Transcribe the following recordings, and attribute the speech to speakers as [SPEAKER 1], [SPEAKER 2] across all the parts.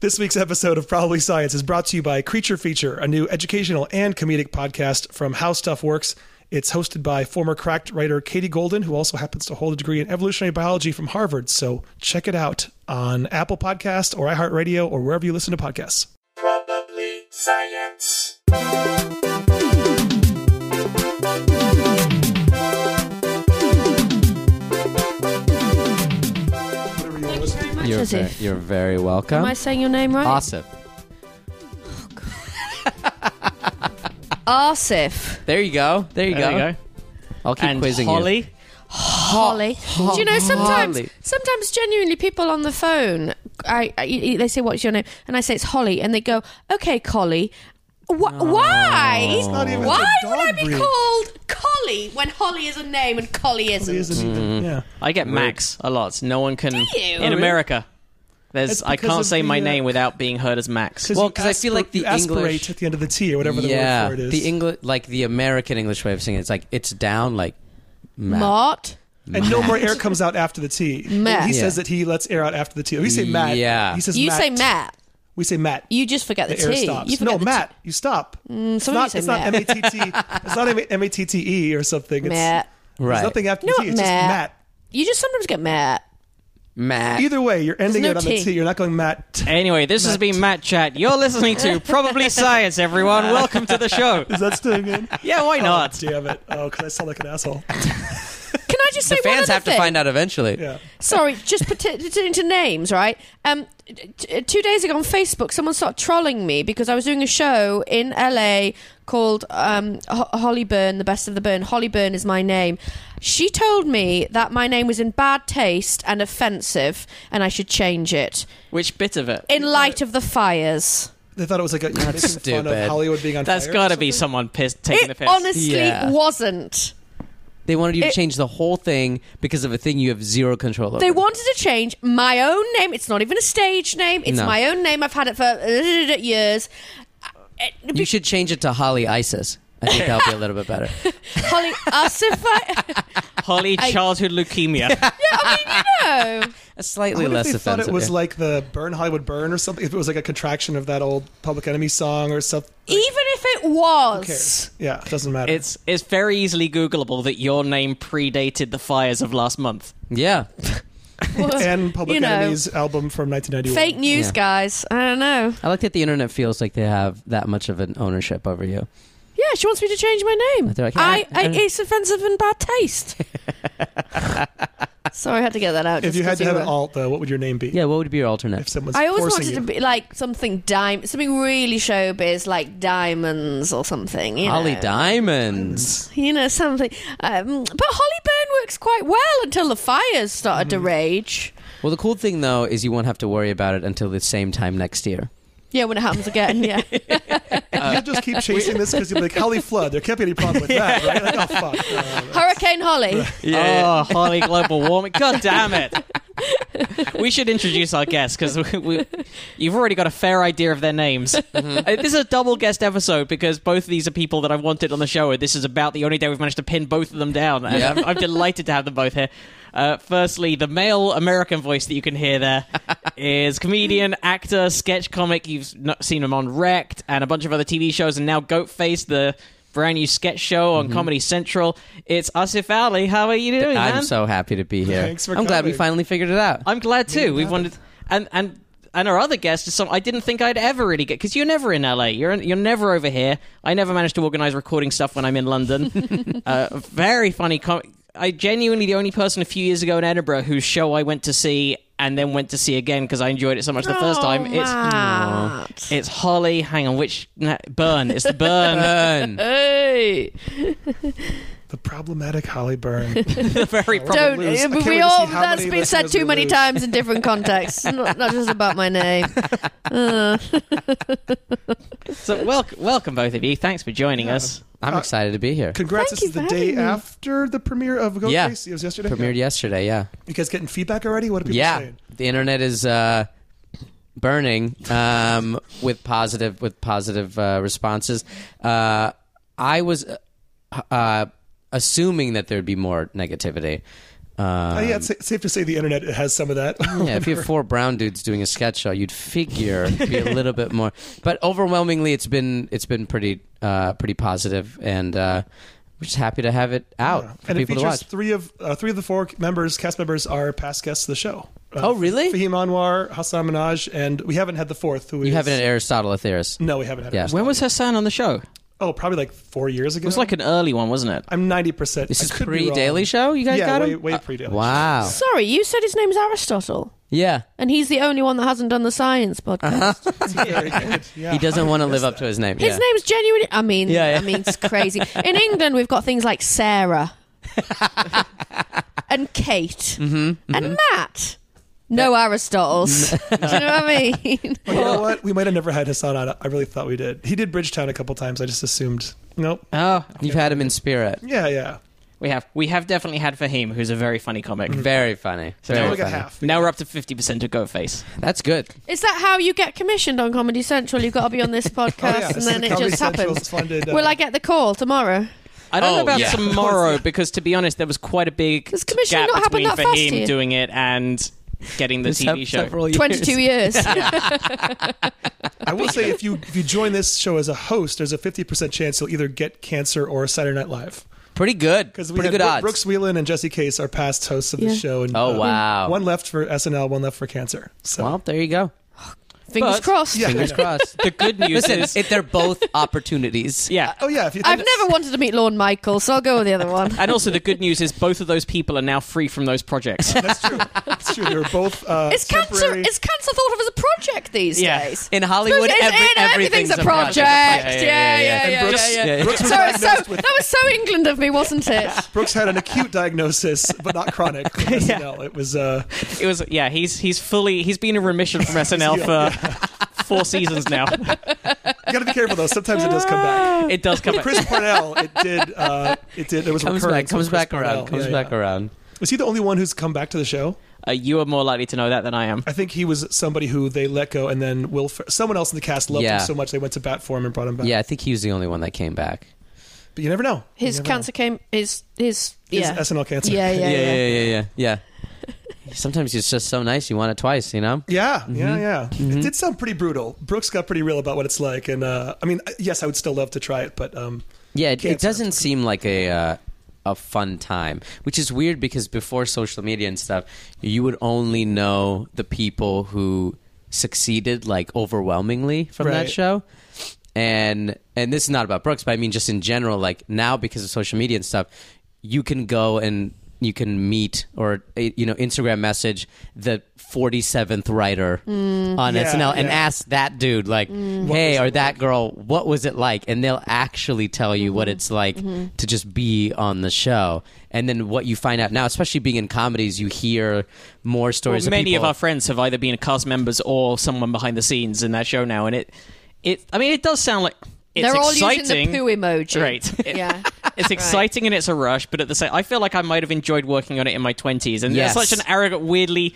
[SPEAKER 1] This week's episode of Probably Science is brought to you by Creature Feature, a new educational and comedic podcast from How Stuff Works. It's hosted by former Cracked writer Katie Golden, who also happens to hold a degree in evolutionary biology from Harvard. So check it out on Apple Podcast or iHeartRadio or wherever you listen to podcasts.
[SPEAKER 2] Probably science.
[SPEAKER 1] Whatever you want to listen to.
[SPEAKER 3] Much
[SPEAKER 4] You're,
[SPEAKER 3] as
[SPEAKER 4] ver-
[SPEAKER 3] if.
[SPEAKER 4] you're very welcome.
[SPEAKER 3] Am I saying your name right?
[SPEAKER 4] Awesome.
[SPEAKER 3] Arsif.
[SPEAKER 4] There you go. There you, go.
[SPEAKER 5] There you go.
[SPEAKER 4] I'll keep
[SPEAKER 5] And
[SPEAKER 4] quizzing
[SPEAKER 5] Holly,
[SPEAKER 4] you.
[SPEAKER 3] Holly. Do you know sometimes,
[SPEAKER 4] Holly.
[SPEAKER 3] sometimes genuinely people on the phone, I, I they say what's your name, and I say it's Holly, and they go, okay, Collie. Wh- Why?
[SPEAKER 1] not even-
[SPEAKER 3] Why
[SPEAKER 1] it's a
[SPEAKER 3] would I
[SPEAKER 1] dog
[SPEAKER 3] be
[SPEAKER 1] breed.
[SPEAKER 3] called Collie when Holly is a name and Collie isn't?
[SPEAKER 1] It isn't even- yeah.
[SPEAKER 5] I get Max a lot. No one can
[SPEAKER 3] you?
[SPEAKER 5] in America.
[SPEAKER 1] That's
[SPEAKER 5] There's I
[SPEAKER 1] because
[SPEAKER 5] can't
[SPEAKER 1] of
[SPEAKER 5] say
[SPEAKER 1] the,
[SPEAKER 5] my
[SPEAKER 1] uh,
[SPEAKER 5] name without being heard as Max.
[SPEAKER 4] Well,
[SPEAKER 1] you
[SPEAKER 4] 'cause I
[SPEAKER 1] asper-
[SPEAKER 4] feel like the
[SPEAKER 1] you aspirate
[SPEAKER 4] English-
[SPEAKER 1] at the end of the T or whatever the
[SPEAKER 4] yeah,
[SPEAKER 1] word for it is.
[SPEAKER 4] the English, like the American English way of saying it, it's like it's down like Matt.
[SPEAKER 3] Mart?
[SPEAKER 1] and no more air comes out after the T.
[SPEAKER 3] Matt.
[SPEAKER 1] He
[SPEAKER 4] Yeah.
[SPEAKER 1] says that he lets air out after the T. We say Matt.
[SPEAKER 4] Yeah.
[SPEAKER 1] He says
[SPEAKER 3] You
[SPEAKER 1] Matt.
[SPEAKER 3] say Matt.
[SPEAKER 1] We say Matt.
[SPEAKER 3] You just forget the,
[SPEAKER 1] the air
[SPEAKER 3] T.
[SPEAKER 1] stops.
[SPEAKER 3] You forget
[SPEAKER 1] no,
[SPEAKER 3] the
[SPEAKER 1] Matt, you stop. it's
[SPEAKER 3] some of you
[SPEAKER 1] not.
[SPEAKER 3] say
[SPEAKER 1] It's not M A
[SPEAKER 3] Matt.
[SPEAKER 1] T T. It's not M A T T E or something.
[SPEAKER 3] T.
[SPEAKER 1] It's,
[SPEAKER 3] Matt.
[SPEAKER 1] There's
[SPEAKER 4] Right.
[SPEAKER 1] nothing after
[SPEAKER 3] You know
[SPEAKER 1] the
[SPEAKER 3] what,
[SPEAKER 1] T. It's just
[SPEAKER 3] Matt?
[SPEAKER 1] Matt.
[SPEAKER 3] You just sometimes get Matt.
[SPEAKER 4] Matt.
[SPEAKER 1] Either way, you're ending
[SPEAKER 3] no
[SPEAKER 1] it on the
[SPEAKER 3] T.
[SPEAKER 1] T. You're not going Matt.
[SPEAKER 5] Anyway, this has been Matt Chat. You're listening to Probably Science, everyone. Welcome to the show.
[SPEAKER 1] Is that still good?
[SPEAKER 5] Yeah, why not?
[SPEAKER 1] Damn it! Oh, because I sound like an asshole.
[SPEAKER 3] Can I just say one
[SPEAKER 4] Fans
[SPEAKER 3] other
[SPEAKER 4] have to
[SPEAKER 3] thing?
[SPEAKER 4] find out eventually.
[SPEAKER 1] Yeah.
[SPEAKER 3] Sorry, just pertaining to names, right? Um, t- t- two days ago on Facebook, someone started trolling me because I was doing a show in LA called um, Ho- Holly Byrne, The Best of the Burn. Holly Byrne is my name. She told me that my name was in bad taste and offensive, and I should change it
[SPEAKER 5] Which bit of it?
[SPEAKER 3] in light of the fires.
[SPEAKER 1] They thought it was like a, making fun of
[SPEAKER 4] stupid.
[SPEAKER 1] Hollywood being on
[SPEAKER 5] That's
[SPEAKER 1] fire.
[SPEAKER 5] got to be someone pissed taking the
[SPEAKER 3] It
[SPEAKER 5] piss.
[SPEAKER 3] honestly
[SPEAKER 4] Yeah.
[SPEAKER 3] wasn't.
[SPEAKER 4] They wanted you to
[SPEAKER 3] It-
[SPEAKER 4] change the whole thing because of a thing you have zero control over.
[SPEAKER 3] They wanted to change my own name. It's not even a stage name. It's
[SPEAKER 4] No.
[SPEAKER 3] my own name. I've had it for uh, years. Uh, it-
[SPEAKER 4] you should change it to Holly Isis. I think that'll be a little bit better.
[SPEAKER 3] Holly Arsifi.
[SPEAKER 5] Holly, childhood leukemia.
[SPEAKER 3] no.
[SPEAKER 4] A slightly
[SPEAKER 1] I wonder if
[SPEAKER 4] less
[SPEAKER 1] they thought
[SPEAKER 4] offensive.
[SPEAKER 1] it was
[SPEAKER 4] yeah.
[SPEAKER 1] like the Burn Hollywood Burn or something. If it was like a contraction of that old Public Enemy song or something.
[SPEAKER 3] Even if it
[SPEAKER 1] Who
[SPEAKER 3] was.
[SPEAKER 1] cares? Yeah, it doesn't matter.
[SPEAKER 5] It's it's very easily Googleable that your name predated the fires of last month.
[SPEAKER 4] yeah.
[SPEAKER 3] was,
[SPEAKER 1] and Public
[SPEAKER 3] you know,
[SPEAKER 1] Enemy's album from 1991.
[SPEAKER 3] Fake news,
[SPEAKER 4] Yeah.
[SPEAKER 3] guys. I don't know.
[SPEAKER 4] I like that the internet feels like they have that much of an ownership over you.
[SPEAKER 3] Yeah, she wants me to change my name.
[SPEAKER 4] They're like,
[SPEAKER 3] I,
[SPEAKER 4] I-
[SPEAKER 3] I,
[SPEAKER 4] I-
[SPEAKER 3] it's offensive and bad taste. Sorry, I had to get that out.
[SPEAKER 1] If
[SPEAKER 3] just
[SPEAKER 1] you had
[SPEAKER 3] 'cause
[SPEAKER 1] to have
[SPEAKER 3] were-
[SPEAKER 1] an alt, though, what would your name be?
[SPEAKER 4] Yeah, what would be your alternate?
[SPEAKER 1] If someone's
[SPEAKER 3] I always
[SPEAKER 1] forcing
[SPEAKER 3] wanted
[SPEAKER 1] you.
[SPEAKER 3] to be like something dime, something really showbiz, like diamonds or something. You
[SPEAKER 4] Holly
[SPEAKER 3] know.
[SPEAKER 4] Diamonds.
[SPEAKER 3] You know something, um, but Holly Byrne works quite well until the fires started
[SPEAKER 1] Mm-hmm.
[SPEAKER 3] to rage.
[SPEAKER 4] Well, the cool thing though is you won't have to worry about it until the same time next year.
[SPEAKER 3] Yeah, when it happens again. Yeah.
[SPEAKER 1] You'll just keep chasing this because you'll be like, Holly Flood. There can't be any problem with that, right? Like, oh, fuck. No, no.
[SPEAKER 3] Hurricane Holly.
[SPEAKER 5] Oh, Holly global warming. God damn it. We should introduce our guests because we, we, you've already got a fair idea of their names.
[SPEAKER 4] Mm-hmm.
[SPEAKER 5] Uh, This is a double guest episode because both of these are people that I've wanted on the show, and this is about the only day we've managed to pin both of them down. And
[SPEAKER 4] Yeah.
[SPEAKER 5] I'm, I'm delighted to have them both here. Uh, firstly, the male American voice that you can hear there is comedian, actor, sketch comic. You've not seen him on Wrecked and a bunch of other TV shows, and now Goatface, the brand new sketch show on Comedy Central. It's Asif Ali. How are you doing, man?
[SPEAKER 4] Mm-hmm. I'm so happy to be here.
[SPEAKER 1] Thanks for
[SPEAKER 4] I'm glad we
[SPEAKER 1] coming.
[SPEAKER 4] finally figured it out.
[SPEAKER 5] I'm glad too. We've wanted and and and our other guest is some I didn't think I'd ever really get because you're never in LA. You're you're never over here. I never managed to organize recording stuff when I'm in London. uh, very funny. Com- I genuinely the only person a few years ago in Edinburgh whose show I went to see and then went to see again because I enjoyed it so much the first time.
[SPEAKER 3] Oh,
[SPEAKER 5] It's
[SPEAKER 3] Matt.
[SPEAKER 5] it's Holly. Hang on, which na- burn? It's the
[SPEAKER 4] Burn.
[SPEAKER 5] burn.
[SPEAKER 3] Hey,
[SPEAKER 1] The problematic Holly Byrne.
[SPEAKER 5] the very problem.
[SPEAKER 3] don't.
[SPEAKER 1] lose. I can't
[SPEAKER 3] but
[SPEAKER 1] wait
[SPEAKER 3] we
[SPEAKER 1] to see
[SPEAKER 3] all
[SPEAKER 1] how
[SPEAKER 3] that's
[SPEAKER 1] many
[SPEAKER 3] been said
[SPEAKER 1] listeners we
[SPEAKER 3] too many
[SPEAKER 1] lose.
[SPEAKER 3] times in different contexts. not, not just about my name. Uh,
[SPEAKER 5] So welcome, welcome both of you. Thanks for joining us.
[SPEAKER 4] I'm excited to be here.
[SPEAKER 1] Congrats.
[SPEAKER 3] Thank
[SPEAKER 1] this
[SPEAKER 3] you
[SPEAKER 1] is the
[SPEAKER 3] for
[SPEAKER 1] day
[SPEAKER 3] having me.
[SPEAKER 1] after the premiere of Go
[SPEAKER 4] Yeah.
[SPEAKER 1] Crazy. It was yesterday.
[SPEAKER 4] Premiered yesterday, yeah.
[SPEAKER 1] You guys getting feedback already? What are people
[SPEAKER 4] Yeah.
[SPEAKER 1] saying?
[SPEAKER 4] The internet is uh burning um with positive with positive uh responses. Uh I was uh, uh assuming that there'd be more negativity. Um,
[SPEAKER 1] Uh, yeah, it's sa- safe to say the internet has some of that.
[SPEAKER 4] yeah, if you have four brown dudes doing a sketch show, you'd figure it'd be a little bit more. But overwhelmingly, it's been it's been pretty uh, pretty positive, and uh, we're just happy to have it out for
[SPEAKER 1] and it
[SPEAKER 4] people to
[SPEAKER 1] features
[SPEAKER 4] watch.
[SPEAKER 1] three of uh, three of the four members, cast members, are past guests of the show. Uh,
[SPEAKER 4] Oh, really?
[SPEAKER 1] Fahim Anwar, Hassan Minaj, and we haven't had the fourth. Who
[SPEAKER 4] you
[SPEAKER 1] is-
[SPEAKER 4] haven't had Aristotle Atheris.
[SPEAKER 1] No, we haven't had.
[SPEAKER 4] Yeah.
[SPEAKER 1] it.
[SPEAKER 5] When was Hassan on the show? It
[SPEAKER 1] Oh, probably like four years ago.
[SPEAKER 5] was like an early one, wasn't it?
[SPEAKER 1] I'm ninety percent.
[SPEAKER 4] This is pre Daily Show. You guys
[SPEAKER 1] Yeah,
[SPEAKER 4] got
[SPEAKER 1] way,
[SPEAKER 4] him. Uh,
[SPEAKER 1] way pre Daily.
[SPEAKER 4] Wow.
[SPEAKER 3] Sorry, you said his name's Aristotle,
[SPEAKER 4] Yeah.
[SPEAKER 3] and he's the only one that hasn't done the science podcast.
[SPEAKER 1] Uh-huh. Yeah.
[SPEAKER 4] He doesn't want to live up to his name.
[SPEAKER 3] His
[SPEAKER 4] yeah.
[SPEAKER 3] name's genuine. I mean,
[SPEAKER 4] Yeah, yeah.
[SPEAKER 3] I mean, it's crazy. In England, we've got things like Sarah and Kate
[SPEAKER 1] Mm-hmm,
[SPEAKER 3] and Matt. No Aristotles. Do you know what I mean?
[SPEAKER 1] But you know what? We might have never had Hassan on. I really thought we did. He did Bridgetown a couple times. I just assumed. Nope.
[SPEAKER 5] Oh,
[SPEAKER 4] You've had him in spirit.
[SPEAKER 1] Yeah, yeah.
[SPEAKER 5] we have we have definitely had Fahim, who's a very funny comic.
[SPEAKER 3] Mm-hmm.
[SPEAKER 4] Very funny.
[SPEAKER 1] We
[SPEAKER 4] Very
[SPEAKER 1] only got
[SPEAKER 4] funny.
[SPEAKER 1] half.
[SPEAKER 5] Now we're up to fifty percent of Go Face.
[SPEAKER 4] That's good.
[SPEAKER 3] Is that how you get commissioned on Comedy Central? You've got to be on this podcast,
[SPEAKER 1] Oh, yeah,
[SPEAKER 3] and
[SPEAKER 1] this
[SPEAKER 3] then
[SPEAKER 1] is
[SPEAKER 3] it
[SPEAKER 1] Comedy
[SPEAKER 3] just
[SPEAKER 1] Central's
[SPEAKER 3] happens.
[SPEAKER 1] funded, uh,
[SPEAKER 3] Will I get the call tomorrow?
[SPEAKER 5] I don't
[SPEAKER 4] Oh,
[SPEAKER 5] know about
[SPEAKER 4] yeah.
[SPEAKER 5] tomorrow because, to be honest, there was quite a big
[SPEAKER 3] Does commissioning
[SPEAKER 5] gap
[SPEAKER 3] not happen
[SPEAKER 5] between
[SPEAKER 3] that fast
[SPEAKER 5] Fahim
[SPEAKER 3] here?
[SPEAKER 5] doing it and getting the TV show.
[SPEAKER 3] Twenty-two years.
[SPEAKER 1] I will say if you if you join this show as a host, there's a fifty percent chance you'll either get cancer or Saturday Night Live.
[SPEAKER 4] Pretty good.
[SPEAKER 1] Because
[SPEAKER 4] Pretty
[SPEAKER 1] we had
[SPEAKER 4] good
[SPEAKER 1] Bro-
[SPEAKER 4] odds.
[SPEAKER 1] Brooks Wheelan and Jesse Case are past hosts of the
[SPEAKER 3] Yeah.
[SPEAKER 1] show. And, uh,
[SPEAKER 4] Oh, wow.
[SPEAKER 1] One left for SNL, one left for cancer. So
[SPEAKER 4] well, there you go.
[SPEAKER 3] Fingers
[SPEAKER 5] But-
[SPEAKER 3] crossed.
[SPEAKER 1] Yeah.
[SPEAKER 4] Fingers crossed.
[SPEAKER 5] The good news
[SPEAKER 4] Listen,
[SPEAKER 5] is,
[SPEAKER 4] it, they're both opportunities.
[SPEAKER 3] Uh,
[SPEAKER 5] yeah.
[SPEAKER 1] oh yeah, if you
[SPEAKER 3] I've
[SPEAKER 1] think-
[SPEAKER 3] never wanted to meet Lorne Michael, so I'll go with the other one.
[SPEAKER 5] And also, the good news is both of those people are now free from those projects.
[SPEAKER 1] That's true. That's true. They were both. Uh,
[SPEAKER 3] Is cancer
[SPEAKER 1] temporary-
[SPEAKER 3] is cancer thought of as a project these
[SPEAKER 5] Yeah.
[SPEAKER 3] days?
[SPEAKER 4] In Hollywood,
[SPEAKER 3] It's-
[SPEAKER 4] every-
[SPEAKER 3] it-
[SPEAKER 4] everything's a project.
[SPEAKER 3] Yeah, yeah, yeah.
[SPEAKER 4] Yeah, yeah, yeah.
[SPEAKER 3] yeah,
[SPEAKER 1] And Brooks-
[SPEAKER 3] yeah, yeah.
[SPEAKER 4] yeah.
[SPEAKER 1] Brooks was
[SPEAKER 3] Sorry, so,
[SPEAKER 1] diagnosed with.
[SPEAKER 3] that was so England of me, wasn't it?
[SPEAKER 1] Brooks had an acute diagnosis, but not chronic. with SNL. It was. Uh,
[SPEAKER 5] It was yeah. He's he's fully he's been in remission from SNL for four seasons now.
[SPEAKER 1] you got to be careful though. Sometimes it does come back.
[SPEAKER 5] It does come. back.
[SPEAKER 1] Chris Parnell, it did. Uh, it did. There was
[SPEAKER 4] Comes back,
[SPEAKER 1] recurrence
[SPEAKER 4] comes
[SPEAKER 1] with Chris
[SPEAKER 4] back around,
[SPEAKER 1] Parnell.
[SPEAKER 4] comes
[SPEAKER 1] Yeah,
[SPEAKER 4] back
[SPEAKER 1] yeah.
[SPEAKER 4] around.
[SPEAKER 1] Was he the only one who's come back to the show?
[SPEAKER 5] Uh, you are more likely to know that than I am.
[SPEAKER 1] I think he was somebody who they let go, and then Will. Fer- someone else in the cast loved
[SPEAKER 4] Yeah.
[SPEAKER 1] him so much they went to bat for him and brought him back.
[SPEAKER 4] Yeah, I think he was the only one that came back.
[SPEAKER 1] but you never know. You
[SPEAKER 3] His
[SPEAKER 1] never
[SPEAKER 3] cancer came. His his
[SPEAKER 1] His
[SPEAKER 3] yeah.
[SPEAKER 1] SNL cancer.
[SPEAKER 3] Yeah, yeah, yeah.
[SPEAKER 4] yeah, yeah, yeah. yeah. Sometimes it's just so nice. You want it twice, you know.
[SPEAKER 1] Yeah, yeah,
[SPEAKER 4] Mm-hmm.
[SPEAKER 1] yeah. It did sound pretty brutal. Brooks got pretty real about what it's like, and uh, I mean, yes, I would still love to try it, but um,
[SPEAKER 4] Yeah, it, it
[SPEAKER 1] Cancer.
[SPEAKER 4] doesn't seem like a uh, a fun time, which is weird because before social media and stuff, you would only know the people who succeeded like overwhelmingly from
[SPEAKER 1] Right.
[SPEAKER 4] that show. And and this is not about Brooks, but I mean just in general like now because of social media and stuff, you can go and you can meet or uh, you know Instagram message the 47th writer on
[SPEAKER 1] Mm. Yeah,
[SPEAKER 4] SNL
[SPEAKER 1] yeah.
[SPEAKER 4] and ask ask that dude like hey or that girl what was it like and they'll actually tell you
[SPEAKER 5] Mm-hmm.
[SPEAKER 4] what it's like to just be on the show and then what you find out now especially being in comedies you hear more stories of
[SPEAKER 5] Many of
[SPEAKER 4] people-
[SPEAKER 5] our friends have either been cast members or someone behind the scenes in that show now, and it it I mean it does sound like it's
[SPEAKER 3] They're all
[SPEAKER 5] exciting.
[SPEAKER 3] using the poo emoji.
[SPEAKER 5] Right.
[SPEAKER 3] Yeah.
[SPEAKER 5] It's exciting and it's a rush, but at the same, I feel like I might have enjoyed working on it in my twenties, and
[SPEAKER 4] Yes.
[SPEAKER 5] it's such an arrogant, weirdly,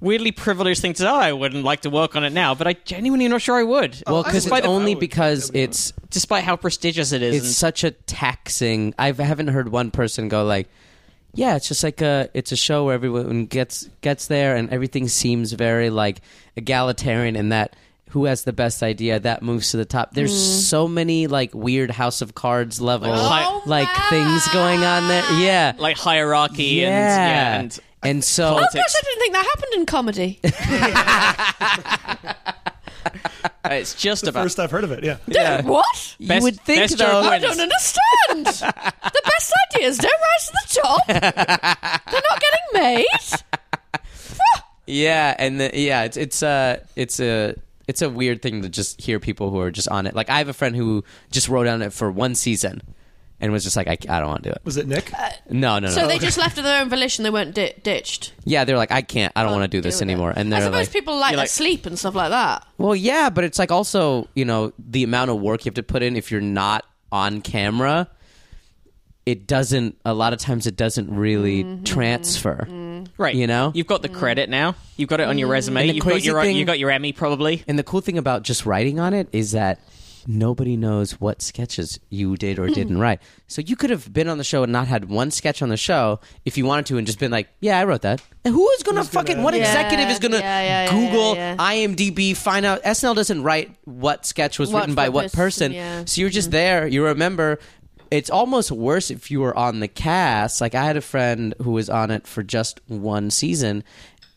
[SPEAKER 5] weirdly privileged thing to say. Oh, I wouldn't like to work on it now, but I genuinely not sure I would.
[SPEAKER 4] well because
[SPEAKER 5] despite
[SPEAKER 4] it's
[SPEAKER 5] the-
[SPEAKER 4] only
[SPEAKER 1] would-
[SPEAKER 4] because it's
[SPEAKER 5] despite how prestigious it is.
[SPEAKER 4] it's such a taxing I've, i haven't heard one person go like yeah it's just like a it's a show where everyone gets gets there and everything seems very like egalitarian in that who has the best idea that moves to the top there's so many like weird house of cards level
[SPEAKER 5] Like-
[SPEAKER 3] Oh
[SPEAKER 4] like
[SPEAKER 3] my.
[SPEAKER 4] things going on there yeah
[SPEAKER 5] and, like hierarchy
[SPEAKER 4] yeah.
[SPEAKER 5] and yeah, and
[SPEAKER 4] And so
[SPEAKER 3] Oh gosh, I didn't think that happened in comedy.
[SPEAKER 5] uh, it's just about
[SPEAKER 1] first I've heard of it. Yeah,
[SPEAKER 3] what?
[SPEAKER 4] you
[SPEAKER 5] Best-
[SPEAKER 4] would think
[SPEAKER 5] best
[SPEAKER 4] though
[SPEAKER 5] joke
[SPEAKER 3] I
[SPEAKER 5] wins.
[SPEAKER 3] don't understand. the best ideas don't rise to the top. They're not getting made.
[SPEAKER 4] Yeah, and the, yeah, it's it's uh it's a it's a weird thing to just hear people who are just on it. Like I have a friend who just wrote on it for one season and was just like I, I don't want to do it.
[SPEAKER 1] was it Nick?
[SPEAKER 4] No, no, no.
[SPEAKER 3] So they just left of their own volition. They weren't di- ditched.
[SPEAKER 4] yeah, they're like I can't. I don't want to do
[SPEAKER 3] Deal
[SPEAKER 4] this
[SPEAKER 3] with Oh, it.
[SPEAKER 4] anymore. And
[SPEAKER 3] I
[SPEAKER 4] they're
[SPEAKER 3] suppose
[SPEAKER 4] like
[SPEAKER 3] people like,
[SPEAKER 5] You're
[SPEAKER 3] their
[SPEAKER 5] like-
[SPEAKER 3] sleep and stuff like that.
[SPEAKER 4] Well, yeah, but it's like also, you know, the amount of work you have to put in if you're not on camera, it doesn't a lot of times it doesn't really
[SPEAKER 3] Mm-hmm.
[SPEAKER 4] transfer.
[SPEAKER 5] right.
[SPEAKER 4] You know?
[SPEAKER 5] you've
[SPEAKER 3] Mm.
[SPEAKER 5] got the credit now. You've got it on your resume.
[SPEAKER 4] And the
[SPEAKER 5] You've
[SPEAKER 4] crazy
[SPEAKER 5] got your
[SPEAKER 4] thing-
[SPEAKER 5] you got your Emmy probably.
[SPEAKER 4] And the cool thing about just writing on it is that nobody knows what sketches you did or
[SPEAKER 3] Mm.
[SPEAKER 4] didn't write. So you could have been on the show and not had one sketch on the show if you wanted to and just been like, yeah, I wrote that. And who is going to fucking, what
[SPEAKER 3] Yeah,
[SPEAKER 4] executive is going to
[SPEAKER 3] yeah, yeah, yeah,
[SPEAKER 4] Google
[SPEAKER 3] yeah.
[SPEAKER 4] IMDb, find out? SNL doesn't write what sketch was
[SPEAKER 3] What
[SPEAKER 4] written by
[SPEAKER 3] for
[SPEAKER 4] what
[SPEAKER 3] this-
[SPEAKER 4] person.
[SPEAKER 3] yeah. Mm-hmm.
[SPEAKER 4] So you're just there. You remember. It's almost worse if you were on the cast. Like I had a friend who was on it for just one season,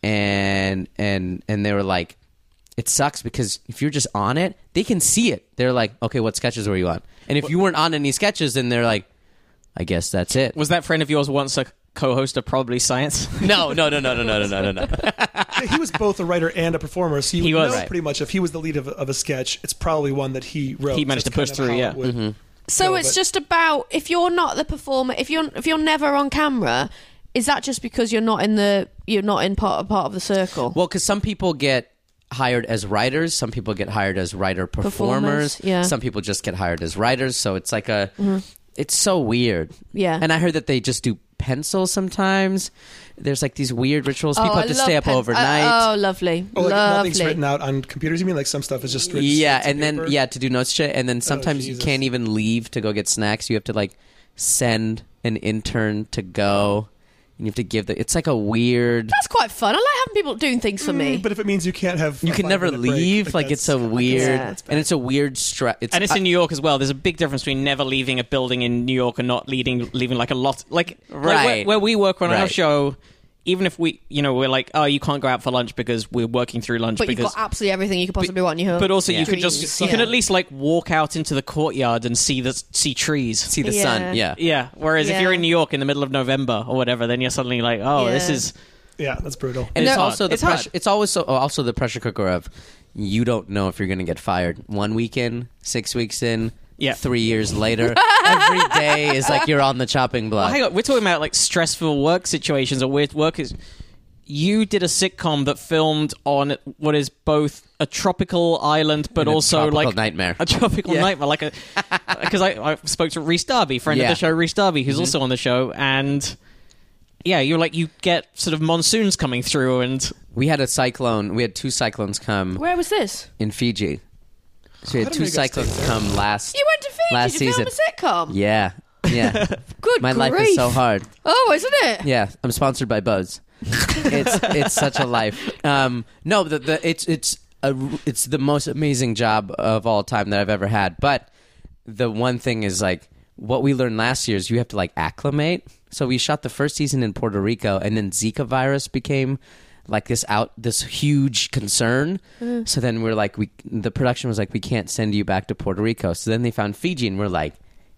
[SPEAKER 4] and and and they were like, it sucks because if you're just on it, they can see it. They're like, okay, what sketches were you on? And if you weren't on any sketches, then they're like, I guess that's it.
[SPEAKER 5] Was that friend of yours once a co-host of Probably Science?
[SPEAKER 4] no, no, no, no, no, no, no, no, no, no.
[SPEAKER 1] he was both a writer and a performer, so you
[SPEAKER 5] He
[SPEAKER 1] would
[SPEAKER 5] was.
[SPEAKER 1] know
[SPEAKER 5] Right.
[SPEAKER 1] pretty much if he was the lead of, of a sketch, it's probably one that he wrote.
[SPEAKER 5] He managed
[SPEAKER 1] That's
[SPEAKER 5] to push
[SPEAKER 1] kind of
[SPEAKER 5] through,
[SPEAKER 1] how
[SPEAKER 5] yeah.
[SPEAKER 1] it would-
[SPEAKER 4] Mm-hmm.
[SPEAKER 3] So
[SPEAKER 1] No,
[SPEAKER 3] it's
[SPEAKER 1] but-
[SPEAKER 3] just about if you're not the performer, if you're if you're never on camera, is that just because you're not in the you're not in part part of the circle?
[SPEAKER 4] Well, because some people get hired as writers, some people get hired as writer performers,
[SPEAKER 3] Performers, yeah. Mm-hmm.
[SPEAKER 4] some people just get hired as writers. So it's like a, it's so weird.
[SPEAKER 3] Yeah.
[SPEAKER 4] And I heard that they just do pencils sometimes. There's like these weird rituals. people
[SPEAKER 3] Oh,
[SPEAKER 4] have
[SPEAKER 3] I
[SPEAKER 4] to
[SPEAKER 3] love
[SPEAKER 4] stay up
[SPEAKER 3] pen-
[SPEAKER 4] overnight.
[SPEAKER 3] Uh, oh, lovely,
[SPEAKER 1] Oh, like nothing's
[SPEAKER 3] lovely.
[SPEAKER 1] written out on computers. You mean like some stuff is just written?
[SPEAKER 4] yeah,
[SPEAKER 1] straight to
[SPEAKER 4] and then
[SPEAKER 1] paper? Oh,
[SPEAKER 4] yeah to do notes shit, and then sometimes you
[SPEAKER 1] Jesus.
[SPEAKER 4] can't even leave to go get snacks. You have to like send an intern to go, and you have to give the. It's like a weird.
[SPEAKER 3] That's quite fun. I like having people doing things for me.
[SPEAKER 1] But if it means you can't have,
[SPEAKER 4] You
[SPEAKER 1] a
[SPEAKER 4] can never
[SPEAKER 1] five-minute break,
[SPEAKER 4] leave. Like it's a
[SPEAKER 1] that's-
[SPEAKER 4] weird,
[SPEAKER 3] that's
[SPEAKER 4] and it's a weird stress.
[SPEAKER 5] and it's in New York as well. There's a big difference between never leaving a building in New York and not leading, leaving like a lot, like, like where-
[SPEAKER 4] Right.
[SPEAKER 5] where, we work on our
[SPEAKER 4] Right.
[SPEAKER 5] show. Even if we, you know, we're like, oh, you can't go out for lunch because we're working through lunch.
[SPEAKER 3] But you've
[SPEAKER 5] because
[SPEAKER 3] got absolutely everything you could possibly want in your home.
[SPEAKER 5] but also you
[SPEAKER 4] Yeah.
[SPEAKER 5] can just
[SPEAKER 3] Trees,
[SPEAKER 5] you can
[SPEAKER 3] yeah.
[SPEAKER 5] at least like walk out into the courtyard and see the see trees.
[SPEAKER 4] see the
[SPEAKER 3] Yeah.
[SPEAKER 4] sun. Yeah.
[SPEAKER 5] yeah. Whereas if
[SPEAKER 3] Yeah.
[SPEAKER 5] you're in New York in the middle of November or whatever, then you're suddenly like, oh, this
[SPEAKER 3] Yeah.
[SPEAKER 5] is
[SPEAKER 1] Yeah, that's brutal.
[SPEAKER 4] And it's
[SPEAKER 5] It's
[SPEAKER 4] also
[SPEAKER 5] hard.
[SPEAKER 4] the
[SPEAKER 5] It's
[SPEAKER 4] pressure.
[SPEAKER 5] hard.
[SPEAKER 4] It's always so, also the pressure cooker of you don't know if you're going to get fired one week in, six weeks in,
[SPEAKER 5] Yeah.
[SPEAKER 4] three years later. Every day is like you're on the chopping block.
[SPEAKER 5] Well, Oh, hang on, we're talking about like stressful work situations or weird work is. You did a sitcom that filmed on what is both a tropical island, but
[SPEAKER 4] a
[SPEAKER 5] also
[SPEAKER 4] tropical
[SPEAKER 5] like
[SPEAKER 4] nightmare.
[SPEAKER 5] a tropical
[SPEAKER 4] Yeah.
[SPEAKER 5] nightmare. Like a because I, I spoke to Reese Darby, friend
[SPEAKER 4] Yeah. Mm-hmm.
[SPEAKER 5] of the show, Reese Darby, who's also on the show, and yeah, you're like you get sort of monsoons coming through, and
[SPEAKER 4] We had a cyclone. We had two cyclones come
[SPEAKER 3] Where was this?
[SPEAKER 4] in Fiji. So we had
[SPEAKER 1] did
[SPEAKER 4] two
[SPEAKER 1] we get
[SPEAKER 4] cyclones come last.
[SPEAKER 3] You went to Fiji
[SPEAKER 4] last
[SPEAKER 3] to
[SPEAKER 4] season.
[SPEAKER 3] film a sitcom.
[SPEAKER 4] Yeah. Yeah.
[SPEAKER 3] Good
[SPEAKER 4] My life is
[SPEAKER 3] grief.
[SPEAKER 4] so hard.
[SPEAKER 3] Oh, isn't it?
[SPEAKER 4] Yeah, I'm sponsored by Buzz. it's it's such a life. Um, no, the, the it's it's a, it's the most amazing job of all time that I've ever had. But the one thing is like what we learned last year is you have to like acclimate. So we shot the first season in Puerto Rico, and then Zika virus became like this out this huge concern. So then we're like we the production was like we can't send you back to Puerto Rico. So then they found Fiji, and we're like.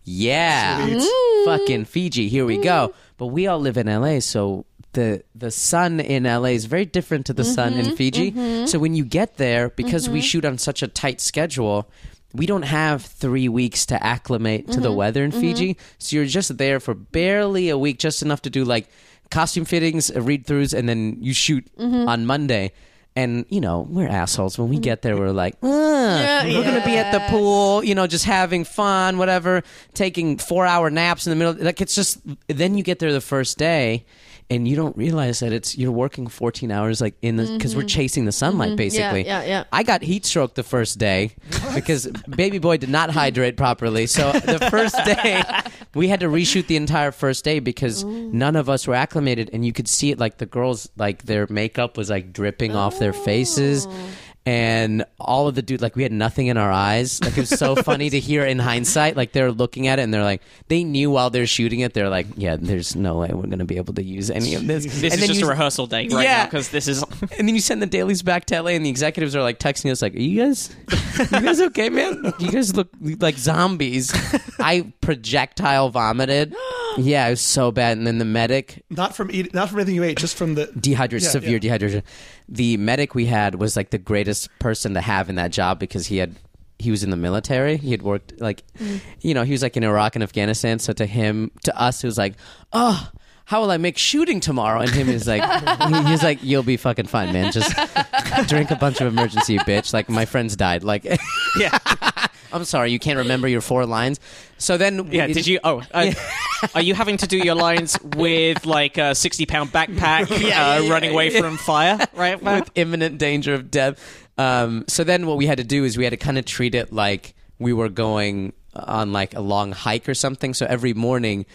[SPEAKER 4] Yeah, fucking Fiji. Here we go. But we all live in LA, so the the sun in LA is very different to the sun in Fiji. So when you get there, because we shoot on such a tight schedule, we don't have three weeks to acclimate to the weather in Fiji. So you're just there for barely a week, just enough to do like costume fittings, read throughs, and then you shoot on Monday. And you know we're assholes. When we get there, we're like, "Ugh, we're gonna be at the pool, you know, just having fun, whatever, taking four hour naps in the middle. Like it's just then you get there the first day and you don't realize that it's you're working 14 hours like in the because we're chasing the sunlight basically
[SPEAKER 3] Mm-hmm. yeah, yeah.
[SPEAKER 4] i got heat stroke the first day because baby boy did not hydrate properly so the first day we had to reshoot the entire first day because none of us were acclimated and you could see it like the girls like their makeup was like dripping off their faces and all of the dude like we had nothing in our eyes like it's so funny to hear in hindsight like they're looking at it and they're like they knew while they're shooting it they're like yeah there's no way we're gonna be able to use any of this
[SPEAKER 5] this
[SPEAKER 4] and
[SPEAKER 5] is
[SPEAKER 4] then
[SPEAKER 5] just
[SPEAKER 4] you,
[SPEAKER 5] a rehearsal day right
[SPEAKER 4] Yeah.
[SPEAKER 5] now because this is
[SPEAKER 4] and then you send the dailies back to LA and the executives are like texting us like are you guys you guys okay man you guys look like zombies I projectile vomited yeah it was so bad and then the medic
[SPEAKER 1] Not from eat, not from anything you ate, just from the
[SPEAKER 4] dehydration,
[SPEAKER 1] Yeah,
[SPEAKER 4] severe
[SPEAKER 1] yeah.
[SPEAKER 4] dehydration. The medic we had was like the greatest person to have in that job because he had he was in the military. He had worked like
[SPEAKER 5] Mm.
[SPEAKER 4] you know, he was like in Iraq and Afghanistan. So to him to us it was like, Oh, how will I make shooting tomorrow? And him is like he- he's like, You'll be fucking fine, man. Just drink a bunch of emergency bitch. Like my friends died. Like
[SPEAKER 5] yeah
[SPEAKER 4] I'm sorry, you can't remember your four lines. So then
[SPEAKER 5] yeah. Did you? Oh, uh, are you having to do your lines with like a sixty-pound backpack, uh,
[SPEAKER 4] yeah,
[SPEAKER 5] running away
[SPEAKER 4] yeah.
[SPEAKER 5] from fire? Right.
[SPEAKER 4] with imminent danger of death. Um, so then what we had to do is we had to kind of treat it like we were going on like a long hike or something. So every morning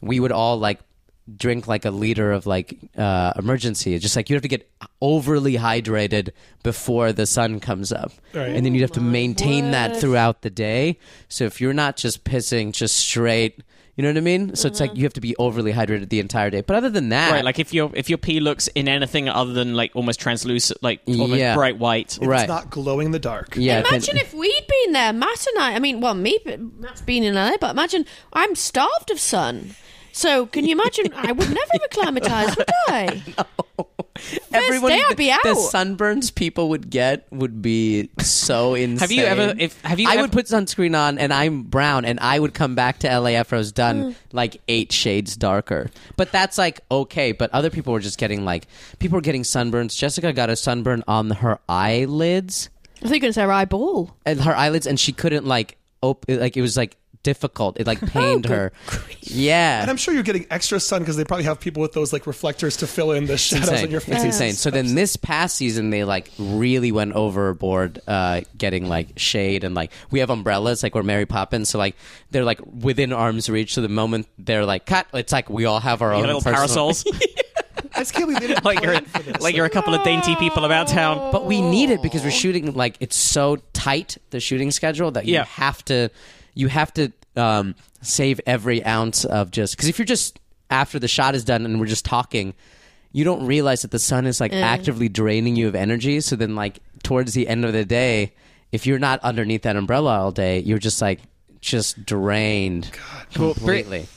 [SPEAKER 4] we would all like drink like a liter of like uh, emergency. It's just like you have to get overly hydrated before the sun comes up.
[SPEAKER 1] Right.
[SPEAKER 4] And then you'd have
[SPEAKER 3] Oh
[SPEAKER 4] to maintain that throughout the day. So if you're not just pissing just straight, you know what I mean? So it's like
[SPEAKER 3] Mm-hmm.
[SPEAKER 4] you have to be overly hydrated the entire day. But other than that,
[SPEAKER 5] Right, like if your if your pee looks in anything other than like almost translucent, like almost
[SPEAKER 4] Yeah.
[SPEAKER 5] bright white,
[SPEAKER 4] Right.
[SPEAKER 1] It's not glowing in the dark.
[SPEAKER 4] yeah, then-
[SPEAKER 3] Imagine if we'd been there, Matt and I. I mean, well, me, but Matt's been in LA, but imagine I'm starved of sun. So can you imagine? I would never have acclimatized, would I?
[SPEAKER 4] everyone
[SPEAKER 3] day I'd be
[SPEAKER 4] the
[SPEAKER 3] out.
[SPEAKER 4] sunburns people would get would be so insane.
[SPEAKER 5] Have you ever- if- have you
[SPEAKER 4] I
[SPEAKER 5] ever-
[SPEAKER 4] would put sunscreen on and I'm brown and I would come back to LA after I was
[SPEAKER 5] Mm.
[SPEAKER 4] done like eight shades darker. But that's like okay, but other people were just getting like people were getting sunburns. Jessica got a sunburn on her eyelids
[SPEAKER 3] I think it's her eyeball.
[SPEAKER 4] and her eyelids and she couldn't like op- like it was like difficult. It like pained
[SPEAKER 5] Oh,
[SPEAKER 3] good
[SPEAKER 4] her. Yeah.
[SPEAKER 1] And I'm sure you're getting extra sun because they probably have people with those like reflectors to fill in the shadows
[SPEAKER 4] insane.
[SPEAKER 1] on your face.
[SPEAKER 4] It's insane. So then this past season, they like really went overboard, uh, getting like shade and like we have umbrellas, like we're Mary Poppins, so like they're like within arm's reach. So the moment they're like cut, it's like we all have our own
[SPEAKER 5] you know, little
[SPEAKER 4] personal-
[SPEAKER 5] parasols,
[SPEAKER 1] I just can't believe they didn't
[SPEAKER 5] like you're
[SPEAKER 1] plan for this.
[SPEAKER 5] like you're a couple of dainty people about town.
[SPEAKER 4] But we need it
[SPEAKER 3] Oh.
[SPEAKER 4] because we're shooting like it's so tight the shooting schedule that you
[SPEAKER 5] Yeah.
[SPEAKER 4] have to you have to um, save every ounce of just because if you're just after the shot is done and we're just talking, you don't realize that the sun is
[SPEAKER 3] Mm.
[SPEAKER 4] like actively draining you of energy. So then like towards the end of the day, if you're not underneath that umbrella all day, you're just like just drained completely.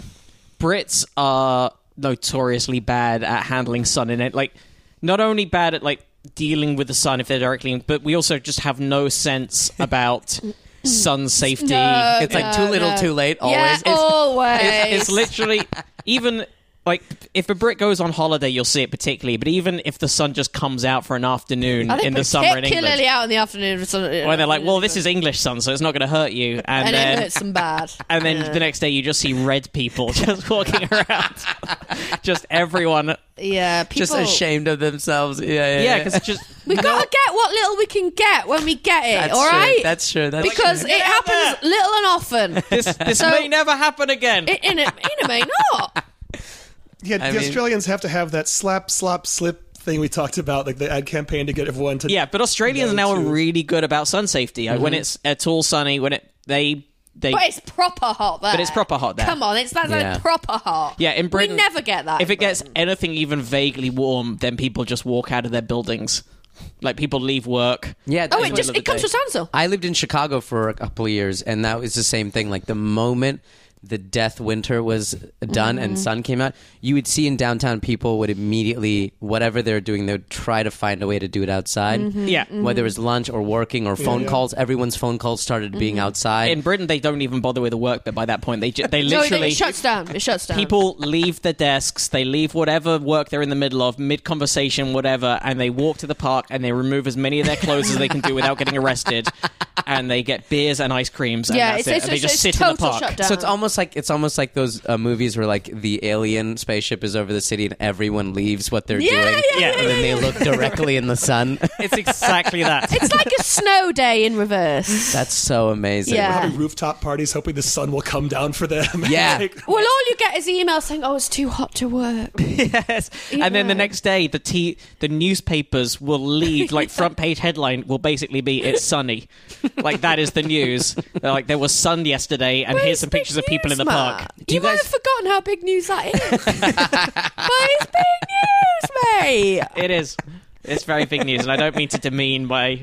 [SPEAKER 5] Brits are notoriously bad at handling sun in it. Like, not only bad at like dealing with the sun if they're directly, in, but we also just have no sense about sun safety.
[SPEAKER 3] No,
[SPEAKER 4] It's like too little, too late. Always.
[SPEAKER 3] Yeah,
[SPEAKER 4] It's-
[SPEAKER 3] always.
[SPEAKER 5] It's, it's literally even like if a Brit goes on holiday, you'll see it particularly. But even if the sun just comes out for an afternoon
[SPEAKER 3] I think
[SPEAKER 5] in the summer in
[SPEAKER 3] particularly
[SPEAKER 5] England,
[SPEAKER 3] out in the afternoon. Or something.
[SPEAKER 5] where they're like, "Well, this is English sun, so it's not going to hurt you," and,
[SPEAKER 3] and
[SPEAKER 5] then
[SPEAKER 3] it hurts them bad.
[SPEAKER 5] and then
[SPEAKER 3] Yeah.
[SPEAKER 5] the next day, you just see red people just walking around. just everyone.
[SPEAKER 3] yeah, people.
[SPEAKER 4] just ashamed of themselves. Yeah, yeah.
[SPEAKER 5] Yeah, because just.
[SPEAKER 3] We gotta get what little we can get when we get it.
[SPEAKER 4] That's
[SPEAKER 3] all
[SPEAKER 4] true.
[SPEAKER 3] right,
[SPEAKER 4] That's true. That's
[SPEAKER 3] because
[SPEAKER 4] true.
[SPEAKER 3] it happens little and often.
[SPEAKER 5] This, this may never happen again.
[SPEAKER 3] it, in it, in it may not.
[SPEAKER 1] Yeah,
[SPEAKER 4] I
[SPEAKER 1] the
[SPEAKER 4] mean-
[SPEAKER 1] Australians have to have that slap, slap, slip thing we talked about, like the ad campaign to get everyone to.
[SPEAKER 5] yeah, but Australians
[SPEAKER 1] No,
[SPEAKER 5] now are
[SPEAKER 1] too.
[SPEAKER 5] really good about sun safety. Like, When it's at all sunny, when it they they
[SPEAKER 3] Mm-hmm. But it's proper hot there.
[SPEAKER 5] But it's proper hot there.
[SPEAKER 3] Come on, it's that's like
[SPEAKER 4] Yeah.
[SPEAKER 3] proper hot.
[SPEAKER 5] Yeah, in Britain-
[SPEAKER 3] we never get that.
[SPEAKER 5] if
[SPEAKER 3] in
[SPEAKER 5] it gets anything even vaguely warm, then people just walk out of their buildings. Like people leave work.
[SPEAKER 4] Yeah.
[SPEAKER 3] Britain.
[SPEAKER 4] that's
[SPEAKER 3] oh, it just
[SPEAKER 4] what-
[SPEAKER 5] middle of
[SPEAKER 3] it
[SPEAKER 5] the
[SPEAKER 3] comes
[SPEAKER 5] day.
[SPEAKER 3] from Sansa.
[SPEAKER 4] I lived in Chicago for a couple of years, and that was the same thing. Like the moment the death winter was done and sun came out, you would see in downtown people would immediately whatever they're doing, they would try to find a way to do it outside.
[SPEAKER 5] Yeah.
[SPEAKER 3] Mm-hmm.
[SPEAKER 4] Whether it was lunch or working or phone
[SPEAKER 1] yeah.
[SPEAKER 4] calls, everyone's phone calls started being outside.
[SPEAKER 5] In Britain, they don't even bother with the work bit by that point. They ju- they
[SPEAKER 3] No,
[SPEAKER 5] literally
[SPEAKER 3] it, it shuts down. It shuts down.
[SPEAKER 5] people leave their desks, they leave whatever work they're in the middle of, mid conversation, whatever, and they walk to the park and they remove as many of their clothes as they can do without getting arrested, and they get beers and ice creams, and
[SPEAKER 3] Yeah,
[SPEAKER 5] that's
[SPEAKER 3] it's,
[SPEAKER 5] it.
[SPEAKER 3] it's,
[SPEAKER 5] and they
[SPEAKER 3] it's,
[SPEAKER 5] just
[SPEAKER 3] it's
[SPEAKER 5] sit
[SPEAKER 3] total
[SPEAKER 5] in the park.
[SPEAKER 3] shutdown.
[SPEAKER 4] So it's almost like it's almost like those uh, movies where like the alien spaceship is over the city and everyone leaves what they're
[SPEAKER 3] Yeah,
[SPEAKER 4] doing,
[SPEAKER 3] yeah,
[SPEAKER 5] Yeah. yeah,
[SPEAKER 4] and then
[SPEAKER 5] yeah,
[SPEAKER 4] they look directly in the sun.
[SPEAKER 5] It's exactly that.
[SPEAKER 3] It's like a snow day in reverse.
[SPEAKER 4] That's so amazing.
[SPEAKER 3] Yeah.
[SPEAKER 1] Having rooftop parties, hoping the sun will come down for them.
[SPEAKER 4] Yeah.
[SPEAKER 1] Like,
[SPEAKER 3] Well, all you get is emails saying, "Oh, it's too hot to work."
[SPEAKER 5] yes. And then the
[SPEAKER 3] Yeah.
[SPEAKER 5] next day, the t- the newspapers will lead like front page headline will basically be "It's sunny," like that is the news. They're like there was sun yesterday, and here's some
[SPEAKER 3] It's big
[SPEAKER 5] pictures of people in
[SPEAKER 3] news,
[SPEAKER 5] the park.
[SPEAKER 3] Matt. You, might have forgotten how big news that is, but it's big news, mate.
[SPEAKER 5] It is. It's very big news, and I don't mean to demean my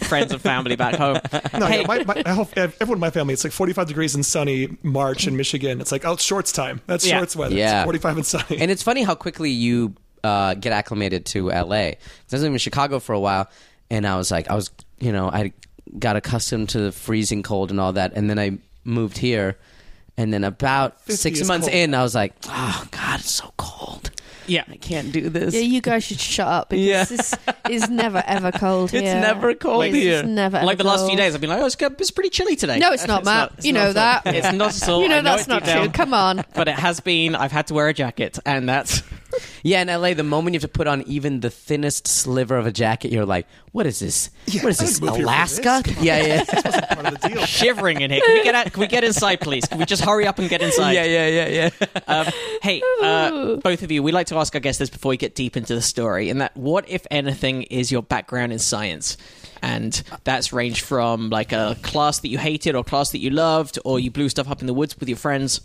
[SPEAKER 5] friends and family back home.
[SPEAKER 1] no, yeah, my, my, I hope- everyone in my family, it's like 45 degrees and sunny March in Michigan. It's like, oh, it's shorts time. That's
[SPEAKER 5] Yeah.
[SPEAKER 1] shorts weather.
[SPEAKER 4] Yeah.
[SPEAKER 1] It's 45 and sunny.
[SPEAKER 4] And it's funny how quickly you uh, get acclimated to LA. 'Cause I was living in Chicago for a while, and I was like, I was, you know, I got accustomed to the freezing cold and all that, and then I moved here, and then about
[SPEAKER 1] 50
[SPEAKER 4] six
[SPEAKER 1] is
[SPEAKER 4] months
[SPEAKER 1] cold.
[SPEAKER 4] in, I was like, oh God, it's so cold.
[SPEAKER 5] Yeah.
[SPEAKER 4] I can't do this.
[SPEAKER 3] Yeah, you guys should shut up because
[SPEAKER 4] Yeah.
[SPEAKER 3] this is never ever cold here.
[SPEAKER 4] It's never cold
[SPEAKER 3] It's
[SPEAKER 4] here.
[SPEAKER 3] never ever
[SPEAKER 5] Like the last few
[SPEAKER 3] cold.
[SPEAKER 5] days, I've been like, oh, it's, good- it's pretty chilly today.
[SPEAKER 3] No, it's not, Matt. you know that.
[SPEAKER 5] It's not at all.
[SPEAKER 3] You know,
[SPEAKER 5] I
[SPEAKER 3] that's
[SPEAKER 5] it
[SPEAKER 3] not
[SPEAKER 5] deep
[SPEAKER 3] true.
[SPEAKER 5] down.
[SPEAKER 3] Come on.
[SPEAKER 5] But it has been. I've had to wear a jacket, and that's
[SPEAKER 4] Yeah, in LA, the moment you have to put on even the thinnest sliver of a jacket, you're like, "What is this? what is
[SPEAKER 1] I
[SPEAKER 4] this?
[SPEAKER 1] didn't move here for
[SPEAKER 4] Alaska?"
[SPEAKER 1] this.
[SPEAKER 4] Yeah, yeah,
[SPEAKER 1] Part of the deal.
[SPEAKER 5] Shivering in here. Can we get out? Can we get inside, please? Can we just hurry up and get inside?
[SPEAKER 4] yeah, yeah, yeah, yeah.
[SPEAKER 5] Um, hey, uh, both of you, we like to ask our guests this before we get deep into the story, and that what, if anything, is your background in science? And that's ranged from like a class that you hated or class that you loved, or you blew stuff up in the woods with your friends.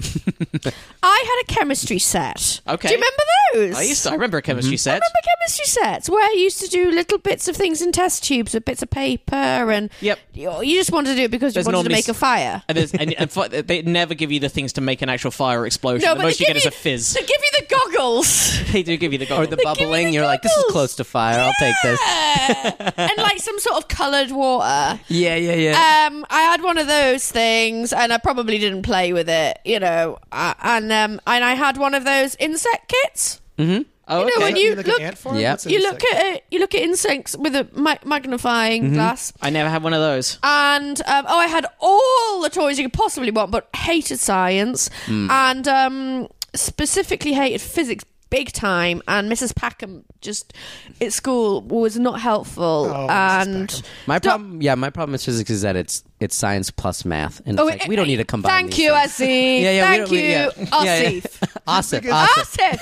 [SPEAKER 3] I had a chemistry set.
[SPEAKER 5] Okay.
[SPEAKER 3] Do you remember those?
[SPEAKER 5] I used to, I remember a chemistry set.
[SPEAKER 3] remember chemistry sets where I used to do little bits of things in test tubes with bits of paper and
[SPEAKER 5] Yep.
[SPEAKER 3] you you just wanted to do it because
[SPEAKER 5] There's
[SPEAKER 3] you wanted to
[SPEAKER 5] normally
[SPEAKER 3] make a
[SPEAKER 5] s-
[SPEAKER 3] fire.
[SPEAKER 5] And, there's, and, and fu- they never give you the things to make an actual fire or explosion.
[SPEAKER 3] No,
[SPEAKER 5] the
[SPEAKER 3] but
[SPEAKER 5] most
[SPEAKER 3] they
[SPEAKER 5] you get
[SPEAKER 3] give
[SPEAKER 5] is
[SPEAKER 3] you
[SPEAKER 5] a fizz.
[SPEAKER 3] They give you the goggles.
[SPEAKER 5] They do give you Oh, the
[SPEAKER 4] Or
[SPEAKER 5] gold.
[SPEAKER 4] the
[SPEAKER 3] me
[SPEAKER 4] bubbling,
[SPEAKER 3] the
[SPEAKER 4] you're like, "This is
[SPEAKER 3] goggles."
[SPEAKER 4] close to fire. I'll take this."
[SPEAKER 3] Yeah. and like some sort of coloured water.
[SPEAKER 4] Yeah, yeah, yeah.
[SPEAKER 3] Um, I had one of those things, and I probably didn't play with it, you know. I, and um, and I had one of those insect kits.
[SPEAKER 5] oh,
[SPEAKER 3] you know,
[SPEAKER 5] okay.
[SPEAKER 3] when you
[SPEAKER 1] like
[SPEAKER 3] look-
[SPEAKER 1] an ant farm?
[SPEAKER 4] Yeah.
[SPEAKER 1] What's an
[SPEAKER 3] You look
[SPEAKER 1] insect?
[SPEAKER 3] at it, you look at insects with a ma- magnifying
[SPEAKER 4] Mm-hmm.
[SPEAKER 3] glass,
[SPEAKER 5] I never had one of those.
[SPEAKER 3] and um, oh, I had all the toys you could possibly want, but hated science,
[SPEAKER 4] Mm.
[SPEAKER 3] and um, specifically hated physics. Big time, and Mrs. Packham just at school was not helpful,
[SPEAKER 1] Oh, Mrs.
[SPEAKER 3] and
[SPEAKER 1] Packham.
[SPEAKER 4] my problem, yeah, my problem with physics is that it's it's science plus math, and it's like,
[SPEAKER 3] Oh, it-
[SPEAKER 4] we don't need to combine.
[SPEAKER 3] Thank
[SPEAKER 4] these
[SPEAKER 3] you,
[SPEAKER 4] things.
[SPEAKER 3] Asif.
[SPEAKER 4] Yeah, yeah, we
[SPEAKER 3] Thank
[SPEAKER 4] don't- we-
[SPEAKER 3] you,
[SPEAKER 4] yeah. Yeah, Uh, yeah.
[SPEAKER 3] Asif.
[SPEAKER 4] Asif, Asif.
[SPEAKER 3] Asif.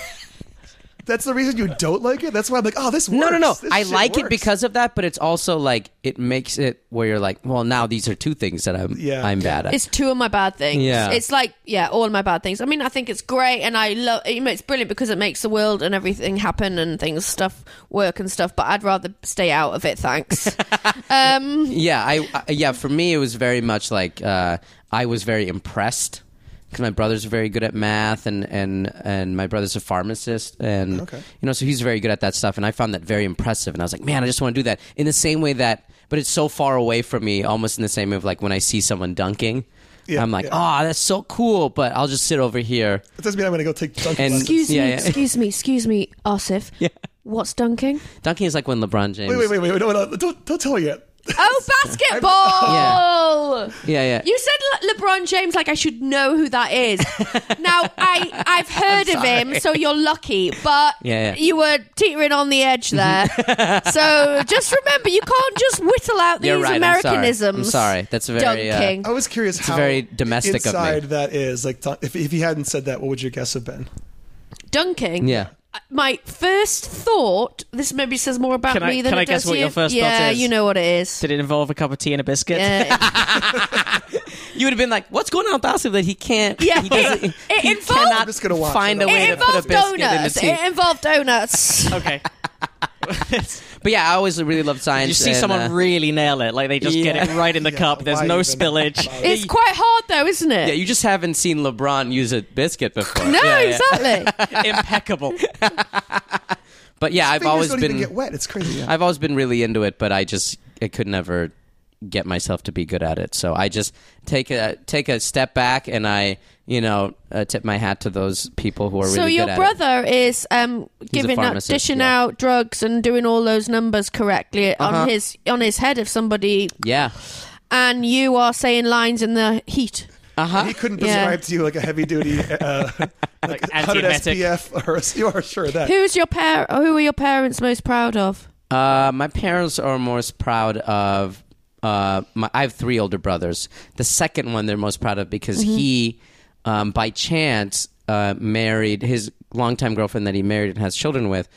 [SPEAKER 1] That's the reason you don't like it? That's why I'm like, oh, this works.
[SPEAKER 4] No, no, no.
[SPEAKER 1] This
[SPEAKER 4] I
[SPEAKER 1] shit
[SPEAKER 4] like it
[SPEAKER 1] works.
[SPEAKER 4] because of that, but it's also like it makes it where you're like, well, now these are two things that I'm
[SPEAKER 1] Yeah.
[SPEAKER 4] I'm bad at.
[SPEAKER 3] It's two of my bad things.
[SPEAKER 4] Yeah.
[SPEAKER 3] It's like, yeah, all my bad things. I mean, I think it's great and I love you know, it's brilliant because it makes the world and everything happen and things, stuff work and stuff, but I'd rather stay out of it, thanks. um,
[SPEAKER 4] yeah, I, I yeah. For me, it was very much like uh, I was very impressed because my brothers are very good at math, and and and my brother's a pharmacist, and
[SPEAKER 1] Okay.
[SPEAKER 4] you know, so he's very good at that stuff, and I found that very impressive, and I was like, man, I just want to do that in the same way that, but it's so far away from me, almost in the same way of like when I see someone dunking.
[SPEAKER 1] Yeah,
[SPEAKER 4] I'm like,
[SPEAKER 1] yeah.
[SPEAKER 4] oh, that's so cool, but I'll just sit over here.
[SPEAKER 1] It doesn't mean I'm going to go take dunk
[SPEAKER 4] And-
[SPEAKER 1] lessons.
[SPEAKER 3] excuse
[SPEAKER 4] Yeah,
[SPEAKER 3] me,
[SPEAKER 4] yeah.
[SPEAKER 3] excuse me, excuse me, Asif.
[SPEAKER 4] Yeah.
[SPEAKER 3] What's dunking?
[SPEAKER 4] Dunking is like when LeBron James.
[SPEAKER 1] Wait, wait, wait, wait. No, no, don't, don't tell me yet.
[SPEAKER 3] Oh, basketball!
[SPEAKER 4] Yeah, yeah.
[SPEAKER 3] You said Le- LeBron James like I should know who that is. now I I've heard of him, so you're lucky. But
[SPEAKER 4] Yeah, Mm-hmm. yeah.
[SPEAKER 3] you were teetering on the edge there. so just remember, you can't just whittle out these
[SPEAKER 4] You're right.
[SPEAKER 3] Americanisms.
[SPEAKER 4] I'm sorry. I'm sorry. That's very uh,
[SPEAKER 3] Dunking.
[SPEAKER 5] Oh.
[SPEAKER 1] I was curious how
[SPEAKER 4] very domestic of me.
[SPEAKER 1] inside that is. Like, th- if, if he hadn't said that, what would your guess have been?
[SPEAKER 3] Dunking.
[SPEAKER 4] yeah.
[SPEAKER 3] My first thought. This maybe says more about
[SPEAKER 5] Can I-
[SPEAKER 3] me than
[SPEAKER 5] can
[SPEAKER 3] it
[SPEAKER 5] I guess
[SPEAKER 3] does
[SPEAKER 5] what your
[SPEAKER 3] you.
[SPEAKER 5] first
[SPEAKER 3] yeah,
[SPEAKER 5] thought is?
[SPEAKER 3] you know what it is.
[SPEAKER 5] Did it involve a cup of tea and a biscuit?
[SPEAKER 3] Yeah.
[SPEAKER 4] You would have been like, "What's going on with Asif that he can't?
[SPEAKER 3] Yeah,
[SPEAKER 4] he doesn't.
[SPEAKER 3] it- it
[SPEAKER 4] he
[SPEAKER 3] involved-
[SPEAKER 4] cannot
[SPEAKER 1] I'm just gonna watch.
[SPEAKER 4] find a
[SPEAKER 1] I don't
[SPEAKER 4] way
[SPEAKER 3] it
[SPEAKER 4] to put a
[SPEAKER 3] involved
[SPEAKER 4] biscuit
[SPEAKER 3] donuts.
[SPEAKER 4] in the
[SPEAKER 3] It
[SPEAKER 4] tea."
[SPEAKER 3] involved donuts.
[SPEAKER 5] Okay.
[SPEAKER 4] But yeah, I always really loved science.
[SPEAKER 5] You see
[SPEAKER 4] and,
[SPEAKER 5] someone
[SPEAKER 4] uh,
[SPEAKER 5] really nail it, like they just get it right in the
[SPEAKER 1] Yeah,
[SPEAKER 5] cup. There's
[SPEAKER 1] why
[SPEAKER 5] no
[SPEAKER 1] even
[SPEAKER 5] spillage.
[SPEAKER 1] bother?
[SPEAKER 3] It's quite hard though, isn't it?
[SPEAKER 4] yeah, you just haven't seen LeBron use a biscuit before.
[SPEAKER 3] no,
[SPEAKER 4] Yeah, yeah.
[SPEAKER 3] exactly.
[SPEAKER 5] Impeccable.
[SPEAKER 4] But yeah, I've
[SPEAKER 1] Fingers
[SPEAKER 4] always
[SPEAKER 1] don't
[SPEAKER 4] been
[SPEAKER 1] even get wet. It's crazy. Yeah.
[SPEAKER 4] I've always been really into it, but I just I could never get myself to be good at it. So I just take a take a step back and I, you know, uh, tip my hat to those people who are really
[SPEAKER 3] so
[SPEAKER 4] good
[SPEAKER 3] your
[SPEAKER 4] at it.
[SPEAKER 3] brother is um, giving out,
[SPEAKER 4] pharmacist,
[SPEAKER 3] dishing
[SPEAKER 4] yeah. Uh-huh.
[SPEAKER 3] out drugs and doing all those numbers correctly on his on his head of somebody,
[SPEAKER 4] Yeah.
[SPEAKER 3] and you are saying lines in the heat.
[SPEAKER 4] uh-huh.
[SPEAKER 1] he couldn't
[SPEAKER 3] Yeah.
[SPEAKER 1] describe to you like a heavy duty uh, like 100
[SPEAKER 5] anti-emetic.
[SPEAKER 1] SPF. Or, you are sure of that.
[SPEAKER 3] Who's your par- Who are your parents most proud of?
[SPEAKER 4] Uh, my parents are most proud of. Uh, my, I have three older brothers. The second one they're most proud of because he, um, by chance, uh, married his longtime girlfriend that he married and has children with.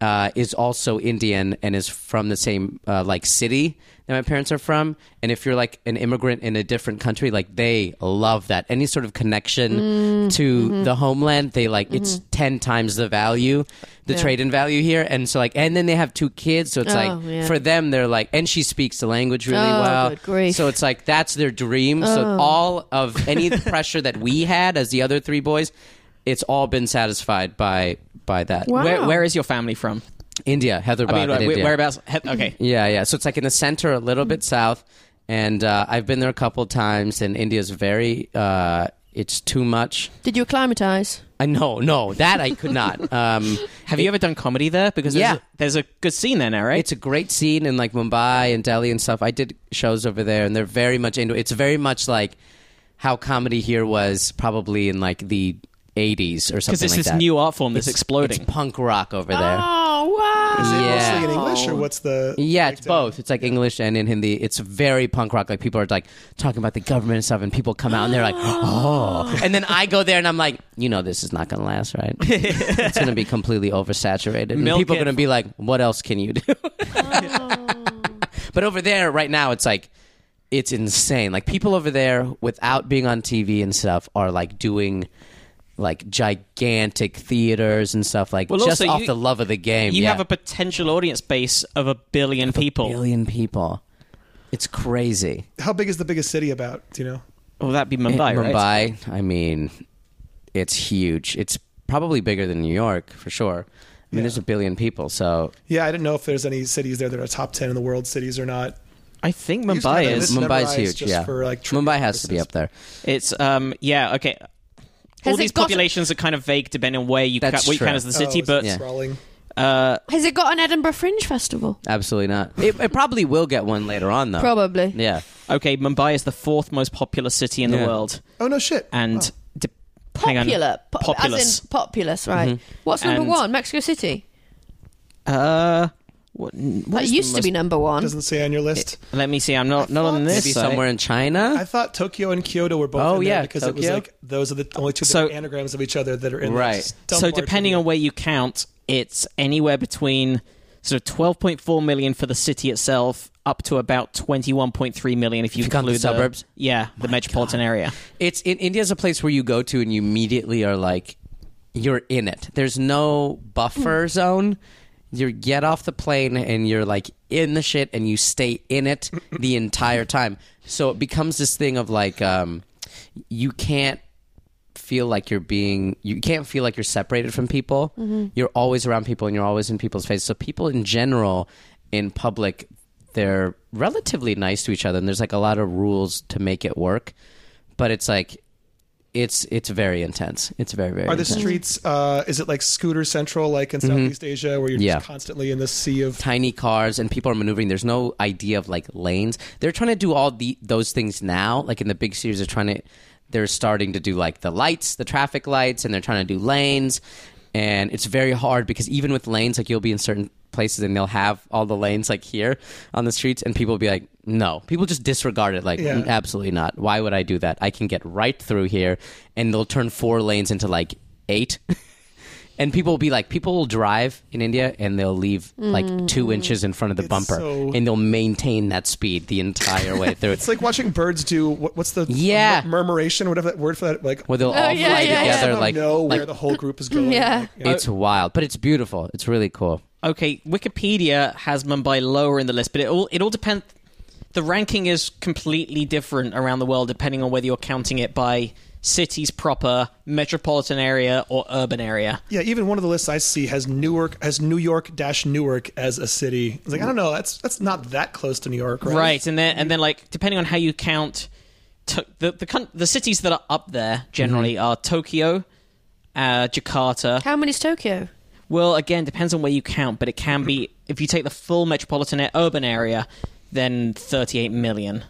[SPEAKER 4] Uh, is also Indian and is from the same uh, like city that my parents are from. And if you're like an immigrant in a different country, like they love that any sort of connection
[SPEAKER 3] Mm,
[SPEAKER 4] to
[SPEAKER 3] mm-hmm.
[SPEAKER 4] the homeland, they like it's ten times the value, the trade in value here. And so like, and then they have two kids, so it's like
[SPEAKER 3] Oh, yeah.
[SPEAKER 4] for them they're like, and she speaks the language really
[SPEAKER 3] Oh,
[SPEAKER 4] well.
[SPEAKER 3] good grief. Oh.
[SPEAKER 4] So it's like that's their dream. So all of any pressure that we had as the other three boys, it's all been satisfied by by that.
[SPEAKER 3] Wow.
[SPEAKER 5] Where, where is your family from?
[SPEAKER 4] India, Heather.
[SPEAKER 5] I mean,
[SPEAKER 4] Bhatt in
[SPEAKER 5] like,
[SPEAKER 4] India.
[SPEAKER 5] whereabouts? he- Okay.
[SPEAKER 4] Yeah, yeah. So it's like in the center, a little bit south, and uh, I've been there a couple times. And India's very, uh, it's too much.
[SPEAKER 3] Did you acclimatise?
[SPEAKER 4] I no, no, that I could not. Um,
[SPEAKER 5] Have you ever done comedy there? Because there's,
[SPEAKER 4] Yeah.
[SPEAKER 5] a, there's a good scene there now, right?
[SPEAKER 4] It's a great scene in like Mumbai and Delhi and stuff. I did shows over there, and they're very much into. It's very much like how comedy here was probably in like the 80s or something
[SPEAKER 5] because it's
[SPEAKER 4] like
[SPEAKER 5] this
[SPEAKER 4] that.
[SPEAKER 5] new art form that's
[SPEAKER 4] It's-
[SPEAKER 5] exploding.
[SPEAKER 4] It's punk rock over there.
[SPEAKER 3] Oh wow!
[SPEAKER 4] Is it Yeah.
[SPEAKER 1] Mostly in English, or what's the?
[SPEAKER 4] Yeah, it's
[SPEAKER 1] breakdown?
[SPEAKER 4] both. It's like English and in Hindi. It's very punk rock. Like people are like talking about the government and stuff, and people come out and they're like, oh. And then I go there and I'm like, you know, this is not going to last, right? it's going to be completely oversaturated. And
[SPEAKER 5] Milk
[SPEAKER 4] people
[SPEAKER 5] it.
[SPEAKER 4] are going to be like, what else can you do? but over there, right now, it's like, it's insane. Like people over there, without being on TV and stuff, are like doing. Like gigantic theaters and stuff, like
[SPEAKER 5] Well,
[SPEAKER 4] just
[SPEAKER 5] also,
[SPEAKER 4] off
[SPEAKER 5] you-
[SPEAKER 4] the love of the game.
[SPEAKER 5] you
[SPEAKER 4] yeah
[SPEAKER 5] have a potential audience base of a billion people.
[SPEAKER 4] billion people. It's crazy.
[SPEAKER 1] How big is the biggest city about? Do you know?
[SPEAKER 5] Oh, that'd be Mumbai, right?
[SPEAKER 4] Mumbai, I mean, it's huge. It's probably bigger than New York for sure. I mean, there's a billion people, so
[SPEAKER 1] Yeah, I didn't know if there's any cities there that are top ten in the world cities or not.
[SPEAKER 5] I think
[SPEAKER 1] used to have
[SPEAKER 5] Mumbai
[SPEAKER 1] that
[SPEAKER 5] is.
[SPEAKER 1] list.
[SPEAKER 4] Mumbai's
[SPEAKER 1] memorized
[SPEAKER 4] huge.
[SPEAKER 1] just
[SPEAKER 4] yeah,
[SPEAKER 1] for, like, trivia
[SPEAKER 4] Mumbai has to be
[SPEAKER 1] purposes.
[SPEAKER 4] up there.
[SPEAKER 5] It's um yeah okay. All
[SPEAKER 3] Has it
[SPEAKER 5] these
[SPEAKER 3] got-
[SPEAKER 5] populations are kind of vague depending on where you
[SPEAKER 4] That's
[SPEAKER 5] count, what you
[SPEAKER 4] true.
[SPEAKER 5] count as the
[SPEAKER 1] Oh,
[SPEAKER 5] city,
[SPEAKER 1] is it
[SPEAKER 5] but
[SPEAKER 4] Yeah.
[SPEAKER 1] sprawling.
[SPEAKER 5] uh,
[SPEAKER 3] Has it got an Edinburgh Fringe
[SPEAKER 4] Oh.
[SPEAKER 3] Festival?
[SPEAKER 4] Absolutely not. It, it probably will get one later on, though.
[SPEAKER 3] Probably.
[SPEAKER 4] Yeah.
[SPEAKER 5] okay, Mumbai is the fourth most popular city in the
[SPEAKER 4] Yeah.
[SPEAKER 5] world,
[SPEAKER 1] Oh no, shit.
[SPEAKER 5] and
[SPEAKER 1] Wow.
[SPEAKER 5] de- hang on.
[SPEAKER 3] Popular, po- as
[SPEAKER 5] populous.
[SPEAKER 3] in populous, right?
[SPEAKER 4] Mm-hmm.
[SPEAKER 3] What's number
[SPEAKER 5] And-
[SPEAKER 3] one? Mexico City.
[SPEAKER 5] uh, what, what
[SPEAKER 3] That
[SPEAKER 5] is the
[SPEAKER 3] used to be
[SPEAKER 5] most-
[SPEAKER 3] number one.
[SPEAKER 1] doesn't say on your list.
[SPEAKER 5] Let me see. I'm not not on
[SPEAKER 1] thought-
[SPEAKER 5] this.
[SPEAKER 4] Maybe
[SPEAKER 5] site.
[SPEAKER 4] somewhere in China.
[SPEAKER 1] I thought Tokyo and Kyoto were both.
[SPEAKER 4] Oh,
[SPEAKER 1] in there
[SPEAKER 4] yeah,
[SPEAKER 1] because it was
[SPEAKER 4] Tokyo.
[SPEAKER 1] like those are the only two
[SPEAKER 5] So-
[SPEAKER 1] different anagrams of each other that are in. the
[SPEAKER 4] Right.
[SPEAKER 1] stump
[SPEAKER 5] So
[SPEAKER 1] bar
[SPEAKER 5] depending
[SPEAKER 1] trivia.
[SPEAKER 5] on where you count, it's anywhere between sort of 12.4 million for the city itself, up to about 21.3 million if you,
[SPEAKER 4] you count the
[SPEAKER 5] include
[SPEAKER 4] suburbs?
[SPEAKER 5] Yeah, the metropolitan area.
[SPEAKER 4] It's in India's a place where you go to and you immediately are like, you're in it. There's no buffer zone. You get off the plane and you're like in the shit and you stay in it the entire time. So it becomes this thing of like, um, you can't feel like you're being you can't feel like you're separated from people you're always around people and you're always in people's faces so people in general in public they're relatively nice to each other and there's like a lot of rules to make it work but it's like it's it's very intense it's very very
[SPEAKER 1] Are the
[SPEAKER 4] intense.
[SPEAKER 1] streets? Uh, is it like scooter central, like in Southeast Asia, where you're
[SPEAKER 4] Mm-hmm. Yeah.
[SPEAKER 1] just constantly in this sea of?
[SPEAKER 4] tiny cars and people are maneuvering. There's no idea of like lanes. They're trying to do all the those things now. Like in the big cities, they're trying to they're starting to do like the lights, the traffic lights, and they're trying to do lanes. And it's very hard because even with lanes, like you'll be in certain places and they'll have all the lanes like here on the streets, and people will be like, no. People just disregard it. Like,
[SPEAKER 1] Yeah.
[SPEAKER 4] absolutely not. Why would I do that? I can get right through here, and they'll turn four lanes into like eight. and people will be like people will drive in india and they'll leave like
[SPEAKER 3] Mm.
[SPEAKER 4] two inches in front of the bumper
[SPEAKER 1] so-
[SPEAKER 4] and they'll maintain that speed the entire way through
[SPEAKER 1] It's like watching birds do what, what's the
[SPEAKER 4] Yeah.
[SPEAKER 1] mur- murmuration, whatever that word for that like.
[SPEAKER 4] where they'll all
[SPEAKER 3] Oh, yeah,
[SPEAKER 4] fly
[SPEAKER 3] yeah, yeah.
[SPEAKER 4] together
[SPEAKER 1] somehow
[SPEAKER 4] like,
[SPEAKER 1] know where
[SPEAKER 4] like,
[SPEAKER 1] the whole group is going.
[SPEAKER 3] Yeah.
[SPEAKER 1] Like,
[SPEAKER 4] it's wild but it's beautiful it's really cool
[SPEAKER 5] Okay, Wikipedia has Mumbai lower in the list, but it all it all depends. The ranking is completely different around the world depending on whether you're counting it by cities proper, metropolitan area, or urban area.
[SPEAKER 1] Yeah, even one of the lists I see has Newark has New York dash Newark as a city. It's like I don't know, that's that's not that close to New York, right?
[SPEAKER 5] Right, and then and then like depending on how you count, to, the the coun- the cities that are up there generally are Tokyo, uh, Jakarta.
[SPEAKER 3] How many is Tokyo?
[SPEAKER 5] Well, again, depends on where you count, but it can be if you take the full metropolitan a- urban area, then thirty eight million.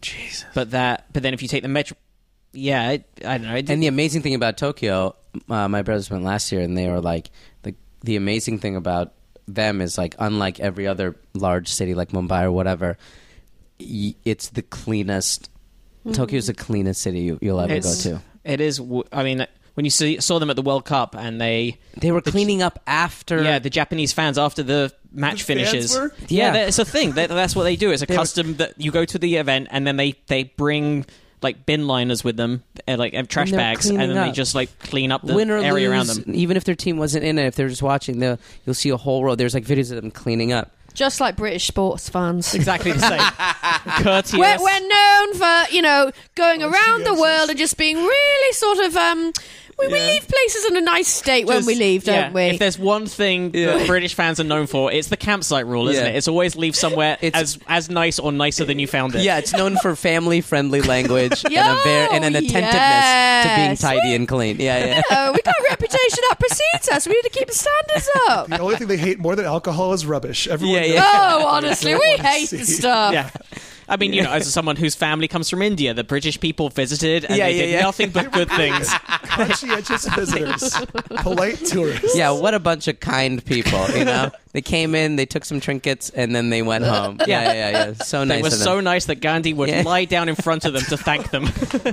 [SPEAKER 5] Jesus. But that, but then if you take the metro, yeah, it, I don't know. It,
[SPEAKER 4] and the amazing thing about tokyo uh, my brothers went last year and they were like the, the amazing thing about them is like unlike every other large city like mumbai or whatever y- it's the cleanest
[SPEAKER 3] Mm-hmm.
[SPEAKER 4] tokyo's the cleanest city you, you'll ever
[SPEAKER 5] It's-
[SPEAKER 4] go to
[SPEAKER 5] it is. w- I mean, when you see, saw them at the World Cup, and they,
[SPEAKER 4] They were cleaning up after.
[SPEAKER 5] yeah, the Japanese fans after the match
[SPEAKER 1] fans
[SPEAKER 5] finishes.
[SPEAKER 1] were?
[SPEAKER 5] Yeah,
[SPEAKER 4] Yeah.
[SPEAKER 5] that- it's a thing. That, that's what they do. It's a custom that you go to the event and then they they bring like bin liners with them, uh, like uh, trash
[SPEAKER 4] they're
[SPEAKER 5] bags, and
[SPEAKER 4] cleaning
[SPEAKER 5] then they
[SPEAKER 4] up.
[SPEAKER 5] just like clean up the
[SPEAKER 4] win or lose,
[SPEAKER 5] area around them.
[SPEAKER 4] even if their team wasn't in it, if they're just watching, the you'll see a whole row. There's like videos of them cleaning up.
[SPEAKER 3] Just like British sports fans.
[SPEAKER 5] Exactly the same. Courteous.
[SPEAKER 3] We're, we're known for, you know, going around the
[SPEAKER 1] yes,
[SPEAKER 3] world
[SPEAKER 1] yes.
[SPEAKER 3] and just being really sort of. um we, we leave places in a nice state when
[SPEAKER 5] Just-
[SPEAKER 3] we leave,
[SPEAKER 5] yeah,
[SPEAKER 3] don't
[SPEAKER 5] If
[SPEAKER 3] we?
[SPEAKER 5] there's one thing that British fans are known for, it's the campsite rule, isn't
[SPEAKER 4] Yeah.
[SPEAKER 5] it? It's always leave somewhere
[SPEAKER 4] It's-
[SPEAKER 5] as as nice or nicer than you found it.
[SPEAKER 4] Yeah, it's known for family-friendly language and
[SPEAKER 3] Yo,
[SPEAKER 4] a ver- and an attentiveness to being
[SPEAKER 3] yes.
[SPEAKER 4] tidy and clean. Yeah, yeah.
[SPEAKER 3] Oh, we got a reputation that precedes us. We need to keep the standards up.
[SPEAKER 1] The only thing they hate more than alcohol is rubbish. Everyone
[SPEAKER 4] Yeah,
[SPEAKER 1] knows
[SPEAKER 4] yeah.
[SPEAKER 3] Oh, honestly, we hate the
[SPEAKER 1] See.
[SPEAKER 3] stuff.
[SPEAKER 5] Yeah. I mean, you know, as someone whose family comes from India, the British people visited and
[SPEAKER 4] Yeah,
[SPEAKER 5] they
[SPEAKER 4] yeah,
[SPEAKER 5] did
[SPEAKER 4] yeah.
[SPEAKER 5] nothing but good things.
[SPEAKER 1] Conscientious visitors, polite tourists.
[SPEAKER 4] Yeah, what a bunch of kind people, you know? they came in, they took some trinkets, and then they went home. Yeah, yeah, yeah. yeah. So nice.
[SPEAKER 5] They were
[SPEAKER 4] of them.
[SPEAKER 5] so nice that Gandhi would
[SPEAKER 4] Yeah.
[SPEAKER 5] lie down in front of them to thank them.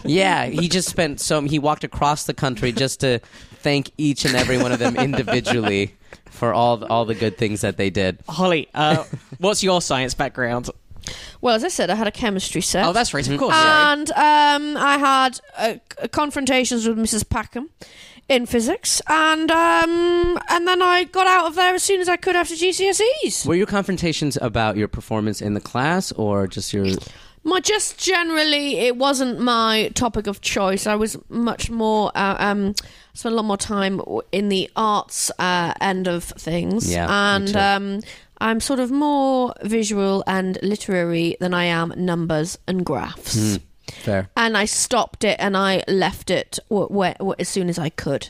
[SPEAKER 4] Yeah, he just spent so he walked across the country just to thank each and every one of them individually for all all the good things that they did.
[SPEAKER 5] Holly, uh, what's your science background?
[SPEAKER 3] Well, as I said, I had a chemistry set.
[SPEAKER 5] Oh, that's right, of course. sorry.
[SPEAKER 3] and um, I had uh, c- confrontations with Mrs. Packham in physics, and um, and then I got out of there as soon as I could after GCSEs.
[SPEAKER 4] Were your confrontations about your performance in the class or just your
[SPEAKER 3] My just generally, it wasn't my topic of choice. I was much more uh, um, spent a lot more time w- in the arts uh, end of things,
[SPEAKER 4] Yeah, me
[SPEAKER 3] and
[SPEAKER 4] too.
[SPEAKER 3] um, I'm sort of more visual and literary than I am numbers and graphs.
[SPEAKER 4] Hmm. fair?
[SPEAKER 3] and I stopped it and I left it w- where, w- as soon as I could.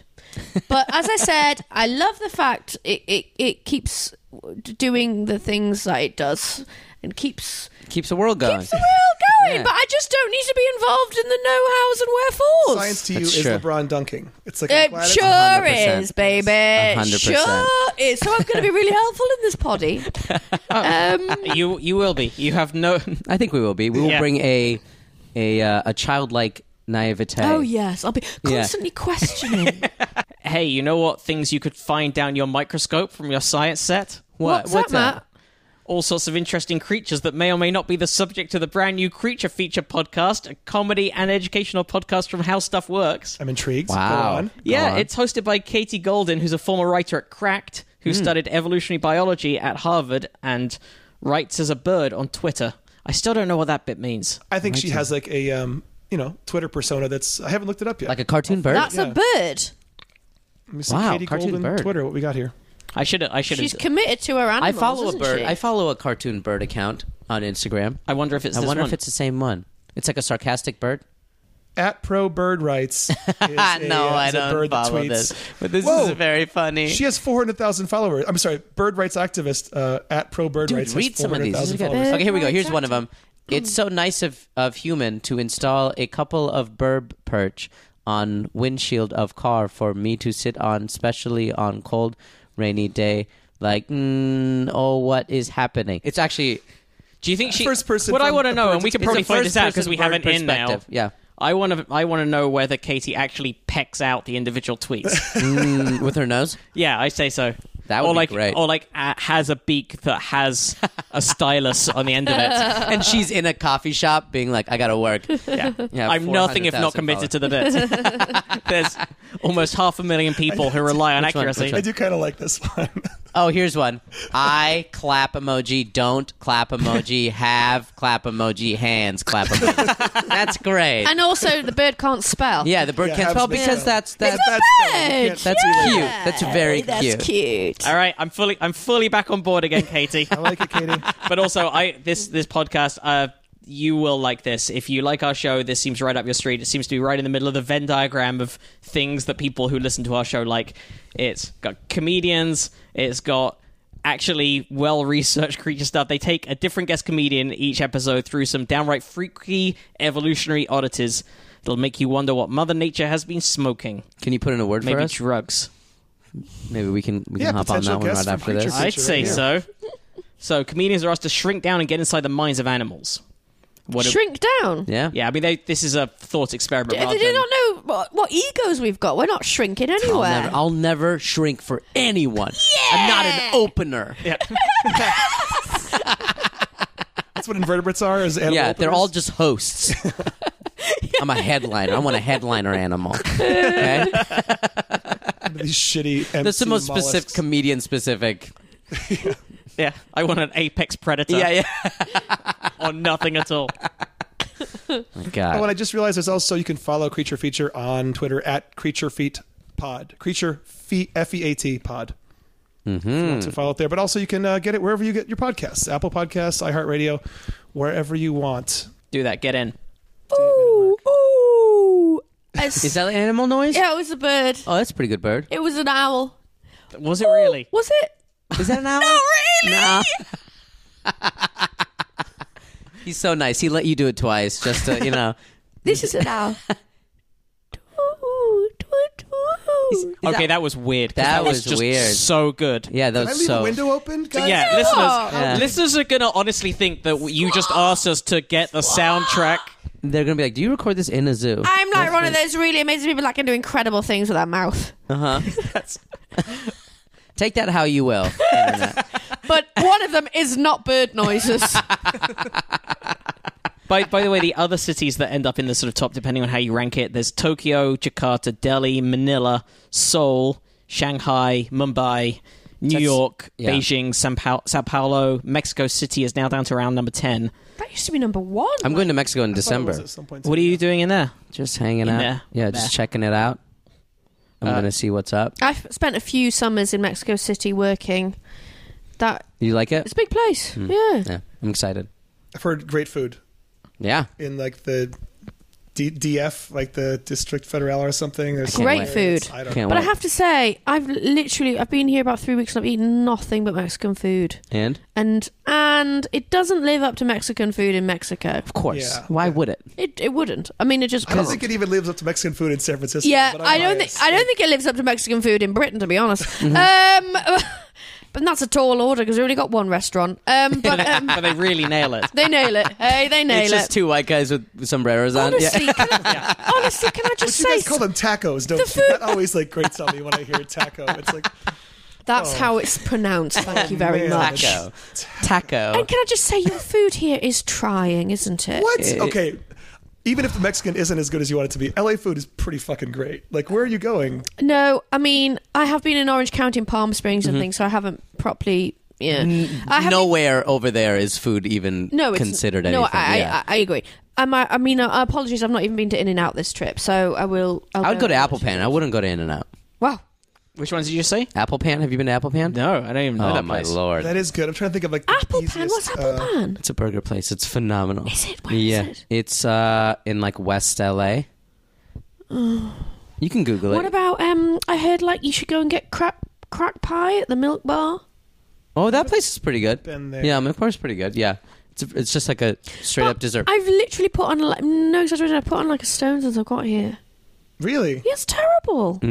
[SPEAKER 3] But as I said, I love the fact it, it, it keeps d- doing the things that it does and keeps
[SPEAKER 4] Keeps the world going.
[SPEAKER 3] keeps the world going.
[SPEAKER 4] Yeah.
[SPEAKER 3] But I just don't need to be involved in the know-hows and wherefores.
[SPEAKER 1] Science to you
[SPEAKER 4] That's
[SPEAKER 1] is
[SPEAKER 4] true.
[SPEAKER 1] LeBron dunking. It's like I'm glad it's-
[SPEAKER 3] It sure
[SPEAKER 4] 100%.
[SPEAKER 3] is, baby.
[SPEAKER 4] 100%.
[SPEAKER 3] Sure is. So I'm going to be really helpful in this poddy. Um,
[SPEAKER 5] Uh, you you will be. You have no.
[SPEAKER 4] I think we will be. We will
[SPEAKER 5] Yeah.
[SPEAKER 4] bring a a uh, a childlike naivete.
[SPEAKER 3] oh yes, I'll be constantly questioning.
[SPEAKER 5] Hey, you know what things you could find down your microscope from your science set?
[SPEAKER 4] What-
[SPEAKER 3] What's, that, Matt?
[SPEAKER 5] all sorts of interesting creatures that may or may not be the subject of the brand new Creature Feature podcast, a comedy and educational podcast from How Stuff Works.
[SPEAKER 1] I'm intrigued. Go
[SPEAKER 4] Wow.
[SPEAKER 1] on.
[SPEAKER 5] yeah,
[SPEAKER 4] on.
[SPEAKER 5] it's hosted by Katie Golden, who's a former writer at Cracked, who
[SPEAKER 4] Hmm.
[SPEAKER 5] studied evolutionary biology at Harvard and writes as a bird on Twitter. I still don't know what that bit means.
[SPEAKER 1] I think she has like a um, you know Twitter persona that's I haven't looked it up yet.
[SPEAKER 4] Like a cartoon bird?
[SPEAKER 3] That's a bird.
[SPEAKER 1] Let me see
[SPEAKER 4] Wow,
[SPEAKER 1] Katie
[SPEAKER 4] cartoon
[SPEAKER 1] Golden
[SPEAKER 4] bird.
[SPEAKER 1] Twitter. What we got here?
[SPEAKER 5] I should I should
[SPEAKER 3] She's committed to her
[SPEAKER 4] I
[SPEAKER 3] animals.
[SPEAKER 4] follow a
[SPEAKER 3] isn't
[SPEAKER 4] bird.
[SPEAKER 3] she?
[SPEAKER 4] I follow a cartoon bird account on Instagram.
[SPEAKER 5] I wonder if it's
[SPEAKER 4] I
[SPEAKER 5] this
[SPEAKER 4] wonder
[SPEAKER 5] one.
[SPEAKER 4] if it's the same one. It's like a sarcastic bird.
[SPEAKER 1] At Pro Bird Rights. Is a,
[SPEAKER 4] Ah, no,
[SPEAKER 1] uh,
[SPEAKER 4] I
[SPEAKER 1] is a
[SPEAKER 4] don't
[SPEAKER 1] bird that
[SPEAKER 4] follow
[SPEAKER 1] tweets.
[SPEAKER 4] this. But this
[SPEAKER 1] Whoa.
[SPEAKER 4] is very funny.
[SPEAKER 1] She has 400,000 followers. I'm sorry, bird rights activist uh, at pro bird
[SPEAKER 4] Dude,
[SPEAKER 1] rights.
[SPEAKER 4] read
[SPEAKER 1] has
[SPEAKER 4] some of these. These
[SPEAKER 1] 400,000
[SPEAKER 4] are good.
[SPEAKER 1] followers.
[SPEAKER 4] Okay, here we go. Here's one of them. It's so nice of, of human to install a couple of burb perch on windshield of car for me to sit on, especially on cold, rainy day. Like, mm, oh, what is happening? It's actually
[SPEAKER 5] Do you think she
[SPEAKER 1] First person
[SPEAKER 5] What I
[SPEAKER 1] from
[SPEAKER 5] want to
[SPEAKER 1] a
[SPEAKER 5] know, and
[SPEAKER 1] bird's
[SPEAKER 5] we can
[SPEAKER 1] perspective.
[SPEAKER 5] probably
[SPEAKER 4] It's a
[SPEAKER 5] find this out
[SPEAKER 4] first-person
[SPEAKER 5] because we
[SPEAKER 4] bird
[SPEAKER 5] have an in now.
[SPEAKER 4] perspective, yeah.
[SPEAKER 5] I want to. I want to know whether Katie actually pecks out the individual tweets.
[SPEAKER 4] mm, with her nose.
[SPEAKER 5] Yeah, I say so.
[SPEAKER 4] That would
[SPEAKER 5] or
[SPEAKER 4] be
[SPEAKER 5] like,
[SPEAKER 4] great.
[SPEAKER 5] Or like uh, has a beak that has a stylus on the end of it.
[SPEAKER 4] And she's in a coffee shop being like, I gotta work.
[SPEAKER 5] Yeah.
[SPEAKER 4] Yeah,
[SPEAKER 5] I'm nothing if
[SPEAKER 4] 400,000
[SPEAKER 5] not committed to the bit. There's almost half a million people who rely on
[SPEAKER 4] Which one? Which
[SPEAKER 5] accuracy.
[SPEAKER 1] I do kind of like this one.
[SPEAKER 4] Oh, here's one. I clap emoji, don't clap emoji, have clap emoji, hands clap emoji. That's great.
[SPEAKER 3] and also, the bird can't spell.
[SPEAKER 4] Yeah, the bird
[SPEAKER 1] Yeah,
[SPEAKER 4] can't spell
[SPEAKER 1] absolutely.
[SPEAKER 4] because
[SPEAKER 1] Yeah.
[SPEAKER 4] that's that's
[SPEAKER 1] That's-
[SPEAKER 3] Bird.
[SPEAKER 1] that's-
[SPEAKER 4] that's
[SPEAKER 3] yeah.
[SPEAKER 4] cute. That's very cute.
[SPEAKER 3] That's cute.
[SPEAKER 5] All right, I'm fully I'm fully back on board again, Katie.
[SPEAKER 1] I like it, Katie.
[SPEAKER 5] but also, I this this podcast. Uh, you will like this if you like our show. This seems right up your street. It seems to be right in the middle of the Venn diagram of things that people who listen to our show like. It's got comedians. It's got actually well researched creature stuff. They take a different guest comedian each episode through some downright freaky evolutionary oddities that'll make you wonder what Mother Nature has been smoking.
[SPEAKER 4] Can you put in a word
[SPEAKER 5] Maybe
[SPEAKER 4] for us?
[SPEAKER 5] drugs.
[SPEAKER 4] Maybe we can we
[SPEAKER 1] Yeah,
[SPEAKER 4] can hop on
[SPEAKER 1] potential
[SPEAKER 4] that one
[SPEAKER 1] guests from
[SPEAKER 4] right after this.
[SPEAKER 1] Creature
[SPEAKER 5] I'd say
[SPEAKER 1] right
[SPEAKER 5] so. So comedians are asked to shrink down and get inside the minds of animals. What a-
[SPEAKER 3] Shrink down.
[SPEAKER 4] Yeah.
[SPEAKER 5] yeah, I mean, they, this is a thought experiment.
[SPEAKER 3] Do,
[SPEAKER 5] rather
[SPEAKER 3] they do
[SPEAKER 5] than-
[SPEAKER 3] not know what, what egos we've got. We're not shrinking
[SPEAKER 4] I'll
[SPEAKER 3] anywhere.
[SPEAKER 4] never, I'll never shrink for anyone. I'm not an opener. Yeah,
[SPEAKER 1] That's what invertebrates are. Is animal
[SPEAKER 4] they're
[SPEAKER 1] openers.
[SPEAKER 4] all just hosts. I'm a headliner. I want a headliner animal. Okay?
[SPEAKER 1] these shitty.
[SPEAKER 4] That's the
[SPEAKER 1] empty
[SPEAKER 4] most
[SPEAKER 1] mollusks.
[SPEAKER 4] specific comedian specific.
[SPEAKER 5] yeah, I want an apex predator
[SPEAKER 4] Yeah, yeah.
[SPEAKER 5] or nothing at all.
[SPEAKER 4] My
[SPEAKER 1] Oh,
[SPEAKER 4] God.
[SPEAKER 1] and I just realized there's also you can follow Creature Feature on Twitter at Creature Feet Pod. Creature Feet F E A T Pod.
[SPEAKER 6] Mm-hmm.
[SPEAKER 1] If you want to follow it there, but also you can uh, get it wherever you get your podcasts: Apple Podcasts, iHeartRadio, wherever you want.
[SPEAKER 5] Do that. Get in.
[SPEAKER 3] Ooh, ooh. It's-
[SPEAKER 4] Is that like animal noise?
[SPEAKER 3] yeah, it was a bird.
[SPEAKER 4] Oh, that's a pretty good bird.
[SPEAKER 3] It was an owl.
[SPEAKER 5] Was it really?
[SPEAKER 3] Was it?
[SPEAKER 4] Is that an owl?
[SPEAKER 3] Not really.
[SPEAKER 4] No. He's so nice. He let you do it twice, just to you know.
[SPEAKER 3] This is an hour.
[SPEAKER 5] Okay, that was weird. 'cause
[SPEAKER 4] That
[SPEAKER 5] was,
[SPEAKER 4] was
[SPEAKER 5] just
[SPEAKER 4] weird.
[SPEAKER 5] So good.
[SPEAKER 4] Yeah, that
[SPEAKER 6] Can I
[SPEAKER 4] was
[SPEAKER 6] leave
[SPEAKER 4] so.
[SPEAKER 6] a window open, guys?
[SPEAKER 5] Yeah, listeners,
[SPEAKER 4] Yeah.
[SPEAKER 5] listeners are gonna honestly think that you just asked us to get the soundtrack.
[SPEAKER 4] They're gonna be like, "Do you record this in a zoo?"
[SPEAKER 3] I'm like one of those really amazing people that can do incredible things with their mouth.
[SPEAKER 4] Uh huh. Take that how you will. internet.
[SPEAKER 3] But one of them is not bird noises.
[SPEAKER 5] By, by the way, the other cities that end up in the sort of top, depending on how you rank it, there's Tokyo, Jakarta, Delhi, Manila, Seoul, Shanghai, Mumbai, New
[SPEAKER 4] That's-
[SPEAKER 5] York,
[SPEAKER 4] yeah.
[SPEAKER 5] Beijing, Sao, pa- Sao Paulo, Mexico City is now down to round number 10.
[SPEAKER 3] that used to be number one.
[SPEAKER 4] I'm going to Mexico in
[SPEAKER 1] Thought it was
[SPEAKER 4] December.
[SPEAKER 1] at some point.
[SPEAKER 5] What are you doing in there?
[SPEAKER 4] Just hanging
[SPEAKER 5] In
[SPEAKER 4] out.
[SPEAKER 5] there.
[SPEAKER 4] Yeah,
[SPEAKER 5] There.
[SPEAKER 4] just checking it out. I'm
[SPEAKER 3] Uh,
[SPEAKER 4] gonna see what's up.
[SPEAKER 3] I've spent a few summers in Mexico City working. That
[SPEAKER 4] You like
[SPEAKER 3] it's
[SPEAKER 4] it?
[SPEAKER 3] a big place. Yeah.
[SPEAKER 4] Yeah, I'm excited.
[SPEAKER 1] I've heard great food
[SPEAKER 4] Yeah,
[SPEAKER 1] in like the D- DF, like the District Federal or something. There's some
[SPEAKER 3] Great
[SPEAKER 1] areas.
[SPEAKER 3] food.
[SPEAKER 1] I don't
[SPEAKER 4] Can't
[SPEAKER 1] know.
[SPEAKER 3] But I
[SPEAKER 4] wait.
[SPEAKER 3] have to say, I've literally I've been here about three weeks and I've eaten nothing but Mexican food.
[SPEAKER 4] and
[SPEAKER 3] And and it doesn't live up to Mexican food in Mexico.
[SPEAKER 4] of course,
[SPEAKER 1] Yeah.
[SPEAKER 4] why would it?
[SPEAKER 3] It it wouldn't. I mean it just
[SPEAKER 1] I don't
[SPEAKER 3] can't.
[SPEAKER 1] think it even lives up to Mexican food in San Francisco.
[SPEAKER 3] Yeah,
[SPEAKER 1] but I'm
[SPEAKER 3] I don't think
[SPEAKER 1] biased.
[SPEAKER 3] I don't think it lives up to Mexican food in Britain, to be honest.
[SPEAKER 1] Mm-hmm.
[SPEAKER 3] um, but that's a tall order because we only got one restaurant. Um, but um,
[SPEAKER 5] But they really nail it.
[SPEAKER 3] they nail it. Hey, they nail
[SPEAKER 4] it's
[SPEAKER 3] it.
[SPEAKER 4] just two white guys with sombreros on. Yeah.
[SPEAKER 3] honestly, can I, honestly, can I just
[SPEAKER 1] You guys
[SPEAKER 3] say
[SPEAKER 1] call them tacos, don't you?
[SPEAKER 3] The food-
[SPEAKER 1] That always like grates on me when I hear taco. It's like
[SPEAKER 3] that's
[SPEAKER 1] Oh.
[SPEAKER 3] how it's pronounced? Thank you very
[SPEAKER 1] man,
[SPEAKER 3] much.
[SPEAKER 1] it's-
[SPEAKER 4] Taco. Taco.
[SPEAKER 3] And can I just say your food here is trying, isn't it?
[SPEAKER 1] What? okay. Even if the Mexican isn't as good as you want it to be, LA food is pretty fucking great. Like, where are you going?
[SPEAKER 3] No, I mean I have been in Orange County and Palm Springs
[SPEAKER 4] Mm-hmm.
[SPEAKER 3] and things, so I haven't properly. Yeah, I haven't
[SPEAKER 4] Nowhere over there is food even
[SPEAKER 3] no, it's,
[SPEAKER 4] considered anything.
[SPEAKER 3] No, I,
[SPEAKER 4] yeah.
[SPEAKER 3] I, I agree. Um, I, I mean, uh, apologies, I've not even been to In and Out this trip, so I will. I'll
[SPEAKER 4] I would go to Apple Pan. I wouldn't go to In and Out.
[SPEAKER 3] Wow,
[SPEAKER 5] Which ones did you say?
[SPEAKER 4] Apple Pan? Have you been to Apple Pan?
[SPEAKER 5] No, I don't even know
[SPEAKER 4] Oh
[SPEAKER 5] that
[SPEAKER 4] my
[SPEAKER 5] place.
[SPEAKER 4] lord.
[SPEAKER 1] That is good. I'm trying to think of like the
[SPEAKER 3] Apple
[SPEAKER 1] easiest,
[SPEAKER 3] Pan. What's Apple
[SPEAKER 1] uh,
[SPEAKER 3] Pan?
[SPEAKER 4] It's a burger place. It's phenomenal.
[SPEAKER 3] Is it? Where is
[SPEAKER 4] yeah.
[SPEAKER 3] it?
[SPEAKER 4] It's uh in like West LA. You can Google it.
[SPEAKER 3] Oh. What about um? I heard like you should go and get crack crack pie at the milk bar.
[SPEAKER 4] oh, that place is pretty good.
[SPEAKER 1] Been there.
[SPEAKER 4] Yeah, Milk Bar is pretty good. Yeah. It's, a, it's just like a straight up
[SPEAKER 3] But
[SPEAKER 4] dessert.
[SPEAKER 3] I've literally put on like no exaggeration. I put on like a stone since I got here.
[SPEAKER 1] Really?
[SPEAKER 3] It's terrible.
[SPEAKER 1] What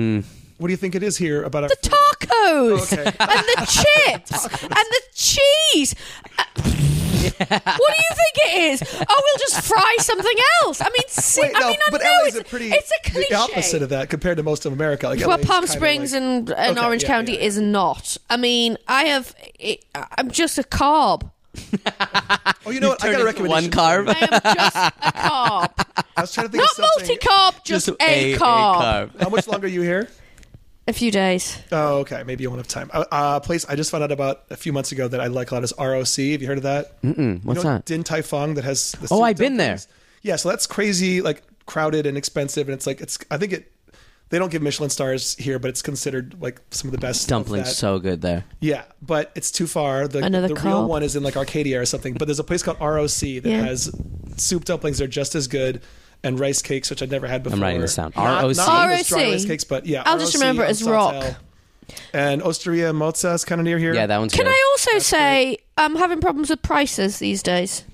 [SPEAKER 1] do you think it is here about our
[SPEAKER 3] The tacos
[SPEAKER 1] Okay.
[SPEAKER 3] and the chips and the cheese. Uh, what do you think it is? Oh, we'll just fry something else. I mean, see,
[SPEAKER 1] Wait,
[SPEAKER 3] I
[SPEAKER 1] no,
[SPEAKER 3] mean, I
[SPEAKER 1] but
[SPEAKER 3] know
[SPEAKER 1] LA
[SPEAKER 3] it's
[SPEAKER 1] is a pretty
[SPEAKER 3] it's a cliche.
[SPEAKER 1] the opposite of that compared to most of America. Like
[SPEAKER 3] Well,
[SPEAKER 1] LA is
[SPEAKER 3] Palm
[SPEAKER 1] kinda
[SPEAKER 3] Springs
[SPEAKER 1] like-
[SPEAKER 3] and, and
[SPEAKER 1] Okay,
[SPEAKER 3] Orange
[SPEAKER 1] yeah,
[SPEAKER 3] County
[SPEAKER 1] yeah.
[SPEAKER 3] is not. I mean, I have. It, I'm just a carb.
[SPEAKER 1] Oh, you know what? I got a recommendation.
[SPEAKER 4] One carb.
[SPEAKER 3] I am just a carb.
[SPEAKER 1] I was trying to think
[SPEAKER 3] Not
[SPEAKER 1] of something.
[SPEAKER 3] multi carb, just, a, carb.
[SPEAKER 1] How much longer are you here?
[SPEAKER 3] A few days.
[SPEAKER 1] Oh, okay. Maybe you won't have time. Uh, uh, a place I just found out about a few months ago that I like a lot is ROC. Have you heard of that? Mm-mm.
[SPEAKER 4] What's
[SPEAKER 1] you know
[SPEAKER 4] that?
[SPEAKER 1] Din Tai Fung that has. The
[SPEAKER 4] Oh,
[SPEAKER 1] soup
[SPEAKER 4] I've been
[SPEAKER 1] dumplings? Yeah, so that's crazy, like crowded and expensive, and it's like it's. I think it. They don't give Michelin stars here, but it's considered like some of the best of
[SPEAKER 4] Dumplings
[SPEAKER 1] that.
[SPEAKER 4] so good there.
[SPEAKER 1] Yeah, but it's too far. The,
[SPEAKER 3] Another
[SPEAKER 1] the
[SPEAKER 3] carb.
[SPEAKER 1] real one is in like Arcadia or something. But there's a place called ROC that
[SPEAKER 3] Yeah.
[SPEAKER 1] has soup dumplings that are just as good and rice cakes, which I'd never had before.
[SPEAKER 4] writing this down.
[SPEAKER 1] Not-
[SPEAKER 4] ROC?
[SPEAKER 1] not the strong
[SPEAKER 3] ROC.
[SPEAKER 1] rice cakes, but yeah.
[SPEAKER 3] I'll just
[SPEAKER 1] ROC
[SPEAKER 3] remember it
[SPEAKER 1] on
[SPEAKER 3] as
[SPEAKER 1] South
[SPEAKER 3] Rock.
[SPEAKER 1] Hill. And Osteria Mozza is kind of near here.
[SPEAKER 4] Yeah, that one's
[SPEAKER 3] Can
[SPEAKER 4] good.
[SPEAKER 3] I also say I'm having problems with prices these days?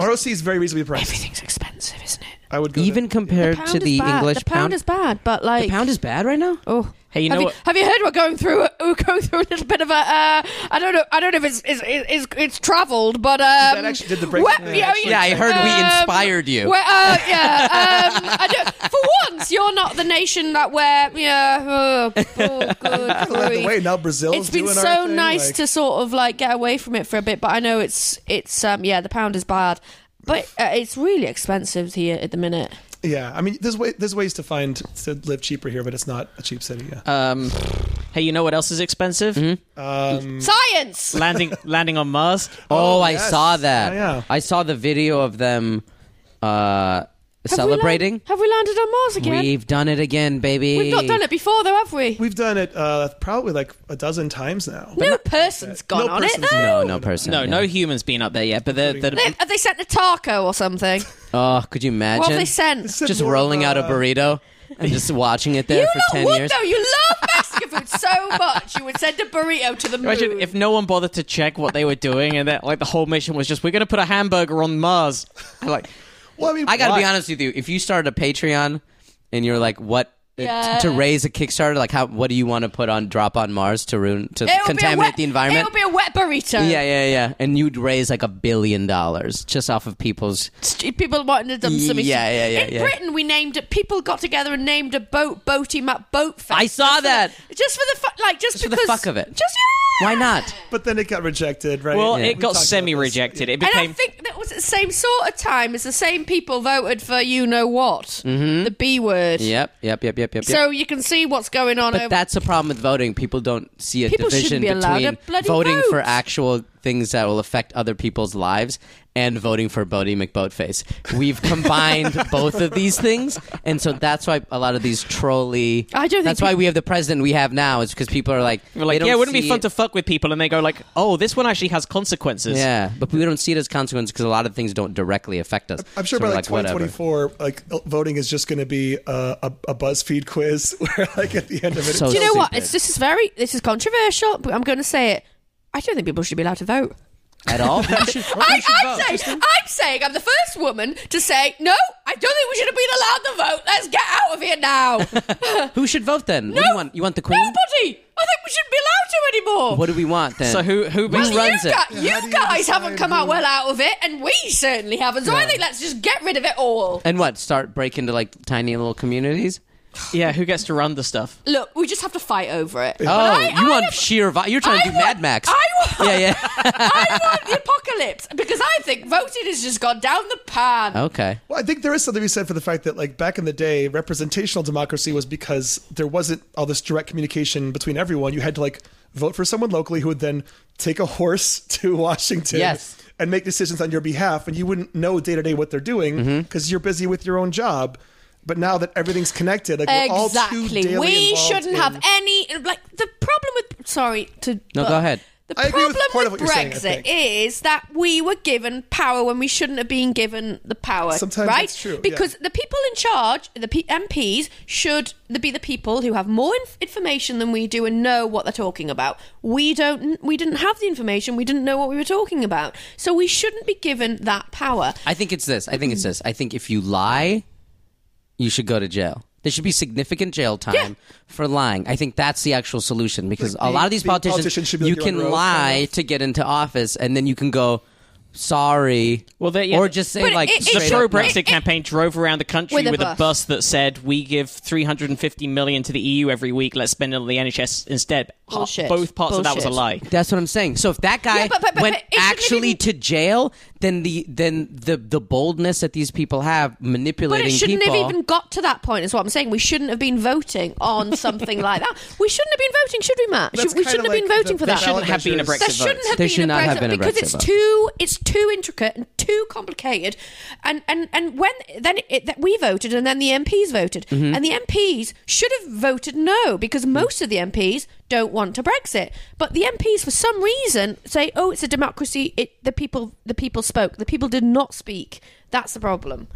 [SPEAKER 1] ROC is very reasonably priced.
[SPEAKER 3] Everything's expensive, isn't it?
[SPEAKER 1] I would go
[SPEAKER 4] even
[SPEAKER 1] there.
[SPEAKER 4] compared to the
[SPEAKER 3] is bad.
[SPEAKER 4] English
[SPEAKER 3] the pound, is bad, but like
[SPEAKER 4] The pound is bad right now?
[SPEAKER 3] oh.
[SPEAKER 5] Hey, you know
[SPEAKER 3] have,
[SPEAKER 5] what?
[SPEAKER 3] you, have you heard we're going through we're going through a little bit of a uh, I don't know I don't know if it's it's, it's, it's travelled but um,
[SPEAKER 1] That actually did the breakdown.
[SPEAKER 3] where-
[SPEAKER 1] Yeah,
[SPEAKER 3] yeah,
[SPEAKER 1] actually.
[SPEAKER 4] Yeah, I heard we
[SPEAKER 3] Um,
[SPEAKER 4] inspired you.
[SPEAKER 3] Well, uh, yeah. Um, I don't, for once, you're not the nation that we're. Yeah. Oh, oh, good
[SPEAKER 1] Led the
[SPEAKER 3] grief.
[SPEAKER 1] way. Now Brazil's
[SPEAKER 3] It's been
[SPEAKER 1] doing
[SPEAKER 3] so
[SPEAKER 1] our thing,
[SPEAKER 3] nice
[SPEAKER 1] like-
[SPEAKER 3] to sort of like get away from it for a bit, but I know it's it's um yeah the pound is bad, but uh, it's really expensive here at the minute.
[SPEAKER 1] Yeah, I mean, there's way, there's ways to find to live cheaper here, but it's not a cheap city. Yeah.
[SPEAKER 4] Uh,
[SPEAKER 5] Um, hey, you know what else is expensive?
[SPEAKER 1] Mm.
[SPEAKER 3] Science.
[SPEAKER 5] Landing landing on Mars.
[SPEAKER 4] Oh, I
[SPEAKER 1] yes.
[SPEAKER 4] saw that.
[SPEAKER 1] Oh, yeah.
[SPEAKER 4] I saw the video of them uh, celebrating.
[SPEAKER 3] Have we, land- have we landed on Mars again?
[SPEAKER 4] We've done it again, baby.
[SPEAKER 3] We've not done it before though, have we?
[SPEAKER 1] We've done it uh, probably like a dozen times now.
[SPEAKER 3] no person's gone
[SPEAKER 1] No
[SPEAKER 3] on it
[SPEAKER 1] person's-
[SPEAKER 3] though.
[SPEAKER 4] No, no person.
[SPEAKER 5] No,
[SPEAKER 4] yeah.
[SPEAKER 5] no human's been up there yet, but they're, they're
[SPEAKER 3] They- have they sent a taco or something?
[SPEAKER 4] Oh, could you imagine?
[SPEAKER 3] What have they sent?
[SPEAKER 1] It's
[SPEAKER 4] Just
[SPEAKER 1] more of
[SPEAKER 4] rolling
[SPEAKER 1] a-
[SPEAKER 4] out a burrito and just watching it there
[SPEAKER 3] You're
[SPEAKER 4] for
[SPEAKER 3] not
[SPEAKER 4] ten
[SPEAKER 3] wood
[SPEAKER 4] years.
[SPEAKER 3] though. You love Mexican food. so much. You would send a burrito to the moon.
[SPEAKER 5] Imagine if no one bothered to check what they were doing, and that like the whole mission was just we're going to put a hamburger on Mars. I'm like,
[SPEAKER 1] Well, I mean,
[SPEAKER 4] I gotta
[SPEAKER 1] why?
[SPEAKER 4] be honest with you. If you started a Patreon and you're like, what
[SPEAKER 3] Yeah.
[SPEAKER 4] to raise a Kickstarter, like how what do you want to put on drop on Mars to ruin to
[SPEAKER 3] It would be a
[SPEAKER 4] contaminate
[SPEAKER 3] wet-
[SPEAKER 4] the environment?
[SPEAKER 3] It would be a wet burrito.
[SPEAKER 4] yeah, yeah, yeah. And you'd raise like a billion dollars just off of people's.
[SPEAKER 3] St- People wanting to dump
[SPEAKER 4] Yeah,
[SPEAKER 3] something.
[SPEAKER 4] yeah, yeah,
[SPEAKER 3] In
[SPEAKER 4] yeah.
[SPEAKER 3] Britain, we named it. People got together and named a boat Boaty Map Boat Fest.
[SPEAKER 4] I saw
[SPEAKER 3] Just for the-
[SPEAKER 4] that.
[SPEAKER 3] just for the fuck, like just,
[SPEAKER 4] Just for the
[SPEAKER 3] because,
[SPEAKER 4] fuck of it.
[SPEAKER 3] Just yeah.
[SPEAKER 4] Why not?
[SPEAKER 1] But then it got rejected, right?
[SPEAKER 5] well,
[SPEAKER 1] We
[SPEAKER 5] it
[SPEAKER 1] talked about
[SPEAKER 5] got
[SPEAKER 1] this.
[SPEAKER 5] semi-rejected. It
[SPEAKER 3] And I
[SPEAKER 5] became
[SPEAKER 3] think that was at the same sort of time as the same people voted for you know what,
[SPEAKER 4] Mm-hmm.
[SPEAKER 3] the B word.
[SPEAKER 4] Yep, yep, yep, yep, yep. yep.
[SPEAKER 3] So you can see what's going on. over
[SPEAKER 4] But that's the problem with voting. People don't see a
[SPEAKER 3] People shouldn't
[SPEAKER 4] division
[SPEAKER 3] be allowed
[SPEAKER 4] between
[SPEAKER 3] to bloody
[SPEAKER 4] voting for
[SPEAKER 3] vote.
[SPEAKER 4] actual things that will affect other people's lives and voting for Bodie McBoatface. We've combined both of these things, and so that's why a lot of these trolley.
[SPEAKER 3] I don't think
[SPEAKER 4] That's why we have the president we have now. Is because people are like,
[SPEAKER 5] we're like,
[SPEAKER 4] they don't
[SPEAKER 5] yeah, it wouldn't be
[SPEAKER 4] see
[SPEAKER 5] fun to fuck with people, and they go like, oh, this one actually has consequences.
[SPEAKER 4] Yeah, but we don't see it as consequence because a lot of things don't directly affect us.
[SPEAKER 1] I'm sure
[SPEAKER 4] So we're
[SPEAKER 1] by like,
[SPEAKER 4] whatever.
[SPEAKER 1] 2024, like uh, voting is just going to be uh, a, a BuzzFeed quiz where, like, at the end of it,
[SPEAKER 4] So
[SPEAKER 3] Do you know what?
[SPEAKER 4] stupid.
[SPEAKER 3] It's, this is very this is controversial, but I'm going to say it. I don't think people should be allowed to vote.
[SPEAKER 4] at all.
[SPEAKER 3] I, I'm, saying, I'm saying I'm the first woman to say no. I don't think we should have been allowed to vote. Let's get out of here now.
[SPEAKER 4] Who should vote then? What do you want? You want the queen?
[SPEAKER 3] Nobody. I think we shouldn't be allowed to anymore.
[SPEAKER 4] What do we want then?
[SPEAKER 5] So who who
[SPEAKER 4] Well,
[SPEAKER 5] basically-
[SPEAKER 4] you- runs
[SPEAKER 3] you,
[SPEAKER 4] it?
[SPEAKER 3] gu- you
[SPEAKER 1] how do you
[SPEAKER 3] guys
[SPEAKER 1] decide
[SPEAKER 3] haven't come out
[SPEAKER 1] who-
[SPEAKER 3] well out of it, and we certainly haven't. So I think let's just get rid of it all.
[SPEAKER 4] and what? Start break into like tiny little communities?
[SPEAKER 5] yeah who gets to run the stuff?
[SPEAKER 3] Look, we just have to fight over it.
[SPEAKER 4] Oh,
[SPEAKER 3] I-
[SPEAKER 4] you
[SPEAKER 3] I
[SPEAKER 4] want
[SPEAKER 3] have-
[SPEAKER 4] sheer? Vi- you're trying
[SPEAKER 3] I
[SPEAKER 4] to do
[SPEAKER 3] want-
[SPEAKER 4] Mad Max?
[SPEAKER 3] I want-
[SPEAKER 4] yeah, yeah.
[SPEAKER 3] I want the apocalypse because I think voting has just gone down the pan.
[SPEAKER 4] okay.
[SPEAKER 1] Well, I think there is something to be said for the fact that, like, back in the day, representational democracy was because there wasn't all this direct communication between everyone. You had to, like, vote for someone locally who would then take a horse to Washington
[SPEAKER 4] Yes.
[SPEAKER 1] and make decisions on your behalf, and you wouldn't know day to day what they're doing because you're busy with your own job. But now that everything's connected, like, we're all too
[SPEAKER 3] Exactly.
[SPEAKER 1] daily
[SPEAKER 3] We
[SPEAKER 1] involved
[SPEAKER 3] shouldn't
[SPEAKER 1] in-
[SPEAKER 3] have any like the problem with sorry to
[SPEAKER 4] No,
[SPEAKER 3] but
[SPEAKER 4] go ahead.
[SPEAKER 3] The
[SPEAKER 1] I agree
[SPEAKER 3] problem
[SPEAKER 1] with part of
[SPEAKER 3] with
[SPEAKER 1] what you're saying, I
[SPEAKER 3] Brexit
[SPEAKER 1] think.
[SPEAKER 3] is that we were given power when we shouldn't have been given the power.
[SPEAKER 1] Sometimes
[SPEAKER 3] right?
[SPEAKER 1] that's true, yeah.
[SPEAKER 3] Because the people in charge, the P- MPs, should be the people who have more inf- information than we do and know what they're talking about. We don't. We didn't have the information. We didn't know what we were talking about. So we shouldn't be given that power.
[SPEAKER 4] I think it's this. I think it's this. I think if you lie, you should go to jail. There should be significant jail time
[SPEAKER 3] Yeah.
[SPEAKER 4] for lying. I think that's the actual solution because
[SPEAKER 1] Like,
[SPEAKER 4] a
[SPEAKER 1] the-
[SPEAKER 4] lot of these
[SPEAKER 1] the
[SPEAKER 4] politicians,
[SPEAKER 1] politician should be
[SPEAKER 4] you
[SPEAKER 1] like, you're on
[SPEAKER 4] can
[SPEAKER 1] road,
[SPEAKER 4] lie
[SPEAKER 1] kind
[SPEAKER 4] to get into office, and then you can go sorry,
[SPEAKER 5] Well, there- yeah.
[SPEAKER 4] or just say
[SPEAKER 3] But
[SPEAKER 4] like
[SPEAKER 3] it- it-
[SPEAKER 5] The
[SPEAKER 4] straight
[SPEAKER 5] pro
[SPEAKER 4] up, no.
[SPEAKER 5] Brexit campaign drove around the country
[SPEAKER 3] With
[SPEAKER 5] with
[SPEAKER 3] a bus.
[SPEAKER 5] a, bus. that said, "We give 350 million to the EU every week. Let's spend it on the NHS instead." Ha-
[SPEAKER 3] Bullshit.
[SPEAKER 5] Both parts of that was a lie.
[SPEAKER 3] Bullshit.
[SPEAKER 4] That's what I'm saying. So if that guy
[SPEAKER 3] Yeah, but- but- but-
[SPEAKER 4] went
[SPEAKER 3] but it shouldn't
[SPEAKER 4] actually
[SPEAKER 3] even-
[SPEAKER 4] to jail, then the then the the boldness that these people have
[SPEAKER 3] But
[SPEAKER 4] manipulating
[SPEAKER 3] it shouldn't
[SPEAKER 4] people.
[SPEAKER 3] have even got to that point, is what I'm saying. We shouldn't have been voting on something like that. We shouldn't have been voting, should we, Matt? Should,
[SPEAKER 1] That's
[SPEAKER 3] we
[SPEAKER 1] kinda
[SPEAKER 3] shouldn't have been
[SPEAKER 1] like
[SPEAKER 3] voting
[SPEAKER 1] the- the
[SPEAKER 3] for that.
[SPEAKER 5] There shouldn't have been a
[SPEAKER 1] ballot
[SPEAKER 5] Brexit
[SPEAKER 3] There
[SPEAKER 1] measures.
[SPEAKER 5] vote.
[SPEAKER 3] shouldn't have
[SPEAKER 4] There
[SPEAKER 3] been
[SPEAKER 4] should
[SPEAKER 3] a
[SPEAKER 4] not
[SPEAKER 3] Brexit
[SPEAKER 4] have been a
[SPEAKER 3] because
[SPEAKER 4] Brexit
[SPEAKER 3] it's
[SPEAKER 4] vote.
[SPEAKER 3] too it's too intricate and too complicated, and and and when then it, that we voted and then the MPs voted
[SPEAKER 4] Mm-hmm.
[SPEAKER 3] and the MPs should have voted no
[SPEAKER 4] Mm.
[SPEAKER 3] because most of the MPs don't want a Brexit, but the MPs for some reason say oh it's a democracy it the people the people spoke the people did not speak that's the problem.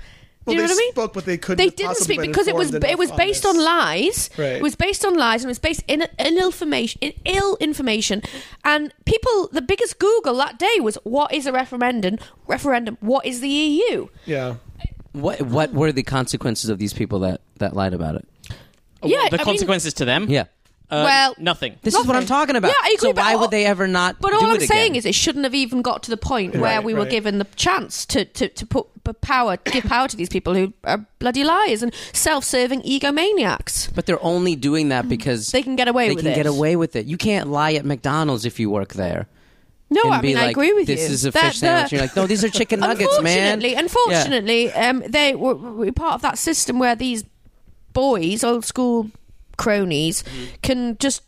[SPEAKER 3] Do
[SPEAKER 1] Well,
[SPEAKER 3] you know
[SPEAKER 1] they
[SPEAKER 3] what I mean?
[SPEAKER 1] spoke, but they couldn't
[SPEAKER 3] They
[SPEAKER 1] have
[SPEAKER 3] didn't
[SPEAKER 1] possibly
[SPEAKER 3] speak
[SPEAKER 1] been
[SPEAKER 3] because it was
[SPEAKER 1] informed
[SPEAKER 3] it was
[SPEAKER 1] enough on
[SPEAKER 3] based on
[SPEAKER 1] this.
[SPEAKER 3] lies.
[SPEAKER 1] Right.
[SPEAKER 3] It was based on lies and it was based in in ill information, in ill information. And people, the biggest Google that day was what is a referendum? Referendum. What is the E EU?
[SPEAKER 1] Yeah.
[SPEAKER 4] what what were the consequences of these people that that lied about it? Oh,
[SPEAKER 3] Yeah, I
[SPEAKER 5] the
[SPEAKER 3] mean-
[SPEAKER 5] consequences to them.
[SPEAKER 4] Yeah.
[SPEAKER 5] Uh,
[SPEAKER 3] well,
[SPEAKER 5] nothing.
[SPEAKER 4] This is what I'm
[SPEAKER 3] Nothing.
[SPEAKER 4] talking about.
[SPEAKER 3] Yeah, I agree,
[SPEAKER 4] so
[SPEAKER 3] but
[SPEAKER 4] why
[SPEAKER 3] all-
[SPEAKER 4] would they ever not
[SPEAKER 3] But
[SPEAKER 4] do
[SPEAKER 3] all I'm
[SPEAKER 4] it
[SPEAKER 3] saying
[SPEAKER 4] again?
[SPEAKER 3] is, it shouldn't have even got to the point where
[SPEAKER 1] Right,
[SPEAKER 3] we were
[SPEAKER 1] right.
[SPEAKER 3] given the chance to, to, to put the power, give power to these people who are bloody liars and self-serving egomaniacs.
[SPEAKER 4] but they're only doing that because
[SPEAKER 3] Mm, They can get away
[SPEAKER 4] they
[SPEAKER 3] with
[SPEAKER 4] can
[SPEAKER 3] it.
[SPEAKER 4] get away with it. You can't lie at McDonald's if you work there.
[SPEAKER 3] No,
[SPEAKER 4] and
[SPEAKER 3] I
[SPEAKER 4] be
[SPEAKER 3] mean
[SPEAKER 4] like,
[SPEAKER 3] I agree with
[SPEAKER 4] this
[SPEAKER 3] you.
[SPEAKER 4] This is a
[SPEAKER 3] They're-
[SPEAKER 4] fish sandwich.
[SPEAKER 3] they're-
[SPEAKER 4] You're like, no, these are chicken nuggets, man.
[SPEAKER 3] unfortunately,
[SPEAKER 4] Yeah.
[SPEAKER 3] Unfortunately, um, they were, were part of that system where these boys, old school cronies,
[SPEAKER 4] Mm-hmm.
[SPEAKER 3] can just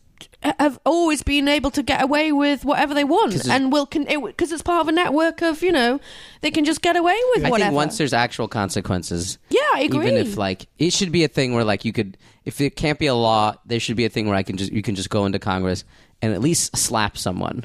[SPEAKER 3] have always been able to get away with whatever they want, and will can because it's part of a network of you know they can just get away with
[SPEAKER 4] I
[SPEAKER 3] whatever.
[SPEAKER 4] think once there's actual consequences.
[SPEAKER 3] Yeah, I agree.
[SPEAKER 4] Even if like it should be a thing where like you could, if it can't be a law, there should be a thing where I can just you can just go into Congress and at least slap someone.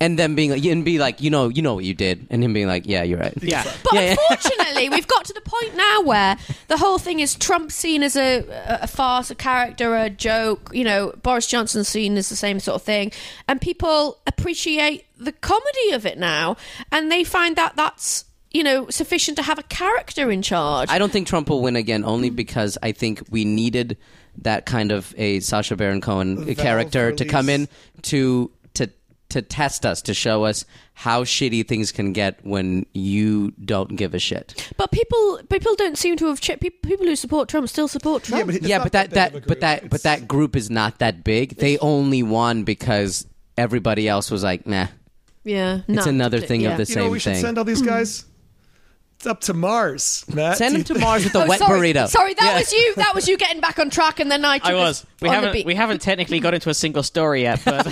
[SPEAKER 4] and then being like, and be like, you know, you know what you did, and him being like, yeah, you're right.
[SPEAKER 5] Yeah.
[SPEAKER 3] But
[SPEAKER 4] Yeah, yeah.
[SPEAKER 3] unfortunately, we've got to the point now where the whole thing is Trump seen as a, a, a farce, a character, a joke. You know, Boris Johnson seen as the same sort of thing, and people appreciate the comedy of it now, and they find that that's you know sufficient to have a character in charge.
[SPEAKER 4] I don't think Trump will win again, only because I think we needed that kind of a Sasha Baron Cohen
[SPEAKER 1] Valve
[SPEAKER 4] character to come in
[SPEAKER 1] release.
[SPEAKER 4] to to to test us, to show us how shitty things can get when you don't give a shit.
[SPEAKER 3] but people people don't seem to have checked. People, people who support Trump still support Trump.
[SPEAKER 1] it's
[SPEAKER 4] yeah,
[SPEAKER 1] not
[SPEAKER 4] but that
[SPEAKER 1] big
[SPEAKER 4] that,
[SPEAKER 1] of a
[SPEAKER 4] but
[SPEAKER 1] group.
[SPEAKER 4] that but
[SPEAKER 1] It's-
[SPEAKER 4] that group is not that big. They only won because everybody else was like, nah.
[SPEAKER 3] yeah,
[SPEAKER 4] It's
[SPEAKER 3] no,
[SPEAKER 4] another
[SPEAKER 3] d-
[SPEAKER 4] thing
[SPEAKER 3] yeah.
[SPEAKER 4] of the
[SPEAKER 1] You know,
[SPEAKER 4] same
[SPEAKER 1] what we should
[SPEAKER 4] thing.
[SPEAKER 1] send all
[SPEAKER 5] Hmm.
[SPEAKER 1] these guys. It's up to Mars, Matt. Do
[SPEAKER 4] Send him
[SPEAKER 1] you
[SPEAKER 4] to
[SPEAKER 1] think-
[SPEAKER 4] Mars with a
[SPEAKER 3] Oh,
[SPEAKER 4] wet
[SPEAKER 3] sorry,
[SPEAKER 4] burrito.
[SPEAKER 3] Sorry, that
[SPEAKER 4] Yeah.
[SPEAKER 3] was you. That was you getting back on track, and then I. Took
[SPEAKER 5] I
[SPEAKER 3] us
[SPEAKER 5] was. We
[SPEAKER 3] on the
[SPEAKER 5] haven't
[SPEAKER 3] beat.
[SPEAKER 5] we haven't technically got into a single story yet, but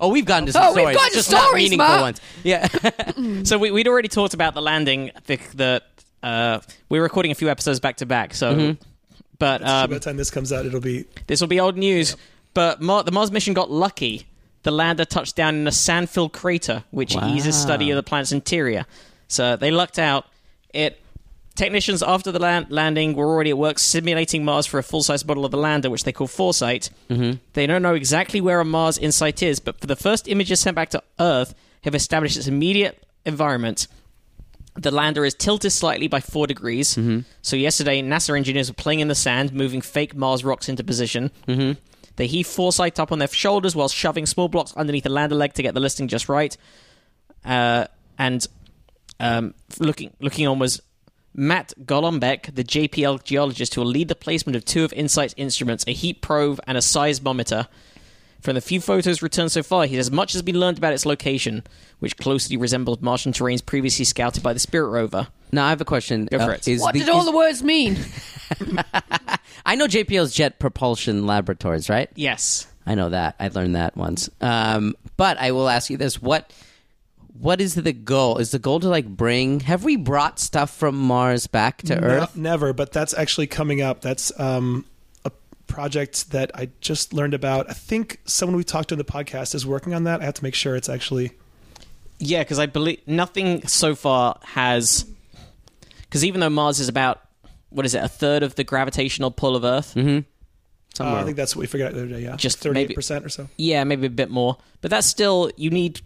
[SPEAKER 4] Oh, we've gotten to some
[SPEAKER 3] Oh, we've
[SPEAKER 4] stories.
[SPEAKER 3] gotten
[SPEAKER 4] just not
[SPEAKER 3] stories,
[SPEAKER 4] meaningful
[SPEAKER 3] Mark.
[SPEAKER 4] ones. Yeah.
[SPEAKER 5] so we, we'd already talked about the landing. The, the uh, we were recording a few episodes back to back, so but
[SPEAKER 1] By
[SPEAKER 5] um,
[SPEAKER 1] the time this comes out, it'll be
[SPEAKER 5] This will be old news, but Mar- the Mars mission got lucky. The lander touched down in a sand-filled crater, which
[SPEAKER 4] Wow.
[SPEAKER 5] eases study of the planet's interior. So they lucked out. It technicians after the land- landing were already at work simulating Mars for a full-size model of the lander, which they call Foresight. Mm-hmm. They don't know exactly where a Mars InSight is, but for the first images sent back to Earth, have established its immediate environment. The lander is tilted slightly by four degrees. So yesterday, NASA engineers were playing in the sand, moving fake Mars rocks into position. Mm-hmm. They heave Foresight up on their shoulders while shoving small blocks underneath the lander leg to get the listing just right. Uh, and um, looking looking on was Matt Golombek, the JPL geologist who will lead the placement of two of InSight's instruments, a heat probe and a seismometer. From the few photos returned so far, he says much has been learned about its location, which closely resembles Martian terrains previously scouted by the Spirit rover.
[SPEAKER 4] Now I have a question. uh,
[SPEAKER 5] Go for it.
[SPEAKER 4] is
[SPEAKER 3] What
[SPEAKER 4] the-
[SPEAKER 3] did all
[SPEAKER 4] is-
[SPEAKER 3] the words mean?
[SPEAKER 4] I know JPL's Jet Propulsion Laboratories, right?
[SPEAKER 5] Yes.
[SPEAKER 4] I know that. I learned that once. Um, but I will ask you this: what what is the goal? Is the goal to like bring? Have we brought stuff from Mars back to
[SPEAKER 1] No,
[SPEAKER 4] Earth?
[SPEAKER 1] never, but that's actually coming up. That's um, a project that I just learned about. I think someone we talked to in the podcast is working on that. I have to make sure it's actually. uh,
[SPEAKER 5] Yeah, because I believe nothing so far has. Because even though Mars is about, what is it, a third of the gravitational pull of Earth?
[SPEAKER 1] uh, I think that's what we figured out the other day. Yeah,
[SPEAKER 5] Just maybe-
[SPEAKER 1] thirty-eight percent or so.
[SPEAKER 5] Yeah, maybe a bit more. But that's still, you need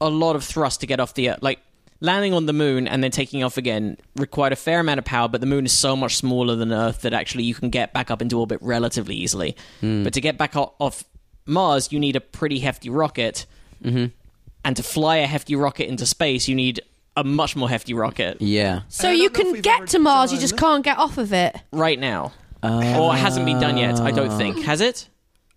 [SPEAKER 5] a lot of thrust to get off the Earth. Like, landing on the moon and then taking off again required a fair amount of power, but the moon is so much smaller than Earth that actually you can get back up into orbit relatively easily.
[SPEAKER 1] Hmm.
[SPEAKER 5] But to get back o- off Mars, you need a pretty hefty rocket.
[SPEAKER 1] Mm-hmm.
[SPEAKER 5] And to fly a hefty rocket into space, you need a much more hefty rocket.
[SPEAKER 4] Yeah.
[SPEAKER 3] So
[SPEAKER 1] don't know
[SPEAKER 3] you
[SPEAKER 1] if
[SPEAKER 3] can
[SPEAKER 1] we've ever
[SPEAKER 3] get to Mars, you
[SPEAKER 1] done-
[SPEAKER 3] just can't get off of it.
[SPEAKER 5] right now.
[SPEAKER 1] uh,
[SPEAKER 5] or it hasn't been done yet, I don't think. Has it?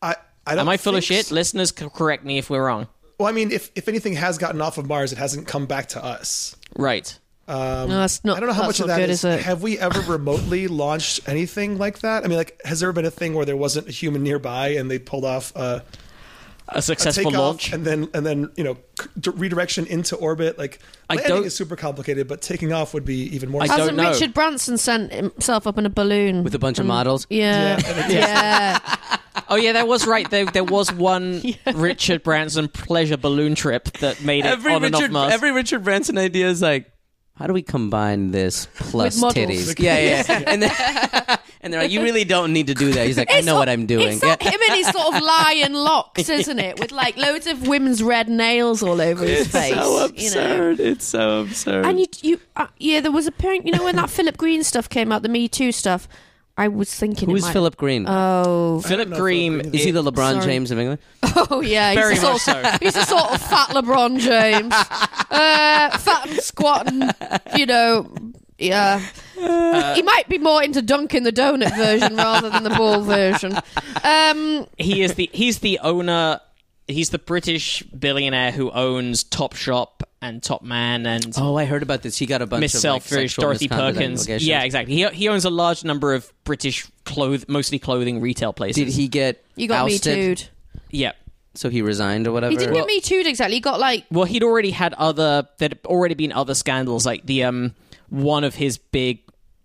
[SPEAKER 1] I, I don't
[SPEAKER 5] Am I full of
[SPEAKER 1] think
[SPEAKER 5] shit?
[SPEAKER 1] so.
[SPEAKER 5] Listeners, c- correct me if we're wrong.
[SPEAKER 1] Well, I mean, if if anything has gotten off of Mars, it hasn't come back to us.
[SPEAKER 5] Right.
[SPEAKER 3] no, that's not.
[SPEAKER 1] I don't know how much
[SPEAKER 3] that's
[SPEAKER 1] of
[SPEAKER 3] not
[SPEAKER 1] that
[SPEAKER 3] good,
[SPEAKER 1] is.
[SPEAKER 3] is it?
[SPEAKER 1] Have we ever remotely launched anything like that? I mean, like, has there ever been a thing where there wasn't a human nearby and they pulled off a,
[SPEAKER 5] A
[SPEAKER 1] a
[SPEAKER 5] successful
[SPEAKER 1] takeoff
[SPEAKER 5] launch.
[SPEAKER 1] and then and then you know c- d- redirection into orbit? Like,
[SPEAKER 5] I
[SPEAKER 1] landing
[SPEAKER 5] don't-
[SPEAKER 1] is super complicated, but taking off would be even more.
[SPEAKER 5] I don't
[SPEAKER 3] Hasn't
[SPEAKER 5] know.
[SPEAKER 3] Richard Branson sent himself up in a balloon Mm.
[SPEAKER 4] With a bunch of models.
[SPEAKER 3] Yeah, yeah.
[SPEAKER 5] Oh, yeah, that was right. There, there was one Richard Branson pleasure balloon trip that made it on and off Mars.
[SPEAKER 4] Richard Branson idea is like, how do we combine this plus
[SPEAKER 3] With models.
[SPEAKER 4] titties? Yeah, yeah. and, then- and they're like, you really don't need to do that. He's like, I
[SPEAKER 3] It's
[SPEAKER 4] know
[SPEAKER 3] all-
[SPEAKER 4] what I'm doing.
[SPEAKER 3] It's all
[SPEAKER 4] Yeah.
[SPEAKER 3] him and his sort of lion locks, isn't it? With like loads of women's red nails all over his face. You know?
[SPEAKER 4] It's so absurd.
[SPEAKER 3] And you, you uh, yeah, there was a point. You know when that Philip Green stuff came out, the Me Too stuff. I was thinking, it
[SPEAKER 4] Who's
[SPEAKER 3] might-
[SPEAKER 4] Philip Green?
[SPEAKER 3] Oh,
[SPEAKER 5] Philip
[SPEAKER 1] know
[SPEAKER 5] Green.
[SPEAKER 1] Philip
[SPEAKER 4] is he
[SPEAKER 5] it-
[SPEAKER 4] the LeBron
[SPEAKER 3] sorry.
[SPEAKER 4] James of England?
[SPEAKER 3] oh yeah, he's
[SPEAKER 5] Very
[SPEAKER 3] a
[SPEAKER 5] much
[SPEAKER 3] sort of,
[SPEAKER 5] so.
[SPEAKER 3] he's a sort of fat LeBron James, uh, fat and squatting. You know, yeah.
[SPEAKER 4] Uh,
[SPEAKER 3] he might be more into dunking the donut version rather than the ball version. Um,
[SPEAKER 5] he is the he's the owner. He's the British billionaire who owns Top Shop and Top Man and
[SPEAKER 4] Oh, I heard about this. He got a bunch
[SPEAKER 5] Miss
[SPEAKER 4] of like,
[SPEAKER 5] Selfridge,
[SPEAKER 4] sexual
[SPEAKER 5] Dorothy
[SPEAKER 4] misconduct
[SPEAKER 5] Perkins.
[SPEAKER 4] allegations.
[SPEAKER 5] Yeah, exactly. He, he owns a large number of British cloth, mostly clothing retail places.
[SPEAKER 4] Did he get
[SPEAKER 3] you got
[SPEAKER 4] ousted?
[SPEAKER 3] me too'd.
[SPEAKER 5] Yeah.
[SPEAKER 4] So he resigned or whatever.
[SPEAKER 3] He didn't get me too'd exactly. He got like
[SPEAKER 5] Well, he'd already had other there'd already been other scandals like the um one of his big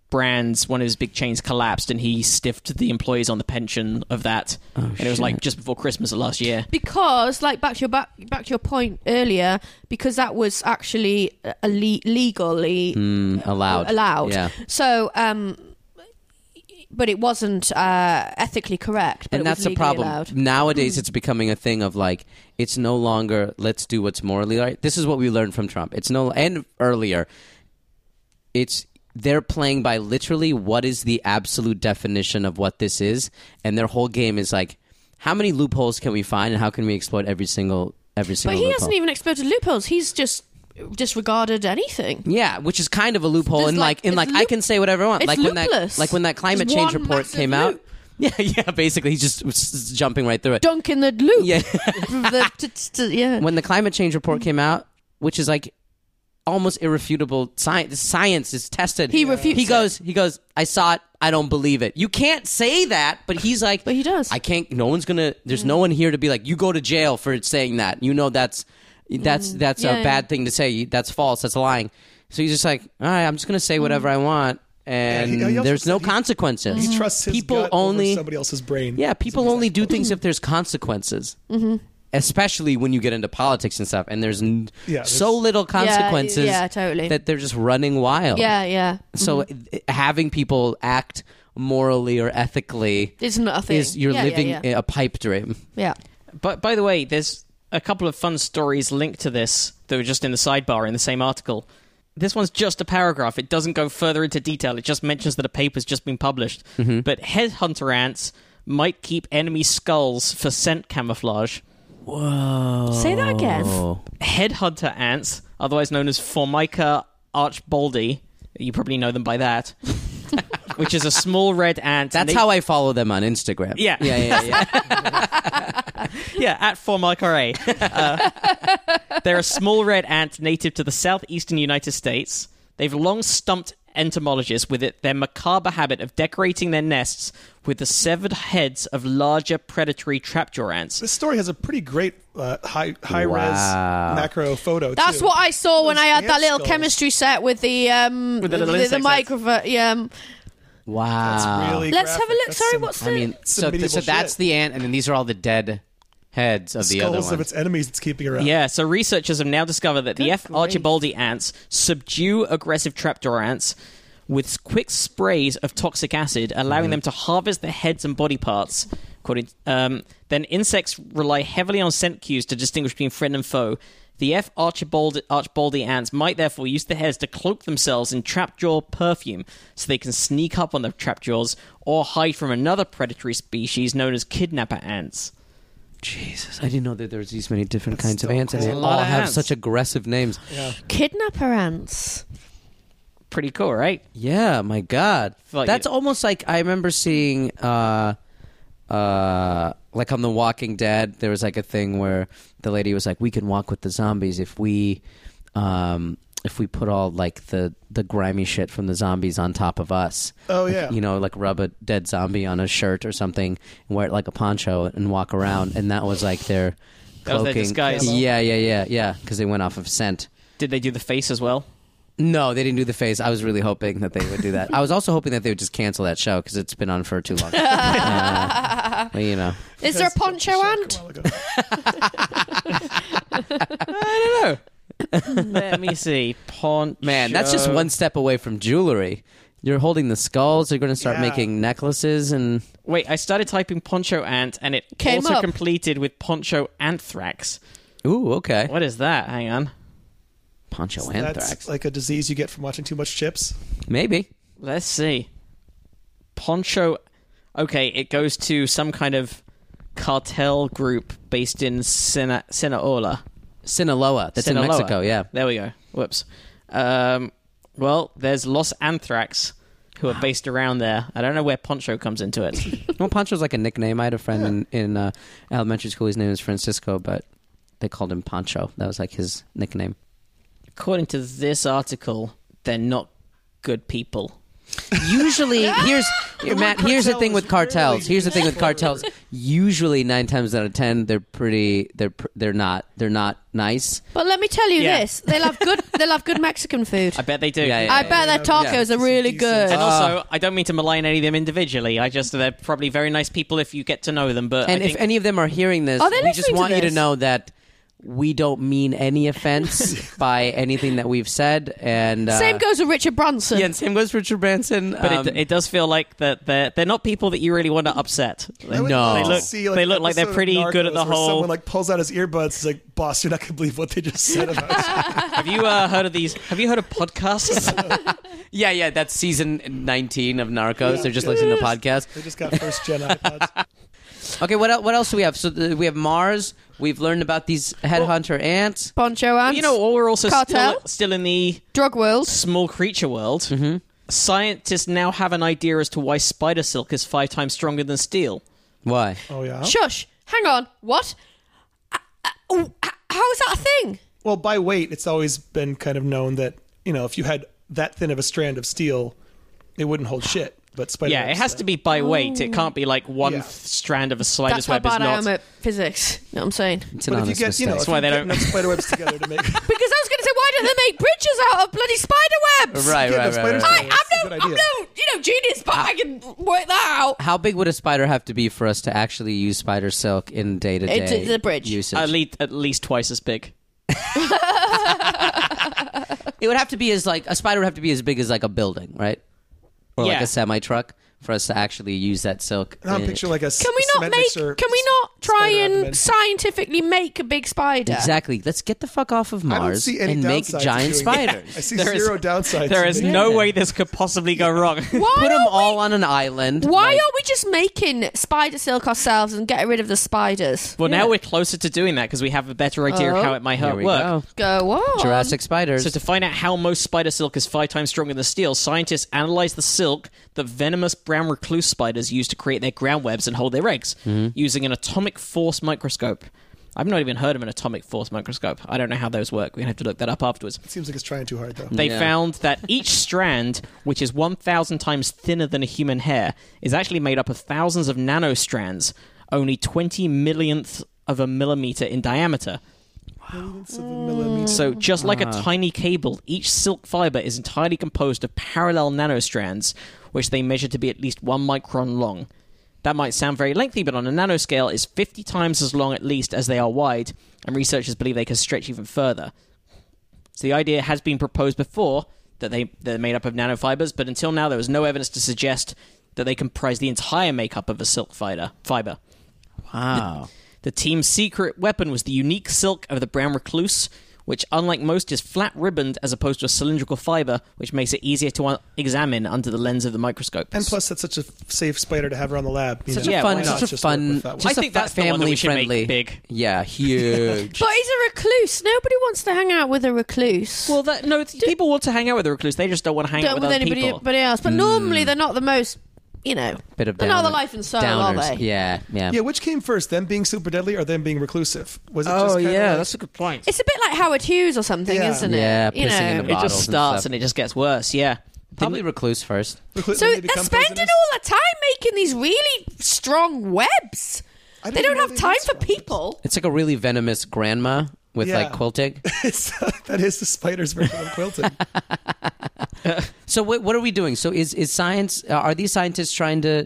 [SPEAKER 5] brands, one of his big chains collapsed, and he stiffed the employees on the pension of that. and it was like just before Christmas of last year.
[SPEAKER 3] because like back to your back back to your point earlier because that was actually uh, le- legally
[SPEAKER 4] Mm, allowed.
[SPEAKER 3] allowed
[SPEAKER 4] Yeah.
[SPEAKER 3] so um but it wasn't uh ethically correct but
[SPEAKER 4] and
[SPEAKER 3] it was
[SPEAKER 4] that's the
[SPEAKER 3] legally
[SPEAKER 4] problem
[SPEAKER 3] allowed. Mm-hmm.
[SPEAKER 4] nowadays it's becoming a thing of like it's no longer let's do what's morally right this is what we learned from trump it's no and earlier it's they're playing by literally what is the absolute definition of what this is and their whole game is like how many loopholes can we find and how can we exploit every single every
[SPEAKER 3] but
[SPEAKER 4] single
[SPEAKER 3] he
[SPEAKER 4] loophole?
[SPEAKER 3] hasn't even exploited loopholes he's just disregarded anything
[SPEAKER 4] yeah, which is kind of a loophole
[SPEAKER 3] There's
[SPEAKER 4] in
[SPEAKER 3] like-
[SPEAKER 4] like, in
[SPEAKER 3] it's
[SPEAKER 4] like I
[SPEAKER 3] loop-
[SPEAKER 4] can say whatever I want.
[SPEAKER 3] it's
[SPEAKER 4] Like when that
[SPEAKER 3] loopless.
[SPEAKER 4] like when that climate
[SPEAKER 3] Just
[SPEAKER 4] change
[SPEAKER 3] one
[SPEAKER 4] report
[SPEAKER 3] massive
[SPEAKER 4] came out.
[SPEAKER 3] loop.
[SPEAKER 4] Yeah, yeah, basically he's just s- s- jumping right through it.
[SPEAKER 3] dunk in the loop
[SPEAKER 4] Yeah.
[SPEAKER 3] The t- t- t- yeah
[SPEAKER 4] when the climate change report came out, which is like almost irrefutable science. Science is tested.
[SPEAKER 3] He refutes
[SPEAKER 4] He
[SPEAKER 3] it.
[SPEAKER 4] goes. He goes. I saw it. I don't believe it. You can't say that. But he's like.
[SPEAKER 3] But he does.
[SPEAKER 4] I can't. No one's gonna. There's no one here to be like. You go to jail for saying that. You know that's that's that's
[SPEAKER 3] Mm. Yeah,
[SPEAKER 4] a
[SPEAKER 3] yeah.
[SPEAKER 4] bad thing to say. That's false. That's lying. So he's just like, all right. I'm just gonna say whatever
[SPEAKER 3] Mm.
[SPEAKER 4] I want, and
[SPEAKER 1] he also
[SPEAKER 4] there's no
[SPEAKER 1] said he-
[SPEAKER 4] consequences.
[SPEAKER 1] He trusts his
[SPEAKER 4] people
[SPEAKER 1] gut
[SPEAKER 4] only
[SPEAKER 1] over somebody else's brain.
[SPEAKER 4] yeah, people only do things if there's consequences. Mm-hmm. Especially when you get into politics and stuff, and there's n-
[SPEAKER 1] Yeah,
[SPEAKER 4] so
[SPEAKER 1] there's-
[SPEAKER 4] little consequences
[SPEAKER 3] yeah, totally.
[SPEAKER 4] that they're just running wild.
[SPEAKER 3] yeah Mm-hmm. yeah
[SPEAKER 4] So i- having people act morally or ethically
[SPEAKER 3] it's nothing
[SPEAKER 4] is you're
[SPEAKER 3] Yeah, yeah,
[SPEAKER 4] living
[SPEAKER 3] yeah,
[SPEAKER 4] a pipe dream.
[SPEAKER 3] yeah.
[SPEAKER 5] But by the way, there's a couple of fun stories linked to this that were just in the sidebar in the same article. This one's just a paragraph. It doesn't go further into detail. It just mentions that a paper's just been published. But headhunter ants might keep enemy skulls for scent camouflage.
[SPEAKER 3] say that again
[SPEAKER 5] Headhunter ants, otherwise known as Formica archbaldi, you probably know them by that, which is a small red ant.
[SPEAKER 4] That's how I follow them on Instagram.
[SPEAKER 5] Yeah.
[SPEAKER 4] yeah, yeah. yeah.
[SPEAKER 5] yeah, at Formica Ray. Uh, they're a small red ant native to the southeastern United States. They've long stumped entomologists with it, their macabre habit of decorating their nests with the severed heads of larger predatory trapjaw ants.
[SPEAKER 1] This story has a pretty great uh, high high
[SPEAKER 4] Wow.
[SPEAKER 1] res macro photo.
[SPEAKER 3] That's
[SPEAKER 1] too.
[SPEAKER 3] what I saw when
[SPEAKER 1] Those
[SPEAKER 3] I had that
[SPEAKER 1] ant
[SPEAKER 3] little
[SPEAKER 1] skulls.
[SPEAKER 3] chemistry set with the um
[SPEAKER 5] With
[SPEAKER 3] with
[SPEAKER 5] the
[SPEAKER 3] the,
[SPEAKER 5] little
[SPEAKER 3] the,
[SPEAKER 5] insect sets.
[SPEAKER 3] microphone. Yeah. um,
[SPEAKER 1] That's
[SPEAKER 4] Wow.
[SPEAKER 1] really
[SPEAKER 3] Let's
[SPEAKER 1] graphic.
[SPEAKER 3] have a look.
[SPEAKER 1] That's
[SPEAKER 3] Sorry,
[SPEAKER 1] some
[SPEAKER 3] what's the
[SPEAKER 4] I mean,
[SPEAKER 1] Some
[SPEAKER 4] so, th- so
[SPEAKER 1] medieval
[SPEAKER 4] that's
[SPEAKER 1] shit.
[SPEAKER 4] the ant, and then these are all the dead heads of the other
[SPEAKER 1] skulls
[SPEAKER 4] ones.
[SPEAKER 1] of its enemies it's keeping around?
[SPEAKER 5] Yeah, so researchers have now discovered that the
[SPEAKER 3] Good
[SPEAKER 5] F.
[SPEAKER 3] grief.
[SPEAKER 5] archibaldi ants subdue aggressive trapjaw ants with quick sprays of toxic acid, allowing them to harvest their heads and body parts. According, um, then insects rely heavily on scent cues to distinguish between friend and foe. The F. Archibald, archibaldi ants might therefore use their heads to cloak themselves in trapjaw perfume, so they can sneak up on the trapjaws or hide from another predatory species known as kidnapper ants.
[SPEAKER 4] Jesus, I didn't know that there was these many different kinds of
[SPEAKER 1] so
[SPEAKER 4] ants, and they
[SPEAKER 1] cool.
[SPEAKER 5] A lot
[SPEAKER 4] all
[SPEAKER 5] of
[SPEAKER 4] have
[SPEAKER 5] ants.
[SPEAKER 4] such aggressive names.
[SPEAKER 3] Kidnapper ants.
[SPEAKER 5] Pretty cool, right?
[SPEAKER 4] Yeah, my God,
[SPEAKER 5] Fuck
[SPEAKER 4] that's
[SPEAKER 5] you.
[SPEAKER 4] almost like I remember seeing, uh, uh, like on The Walking Dead, there was like a thing where the lady was like, "We can walk with the zombies if we, um, if we put all like the the grimy shit from the zombies on top of us."
[SPEAKER 1] Oh,
[SPEAKER 4] Like,
[SPEAKER 1] yeah.
[SPEAKER 4] you know, like rub a dead zombie on a shirt or something, and wear it like a poncho and walk around, and that was like their.
[SPEAKER 5] That was their
[SPEAKER 4] cloaking.
[SPEAKER 5] disguise.
[SPEAKER 4] Yeah, yeah, yeah, yeah. Because they went off of scent.
[SPEAKER 5] Did they do the face as well?
[SPEAKER 4] No, they didn't do the face. I was really hoping that they would do that. I was also hoping that they would just cancel that show because it's been on for too long. Uh, well, you know,
[SPEAKER 3] Is there a
[SPEAKER 1] That's-
[SPEAKER 3] poncho
[SPEAKER 1] that's a
[SPEAKER 3] ant?
[SPEAKER 1] while ago.
[SPEAKER 5] Let me see. Poncho.
[SPEAKER 4] man, that's just one step away from jewelry. You're holding the skulls. You're going to start
[SPEAKER 1] Yeah.
[SPEAKER 4] making necklaces, and
[SPEAKER 5] Wait, I started typing poncho ant and it
[SPEAKER 3] Came
[SPEAKER 5] also
[SPEAKER 3] up.
[SPEAKER 5] completed with poncho anthrax.
[SPEAKER 4] ooh, okay,
[SPEAKER 5] What is that? Hang on.
[SPEAKER 4] poncho
[SPEAKER 1] That's
[SPEAKER 4] anthrax,
[SPEAKER 1] like a disease you get from watching too much chips.
[SPEAKER 4] maybe.
[SPEAKER 5] Let's see. Poncho. Okay, it goes to some kind of cartel group based in Sina- Sinaloa.
[SPEAKER 4] Sinaloa. That's
[SPEAKER 5] Sinaloa.
[SPEAKER 4] in Mexico. Yeah.
[SPEAKER 5] There we go. Whoops. Um, well, there's Los Anthrax, who are based around there. I don't know where Poncho comes into it.
[SPEAKER 4] Well, poncho's like a nickname. I had a friend in, in uh, elementary school. His name was Francisco, but they called him Poncho. That was like his nickname.
[SPEAKER 5] according to this article, they're not good people.
[SPEAKER 4] usually here's
[SPEAKER 1] word
[SPEAKER 4] Matt, here's the
[SPEAKER 1] cartel
[SPEAKER 4] thing
[SPEAKER 1] is
[SPEAKER 4] with cartels.
[SPEAKER 1] really
[SPEAKER 4] here's the thing with cartels. usually nine times out of ten they're pretty they're pr- they're not they're not nice.
[SPEAKER 3] But let me tell you
[SPEAKER 5] Yeah.
[SPEAKER 3] this: they love good. They love good Mexican food.
[SPEAKER 5] I bet they do.
[SPEAKER 4] Yeah, yeah,
[SPEAKER 3] I Ah. bet their tacos
[SPEAKER 1] Yeah.
[SPEAKER 3] are really
[SPEAKER 1] Decent.
[SPEAKER 3] good.
[SPEAKER 5] And also, I don't mean to malign any of them individually. I just they're probably very nice people if you get to know them. But
[SPEAKER 4] And
[SPEAKER 5] I
[SPEAKER 4] if
[SPEAKER 5] think,
[SPEAKER 4] any of them are hearing this,
[SPEAKER 3] Are they
[SPEAKER 4] we just
[SPEAKER 3] listening to
[SPEAKER 4] want you to
[SPEAKER 3] this?
[SPEAKER 4] know that we don't mean any offense by anything that we've said. And uh,
[SPEAKER 3] Same goes with Richard Branson.
[SPEAKER 4] Yeah, and same goes for Richard Branson.
[SPEAKER 5] but
[SPEAKER 4] um,
[SPEAKER 5] it, it does feel like that they're they're not people that you really want to upset.
[SPEAKER 4] would No. love
[SPEAKER 5] they
[SPEAKER 4] to
[SPEAKER 5] look
[SPEAKER 1] see, like,
[SPEAKER 5] they look like they're
[SPEAKER 1] episode of
[SPEAKER 5] pretty good at
[SPEAKER 1] Narcos
[SPEAKER 5] the
[SPEAKER 1] where
[SPEAKER 5] whole.
[SPEAKER 1] Someone like pulls out his earbuds. It's like, boss, you're not gonna believe what they just said about us.
[SPEAKER 5] have you uh, heard of these? Have you heard of podcasts?
[SPEAKER 4] yeah, yeah, that's season 19 of Narcos. They're just listening to podcasts.
[SPEAKER 1] they just got first gen iPods.
[SPEAKER 4] Okay, what, el- what else do we have? So th- we have Mars. We've learned about these headhunter ants.
[SPEAKER 3] Poncho ants.
[SPEAKER 5] you know, or we're also still,
[SPEAKER 3] Cartel?
[SPEAKER 5] still in the
[SPEAKER 3] drug world.
[SPEAKER 5] small creature world. Scientists now have an idea as to why spider silk is five times stronger than steel.
[SPEAKER 4] Why?
[SPEAKER 1] Oh yeah.
[SPEAKER 3] Shush! Hang on. What? Uh, uh, oh, h- how is that a thing?
[SPEAKER 1] Well, by weight, it's always been kind of known that you know if you had that thin of a strand of steel, it wouldn't hold shit. But spider.
[SPEAKER 5] Yeah, it has to be by weight. It can't be like one
[SPEAKER 1] Yeah.
[SPEAKER 5] th- strand of a
[SPEAKER 3] That's
[SPEAKER 5] spider's
[SPEAKER 3] how
[SPEAKER 5] web is
[SPEAKER 3] bad I
[SPEAKER 5] not.
[SPEAKER 3] am at physics. You know what I'm saying?
[SPEAKER 4] It's
[SPEAKER 1] But if
[SPEAKER 4] an
[SPEAKER 1] you
[SPEAKER 4] honest
[SPEAKER 1] get you know,
[SPEAKER 4] mistake.
[SPEAKER 1] if
[SPEAKER 5] why
[SPEAKER 1] you
[SPEAKER 5] they
[SPEAKER 1] get
[SPEAKER 5] don't-
[SPEAKER 1] enough spider webs together to make
[SPEAKER 3] Because I was going to say, why don't they make bridges out of bloody spider webs?
[SPEAKER 4] right,
[SPEAKER 1] get
[SPEAKER 4] right,
[SPEAKER 1] enough
[SPEAKER 4] right,
[SPEAKER 1] spiders
[SPEAKER 3] I,
[SPEAKER 4] right.
[SPEAKER 1] Yeah, that's a
[SPEAKER 3] I'm no,
[SPEAKER 1] good
[SPEAKER 3] I'm
[SPEAKER 1] idea.
[SPEAKER 3] no, you know, genius, but I can work that out.
[SPEAKER 4] How big would a spider have to be for us to actually use spider silk in day to
[SPEAKER 3] It's-
[SPEAKER 4] day
[SPEAKER 3] it's a bridge.
[SPEAKER 4] usage?
[SPEAKER 5] At least, at least twice as big.
[SPEAKER 4] it would have to be as like a spider would have to be as big as like a building, right? Or like
[SPEAKER 5] Yeah.
[SPEAKER 4] a semi truck for us to actually use that silk.
[SPEAKER 1] now I'm
[SPEAKER 4] in-
[SPEAKER 1] picturing like a
[SPEAKER 3] Can we not make? Can we not try and scientifically make a big spider?
[SPEAKER 4] Exactly. Let's get the fuck off of
[SPEAKER 1] I don't
[SPEAKER 4] Mars
[SPEAKER 1] see any
[SPEAKER 4] and make
[SPEAKER 1] downsides to
[SPEAKER 4] giant
[SPEAKER 1] doing that.
[SPEAKER 4] spiders.
[SPEAKER 1] I see
[SPEAKER 5] There is-
[SPEAKER 1] zero downsides.
[SPEAKER 5] There
[SPEAKER 1] to
[SPEAKER 5] is
[SPEAKER 1] making
[SPEAKER 5] no
[SPEAKER 1] it.
[SPEAKER 5] way this could possibly go wrong.
[SPEAKER 3] Why
[SPEAKER 4] Put them
[SPEAKER 3] aren't
[SPEAKER 4] all on an island.
[SPEAKER 3] we- Why
[SPEAKER 4] like-
[SPEAKER 3] aren't we just making spider silk ourselves and getting rid of the spiders?
[SPEAKER 5] Well, now we're closer to doing that because we have a better idea
[SPEAKER 3] Oh.
[SPEAKER 5] of how it might
[SPEAKER 4] Here
[SPEAKER 5] hurt
[SPEAKER 4] we
[SPEAKER 5] work.
[SPEAKER 4] go.
[SPEAKER 3] Go on.
[SPEAKER 4] Jurassic spiders.
[SPEAKER 5] So, to find out how most spider silk is five times stronger than steel, scientists analyzed the silk that venomous brown recluse spiders use to create their ground webs and hold their eggs using an atomic force microscope. I've not even heard of an atomic force microscope. I don't know how those work. We're going to have to look that up afterwards.
[SPEAKER 1] Seems like it's trying too hard though.
[SPEAKER 5] They
[SPEAKER 4] Yeah.
[SPEAKER 5] found that each strand, which is 1,000 times thinner than a human hair, is actually made up of thousands of nanostrands, only 20 millionth of a millimeter in diameter.
[SPEAKER 1] Millionths of a millimeter.
[SPEAKER 5] So, just like a tiny cable, each silk fiber is entirely composed of parallel nanostrands, which they measure to be at least one micron long. That might sound very lengthy, but on a nanoscale, is 50 times as long at least as they are wide, and researchers believe they can stretch even further. So, the idea has been proposed before that they, they're made up of nanofibers, but until now, there was no evidence to suggest that they comprise the entire makeup of a silk fiber. fiber.
[SPEAKER 4] wow.
[SPEAKER 5] The team's secret weapon was the unique silk of the brown recluse, which, unlike most, is flat ribboned as opposed to a cylindrical fiber, which makes it easier to un- examine under the lens of the microscope.
[SPEAKER 3] Mm.
[SPEAKER 1] And plus, that's such a safe spider to have around the lab. you
[SPEAKER 4] Such
[SPEAKER 1] know?
[SPEAKER 4] a
[SPEAKER 5] Yeah,
[SPEAKER 4] fun,
[SPEAKER 5] why not
[SPEAKER 4] such a
[SPEAKER 1] just work
[SPEAKER 4] fun,
[SPEAKER 1] with that one?
[SPEAKER 4] just
[SPEAKER 5] I
[SPEAKER 4] a
[SPEAKER 5] think
[SPEAKER 4] fa-
[SPEAKER 5] that's the one that
[SPEAKER 4] family
[SPEAKER 5] we should make
[SPEAKER 4] friendly.
[SPEAKER 5] big.
[SPEAKER 4] Yeah, huge.
[SPEAKER 3] But he's a recluse. Nobody wants to hang out with a recluse.
[SPEAKER 5] well, that, no, it's- people want to hang out with a recluse. They just don't want to hang out
[SPEAKER 3] don't
[SPEAKER 5] with,
[SPEAKER 3] with
[SPEAKER 5] other
[SPEAKER 3] anybody
[SPEAKER 5] people.
[SPEAKER 3] anybody else. But
[SPEAKER 4] Mm.
[SPEAKER 3] normally they're not the most, you know,
[SPEAKER 4] Bit of
[SPEAKER 3] they're not the
[SPEAKER 4] downer-
[SPEAKER 3] life and soul,
[SPEAKER 4] downers.
[SPEAKER 3] are they?
[SPEAKER 4] Yeah, yeah.
[SPEAKER 1] Yeah, which came first, them being super deadly or them being reclusive? Was it
[SPEAKER 3] Oh,
[SPEAKER 1] just kinda like-
[SPEAKER 5] a good point.
[SPEAKER 3] It's a bit like Howard Hughes or something,
[SPEAKER 1] Yeah.
[SPEAKER 3] isn't it?
[SPEAKER 4] Yeah,
[SPEAKER 3] you
[SPEAKER 4] pissing in
[SPEAKER 3] know.
[SPEAKER 4] the
[SPEAKER 5] It
[SPEAKER 4] Bottles
[SPEAKER 5] just
[SPEAKER 4] and
[SPEAKER 5] starts
[SPEAKER 4] stuff.
[SPEAKER 5] and, it just gets worse. Yeah,
[SPEAKER 4] Probably recluse first.
[SPEAKER 1] reclu-
[SPEAKER 3] so
[SPEAKER 1] they
[SPEAKER 3] they're
[SPEAKER 1] become
[SPEAKER 3] spending
[SPEAKER 1] prisoners?
[SPEAKER 3] all their time making these really strong webs.
[SPEAKER 1] I
[SPEAKER 3] They
[SPEAKER 1] didn't
[SPEAKER 3] don't
[SPEAKER 1] know
[SPEAKER 3] have
[SPEAKER 1] they
[SPEAKER 3] time
[SPEAKER 1] made
[SPEAKER 3] for
[SPEAKER 1] strong
[SPEAKER 3] people.
[SPEAKER 4] It's like a really venomous grandma with
[SPEAKER 1] Yeah.
[SPEAKER 4] like quilting.
[SPEAKER 1] It's- uh, that is the spider's version of quilting.
[SPEAKER 4] So what what are we doing? So is is science? Uh, are these scientists trying to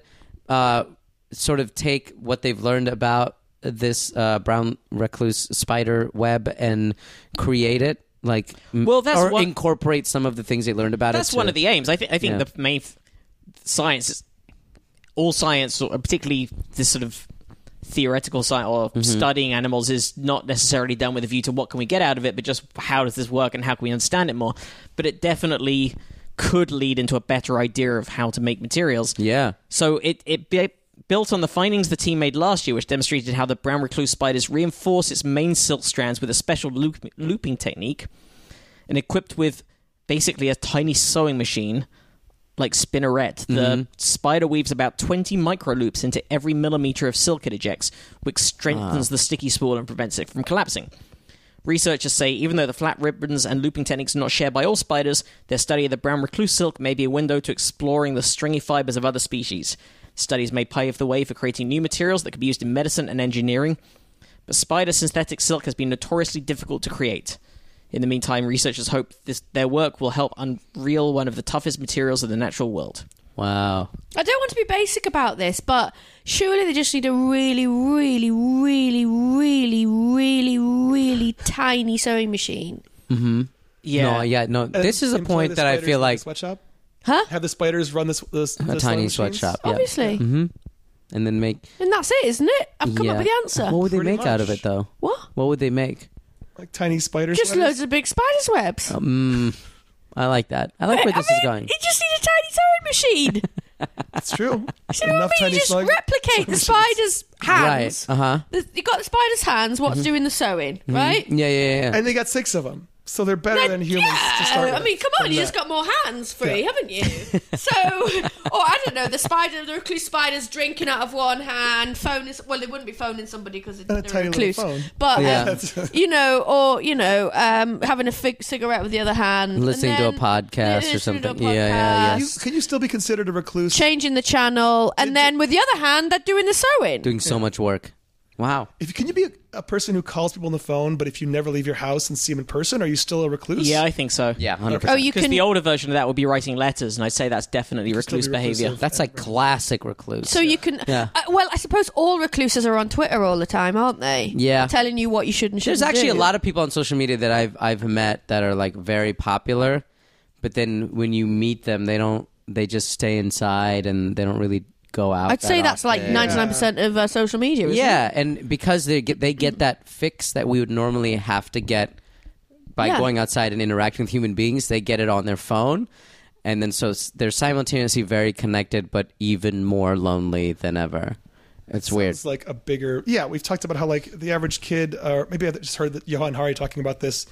[SPEAKER 4] uh, sort of take what they've learned about this uh, brown recluse spider web and create it? Like, m-
[SPEAKER 5] Well, that's
[SPEAKER 4] or
[SPEAKER 5] one-
[SPEAKER 4] incorporate some of the things they learned about it.
[SPEAKER 5] that's one
[SPEAKER 4] to-
[SPEAKER 5] of the aims. I think. I think
[SPEAKER 4] Yeah.
[SPEAKER 5] the main th- science, is, all science, or particularly this sort of theoretical science or studying animals, is not necessarily done with a view to what can we get out of it, but just how does this work and how can we understand it more. But it definitely could lead into a better idea of how to make materials.
[SPEAKER 4] Yeah,
[SPEAKER 5] So it it bu- built on the findings the team made last year, which demonstrated how the brown recluse spiders reinforce its main silk strands with a special loop- looping technique, and equipped with basically a tiny sewing machine. Like spinneret, the spider weaves about 20 micro loops into every millimeter of silk it ejects, which strengthens the sticky spool and prevents it from collapsing. Researchers say even though the flat ribbons and looping techniques are not shared by all spiders, their study of the brown recluse silk may be a window to exploring the stringy fibers of other species. Studies may pave the way for creating new materials that could be used in medicine and engineering, but spider synthetic silk has been notoriously difficult to create. In the meantime, researchers hope this, their work will help unreal one of the toughest materials in the natural world.
[SPEAKER 4] Wow.
[SPEAKER 3] I don't want to be basic about this, but surely they just need a really, really, really, really, really, really tiny sewing machine.
[SPEAKER 5] Yeah, Uh,
[SPEAKER 4] No, yeah, no. this is a
[SPEAKER 1] employ
[SPEAKER 4] point
[SPEAKER 1] the
[SPEAKER 4] that I
[SPEAKER 1] spiders
[SPEAKER 4] feel
[SPEAKER 1] in the
[SPEAKER 4] like
[SPEAKER 1] sweatshop.
[SPEAKER 3] Huh?
[SPEAKER 1] Have the spiders run this, this,
[SPEAKER 4] a
[SPEAKER 1] this
[SPEAKER 4] tiny
[SPEAKER 1] sewing machines?
[SPEAKER 4] sweatshop. Yeah.
[SPEAKER 3] Obviously.
[SPEAKER 4] hmm And then make.
[SPEAKER 3] And that's it, isn't it? I've come
[SPEAKER 4] yeah.
[SPEAKER 3] up with the answer.
[SPEAKER 4] What would they
[SPEAKER 1] Pretty
[SPEAKER 4] make out of
[SPEAKER 1] much.
[SPEAKER 4] it, though?
[SPEAKER 3] What?
[SPEAKER 4] What would they make?
[SPEAKER 1] Like tiny spiders.
[SPEAKER 3] Just loads of big spider's webs.
[SPEAKER 4] Um, I like that. I like where
[SPEAKER 3] I
[SPEAKER 4] this
[SPEAKER 3] mean,
[SPEAKER 4] is going.
[SPEAKER 3] You just need a tiny sewing machine.
[SPEAKER 1] It's true.
[SPEAKER 3] Do you know what I mean? You just
[SPEAKER 1] slug-
[SPEAKER 3] replicate the spider's hands.
[SPEAKER 4] Right. Mm-hmm. Uh huh.
[SPEAKER 3] The- you got the spider's hands. What's doing the sewing, right?
[SPEAKER 4] Yeah, yeah, yeah.
[SPEAKER 1] And they got six of them, so they're Mm-hmm. better
[SPEAKER 3] Then-
[SPEAKER 1] than humans
[SPEAKER 3] yeah,
[SPEAKER 1] to start
[SPEAKER 3] I
[SPEAKER 1] with.
[SPEAKER 3] mean, come on,
[SPEAKER 1] From
[SPEAKER 3] you
[SPEAKER 1] that.
[SPEAKER 3] just got more hands free,
[SPEAKER 1] Yeah.
[SPEAKER 3] haven't you? so, or I don't know, the spider, the recluse spider's drinking out of one hand, phone is well, they wouldn't be phoning somebody because
[SPEAKER 1] And a
[SPEAKER 3] they're
[SPEAKER 1] tiny little
[SPEAKER 3] recluse,
[SPEAKER 1] phone.
[SPEAKER 3] but
[SPEAKER 4] Yeah.
[SPEAKER 3] um,
[SPEAKER 1] uh,
[SPEAKER 3] you know, or you know, um, having a fig- cigarette with the other hand, and
[SPEAKER 4] Listening to a
[SPEAKER 3] then-
[SPEAKER 4] podcast or
[SPEAKER 3] listening to a
[SPEAKER 4] something. Yeah, yeah, yeah.
[SPEAKER 1] You,
[SPEAKER 3] podcast,
[SPEAKER 1] can you still be considered a recluse
[SPEAKER 3] Changing the channel, and then with the other hand, they're doing the sewing.
[SPEAKER 4] Doing so much work. Wow.
[SPEAKER 1] If can you be a, a person who calls people on the phone, but if you never leave your house and see them in person, are you still a recluse?
[SPEAKER 5] yeah, I think so.
[SPEAKER 4] Yeah, hundred
[SPEAKER 3] oh,
[SPEAKER 4] percent.
[SPEAKER 3] you
[SPEAKER 5] Because
[SPEAKER 3] can.
[SPEAKER 5] the older version of that would be writing letters, and I'd say that's definitely
[SPEAKER 1] still be
[SPEAKER 5] recluse behavior.
[SPEAKER 1] reclusive.
[SPEAKER 4] That's like classic recluse.
[SPEAKER 3] Oh, So you can.
[SPEAKER 4] Yeah.
[SPEAKER 3] Uh, well, I suppose all recluses are on Twitter all the time, aren't they?
[SPEAKER 4] Yeah.
[SPEAKER 3] Telling you what you should and shouldn't
[SPEAKER 4] There's actually
[SPEAKER 3] do.
[SPEAKER 4] a lot of people on social media that I've I've met that are like very popular, but then when you meet them, they don't. They just stay inside and they don't really go out.
[SPEAKER 3] I'd
[SPEAKER 4] that
[SPEAKER 3] say that's
[SPEAKER 4] often.
[SPEAKER 3] like 99% of uh, social media. Isn't
[SPEAKER 4] Yeah, and because they get they get that fix that we would normally have to get by
[SPEAKER 3] Yeah.
[SPEAKER 4] going outside and interacting with human beings, they get it on their phone, and then so s- they're simultaneously very connected but even more lonely than ever. It's weird.
[SPEAKER 1] It's like a bigger. Yeah, we've talked about how like the average kid, or maybe I just heard that Johan Hari talking about this.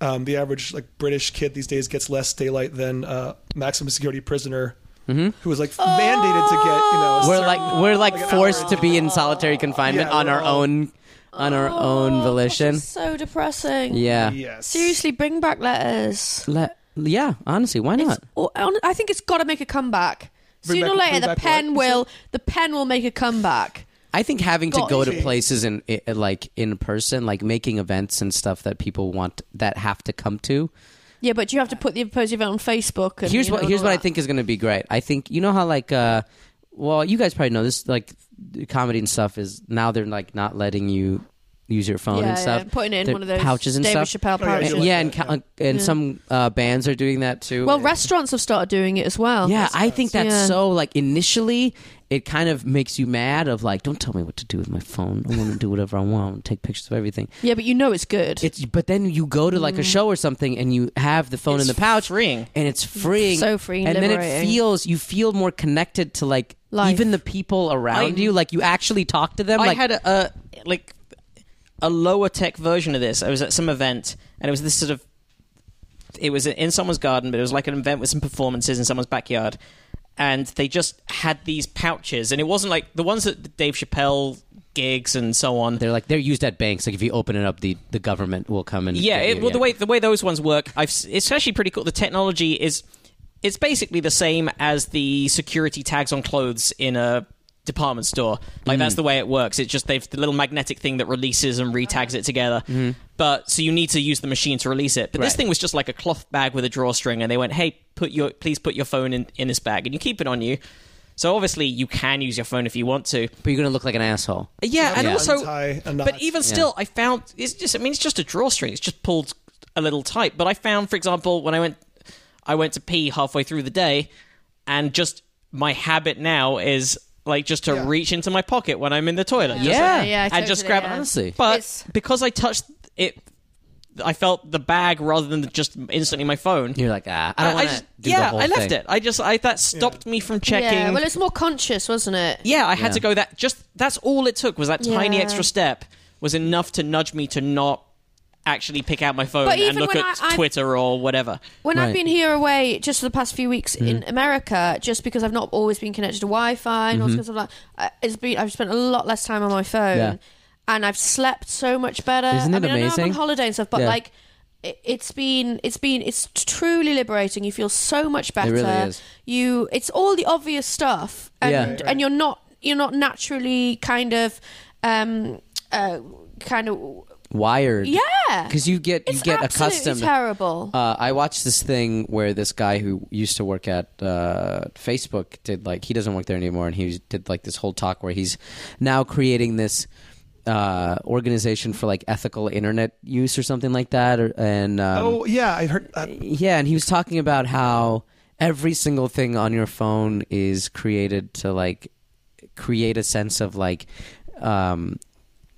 [SPEAKER 1] Um, the average like British kid these days gets less daylight than uh, maximum security prisoner,
[SPEAKER 4] Mm-hmm.
[SPEAKER 1] who was like mandated to get you know. a
[SPEAKER 4] We're
[SPEAKER 1] certain-
[SPEAKER 4] like we're like forced to be in solitary confinement
[SPEAKER 1] Yeah,
[SPEAKER 4] on
[SPEAKER 1] we're
[SPEAKER 4] our
[SPEAKER 1] all-
[SPEAKER 4] own on our
[SPEAKER 3] it?
[SPEAKER 4] own
[SPEAKER 3] Oh,
[SPEAKER 4] volition.
[SPEAKER 3] gosh, it's so depressing.
[SPEAKER 4] Yeah.
[SPEAKER 1] yes,
[SPEAKER 3] Seriously, bring back letters.
[SPEAKER 4] Le- yeah, honestly, why not?
[SPEAKER 3] Or- hon- I think it's got to make a comeback.
[SPEAKER 1] Bring
[SPEAKER 3] Sooner or
[SPEAKER 1] back-
[SPEAKER 3] later,
[SPEAKER 1] bring
[SPEAKER 3] the
[SPEAKER 1] back
[SPEAKER 3] pen
[SPEAKER 1] what?
[SPEAKER 3] will the pen will make a comeback.
[SPEAKER 4] I think having to
[SPEAKER 3] Got
[SPEAKER 4] go
[SPEAKER 3] it.
[SPEAKER 4] to places in i- like in person, like making events and stuff that people want that have to come to.
[SPEAKER 3] Yeah, but you have to put the proposed event on Facebook. And,
[SPEAKER 4] Here's
[SPEAKER 3] you know,
[SPEAKER 4] what
[SPEAKER 3] and
[SPEAKER 4] here's
[SPEAKER 3] all
[SPEAKER 4] what I
[SPEAKER 3] that.
[SPEAKER 4] think is going to be great. I think you know how like uh well, you guys probably know this like comedy and stuff is now they're like not letting you use your phone
[SPEAKER 3] Yeah,
[SPEAKER 4] and stuff.
[SPEAKER 3] yeah, putting it in
[SPEAKER 4] They're
[SPEAKER 3] one of those
[SPEAKER 4] pouches and
[SPEAKER 3] David
[SPEAKER 4] stuff.
[SPEAKER 3] Chappelle
[SPEAKER 1] Oh, yeah,
[SPEAKER 3] pouches.
[SPEAKER 4] And-
[SPEAKER 1] like
[SPEAKER 4] yeah,
[SPEAKER 1] that,
[SPEAKER 4] and ca- and some uh, bands are doing that too.
[SPEAKER 3] Well,
[SPEAKER 4] And-
[SPEAKER 3] restaurants have started doing it as well.
[SPEAKER 4] Yeah, I think that's
[SPEAKER 3] Yeah.
[SPEAKER 4] so like initially it kind of makes you mad of like don't tell me what to do with my phone. I want to do whatever I want. I want to take pictures of everything.
[SPEAKER 3] Yeah, but you know it's good.
[SPEAKER 4] It's but then you go to
[SPEAKER 3] Mm.
[SPEAKER 4] like a show or something and you have the phone in
[SPEAKER 5] It's
[SPEAKER 4] the pouch
[SPEAKER 5] freeing.
[SPEAKER 4] and it's freeing.
[SPEAKER 3] So freeing,
[SPEAKER 4] And then it
[SPEAKER 3] liberating.
[SPEAKER 4] feels you feel more connected to like
[SPEAKER 3] Life.
[SPEAKER 4] even the people around you like you actually talk to them
[SPEAKER 5] I
[SPEAKER 4] like
[SPEAKER 5] had a, a like a lower tech version of this. I was at some event, and it was this sort of it was in someone's garden, but it was like an event with some performances in someone's backyard, and they just had these pouches, and it wasn't like the ones that the Dave Chappelle gigs and so on.
[SPEAKER 4] they're like they're used at banks like if you open it up the the government will come and
[SPEAKER 5] Yeah,
[SPEAKER 4] get
[SPEAKER 5] it,
[SPEAKER 4] you,
[SPEAKER 5] well, the way the way those ones work, I've s- it's actually pretty cool. The technology is it's basically the same as the security tags on clothes in a department store. Like that's the way it works. It's just they've the little magnetic thing that releases and retags it together. But so you need to use the machine to release it. But this
[SPEAKER 4] Right.
[SPEAKER 5] thing was just like a cloth bag with a drawstring, and they went, "Hey, put your please put your phone in in this bag, and you keep it on you." So obviously you can use your phone if you want to.
[SPEAKER 4] but you're gonna look like an asshole.
[SPEAKER 5] Yeah, and
[SPEAKER 4] Yeah.
[SPEAKER 5] also,
[SPEAKER 1] Untie a knot.
[SPEAKER 5] but even still, I found it's just. I mean, it's just a drawstring. It's just pulled a little tight. But I found, for example, when I went, I went to pee halfway through the day, and just my habit now is like just to reach into my pocket when I'm in the toilet. Just
[SPEAKER 4] Yeah.
[SPEAKER 5] like-
[SPEAKER 3] Yeah,
[SPEAKER 5] and just
[SPEAKER 3] totally,
[SPEAKER 5] grab.
[SPEAKER 3] yeah.
[SPEAKER 4] Honestly.
[SPEAKER 5] but
[SPEAKER 3] It's-
[SPEAKER 5] because I touched it, I felt the bag rather than just instantly my phone.
[SPEAKER 4] You're like ah, I don't want to
[SPEAKER 5] just-
[SPEAKER 4] do
[SPEAKER 5] yeah,
[SPEAKER 4] the whole
[SPEAKER 5] I left
[SPEAKER 4] thing.
[SPEAKER 5] it. I just I that stopped me from checking.
[SPEAKER 3] Yeah, well, it's more conscious, wasn't it?
[SPEAKER 5] Yeah, I had
[SPEAKER 4] Yeah.
[SPEAKER 5] to go that just that's all it took was that tiny
[SPEAKER 3] Yeah.
[SPEAKER 5] extra step was enough to nudge me to not actually pick out my phone
[SPEAKER 3] But
[SPEAKER 5] and
[SPEAKER 3] even
[SPEAKER 5] look
[SPEAKER 3] when
[SPEAKER 5] at
[SPEAKER 3] I- I-
[SPEAKER 5] Twitter or whatever.
[SPEAKER 3] When I've
[SPEAKER 4] Right.
[SPEAKER 3] been here away just for the past few weeks in America, just because I've not always been connected to Wi Fi and all sorts of like, uh, it's been, I've spent a lot less time on my phone.
[SPEAKER 4] Mm-hmm. Yeah.
[SPEAKER 3] and I've slept so much better.
[SPEAKER 4] Isn't it
[SPEAKER 3] I mean, I know I'm
[SPEAKER 4] amazing?
[SPEAKER 3] on holiday and stuff, but
[SPEAKER 4] Yeah.
[SPEAKER 3] like it- it's been it's been it's truly liberating you feel so much better
[SPEAKER 4] really is.
[SPEAKER 3] you it's all the obvious stuff and
[SPEAKER 4] Yeah. Right,
[SPEAKER 3] and you're not you're not naturally kind of um uh kind of
[SPEAKER 4] wired.
[SPEAKER 3] yeah
[SPEAKER 4] because you get you
[SPEAKER 3] It's
[SPEAKER 4] get
[SPEAKER 3] absolutely
[SPEAKER 4] accustomed.
[SPEAKER 3] terrible.
[SPEAKER 4] Uh, I watched this thing where this guy who used to work at uh, Facebook did like he doesn't work there anymore, and he did like this whole talk where he's now creating this uh, organization for like ethical internet use or something like that, or, and um,
[SPEAKER 1] Oh yeah, I heard. Uh,
[SPEAKER 4] yeah, and he was talking about how every single thing on your phone is created to like create a sense of like um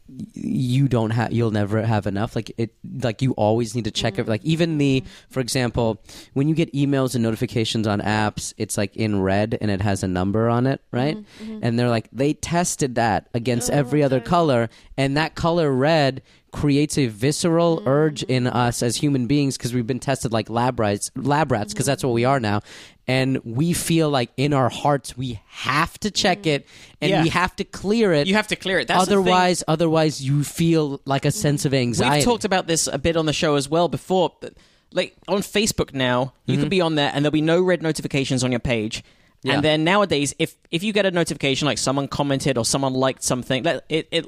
[SPEAKER 4] y- you don't have you'll never have enough like it like you always need to check it like even the for example when you get emails and notifications on apps it's like in red and it has a number on it right and they're like they tested that against every other color and that color red creates a visceral urge in us as human beings because we've been tested like lab rats lab rats because that's what we are now and we feel like in our hearts we have to check it and
[SPEAKER 5] Yeah.
[SPEAKER 4] we have to clear it
[SPEAKER 5] You have to clear it. That's the thing.
[SPEAKER 4] otherwise otherwise you feel like a sense of anxiety
[SPEAKER 5] We've talked about this a bit on the show as well before. but, Like on Facebook now, you
[SPEAKER 3] Mm-hmm.
[SPEAKER 5] could be on there and there'll be no red notifications on your page.
[SPEAKER 4] Yeah.
[SPEAKER 5] And then nowadays, if if you get a notification like someone commented or someone liked something, that- it it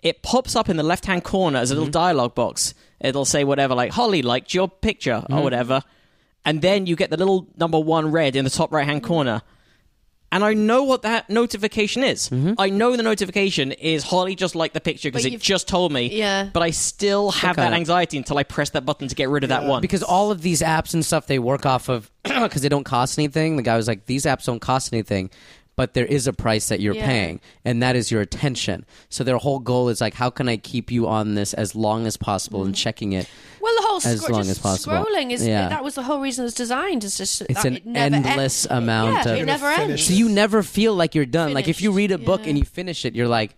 [SPEAKER 5] it pops up in the left hand corner as a
[SPEAKER 3] Mm-hmm.
[SPEAKER 5] little dialogue box. It'll say whatever, like Holly liked your picture
[SPEAKER 3] Mm-hmm.
[SPEAKER 5] or whatever, and then you get the little number one red in the top right hand corner. And I know what that notification is. I know the notification is Holly just liked the picture because
[SPEAKER 3] Mm-hmm. But
[SPEAKER 5] it
[SPEAKER 3] you've-
[SPEAKER 5] just told me
[SPEAKER 3] Yeah.
[SPEAKER 5] but I still have
[SPEAKER 4] on
[SPEAKER 5] that
[SPEAKER 4] it.
[SPEAKER 5] anxiety until I press that button to get rid of that one.
[SPEAKER 4] because all of these apps and stuff they work off of because they don't cost anything the guy was like these apps don't cost anything but there is a price that you're
[SPEAKER 3] Yeah.
[SPEAKER 4] paying and that is your attention so their whole goal is like how can i keep you on this as long as possible and checking it
[SPEAKER 3] Well, the whole
[SPEAKER 4] as
[SPEAKER 3] scro-
[SPEAKER 4] long
[SPEAKER 3] just
[SPEAKER 4] as possible.
[SPEAKER 3] scrolling is
[SPEAKER 4] Yeah.
[SPEAKER 3] that was the whole reason it was designed. Is just
[SPEAKER 4] It's
[SPEAKER 3] that
[SPEAKER 4] an
[SPEAKER 3] it never en-
[SPEAKER 4] endless amount
[SPEAKER 3] Yeah,
[SPEAKER 4] of-
[SPEAKER 3] it never ends.
[SPEAKER 4] so you never feel like you're done like if you read
[SPEAKER 3] Finished,
[SPEAKER 4] a book
[SPEAKER 3] yeah.
[SPEAKER 4] and you finish it you're like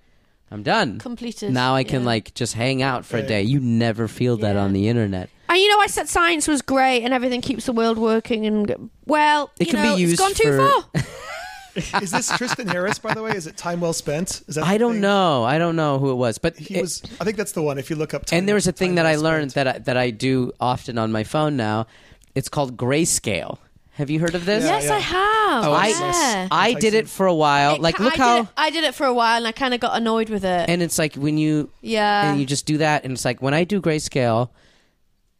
[SPEAKER 4] i'm done
[SPEAKER 3] Completed,
[SPEAKER 4] now i can
[SPEAKER 3] yeah.
[SPEAKER 4] like just hang out for a day you never feel that
[SPEAKER 3] Yeah.
[SPEAKER 4] on the internet
[SPEAKER 3] and you know, I said science was great and everything keeps the world working. And well,
[SPEAKER 4] It
[SPEAKER 3] you
[SPEAKER 4] can be
[SPEAKER 3] know,
[SPEAKER 4] used
[SPEAKER 3] it's gone too
[SPEAKER 4] for- Oh,
[SPEAKER 3] far.
[SPEAKER 1] is this Tristan Harris, by the way? Is it time well spent? Is that
[SPEAKER 4] i
[SPEAKER 1] the
[SPEAKER 4] don't
[SPEAKER 1] thing?
[SPEAKER 4] know i don't know who it was but
[SPEAKER 1] He
[SPEAKER 4] it-
[SPEAKER 1] was. I think that's the one. If you look up, time,
[SPEAKER 4] and there was a thing
[SPEAKER 1] Time
[SPEAKER 4] that I
[SPEAKER 1] Well
[SPEAKER 4] learned
[SPEAKER 1] Spent.
[SPEAKER 4] that I, that I do often on my phone now. It's called grayscale. Have you heard of this?
[SPEAKER 1] Yeah,
[SPEAKER 3] yes,
[SPEAKER 1] yeah.
[SPEAKER 3] I have.
[SPEAKER 1] Oh,
[SPEAKER 4] I
[SPEAKER 3] yeah.
[SPEAKER 4] I did it for a while.
[SPEAKER 3] It
[SPEAKER 4] like
[SPEAKER 3] ca-
[SPEAKER 4] look
[SPEAKER 3] I
[SPEAKER 4] how
[SPEAKER 3] did it, I did it for a while and I kind of got annoyed with it.
[SPEAKER 4] and it's like when you
[SPEAKER 3] yeah. Oh,
[SPEAKER 4] and you just do that and it's like when I do grayscale,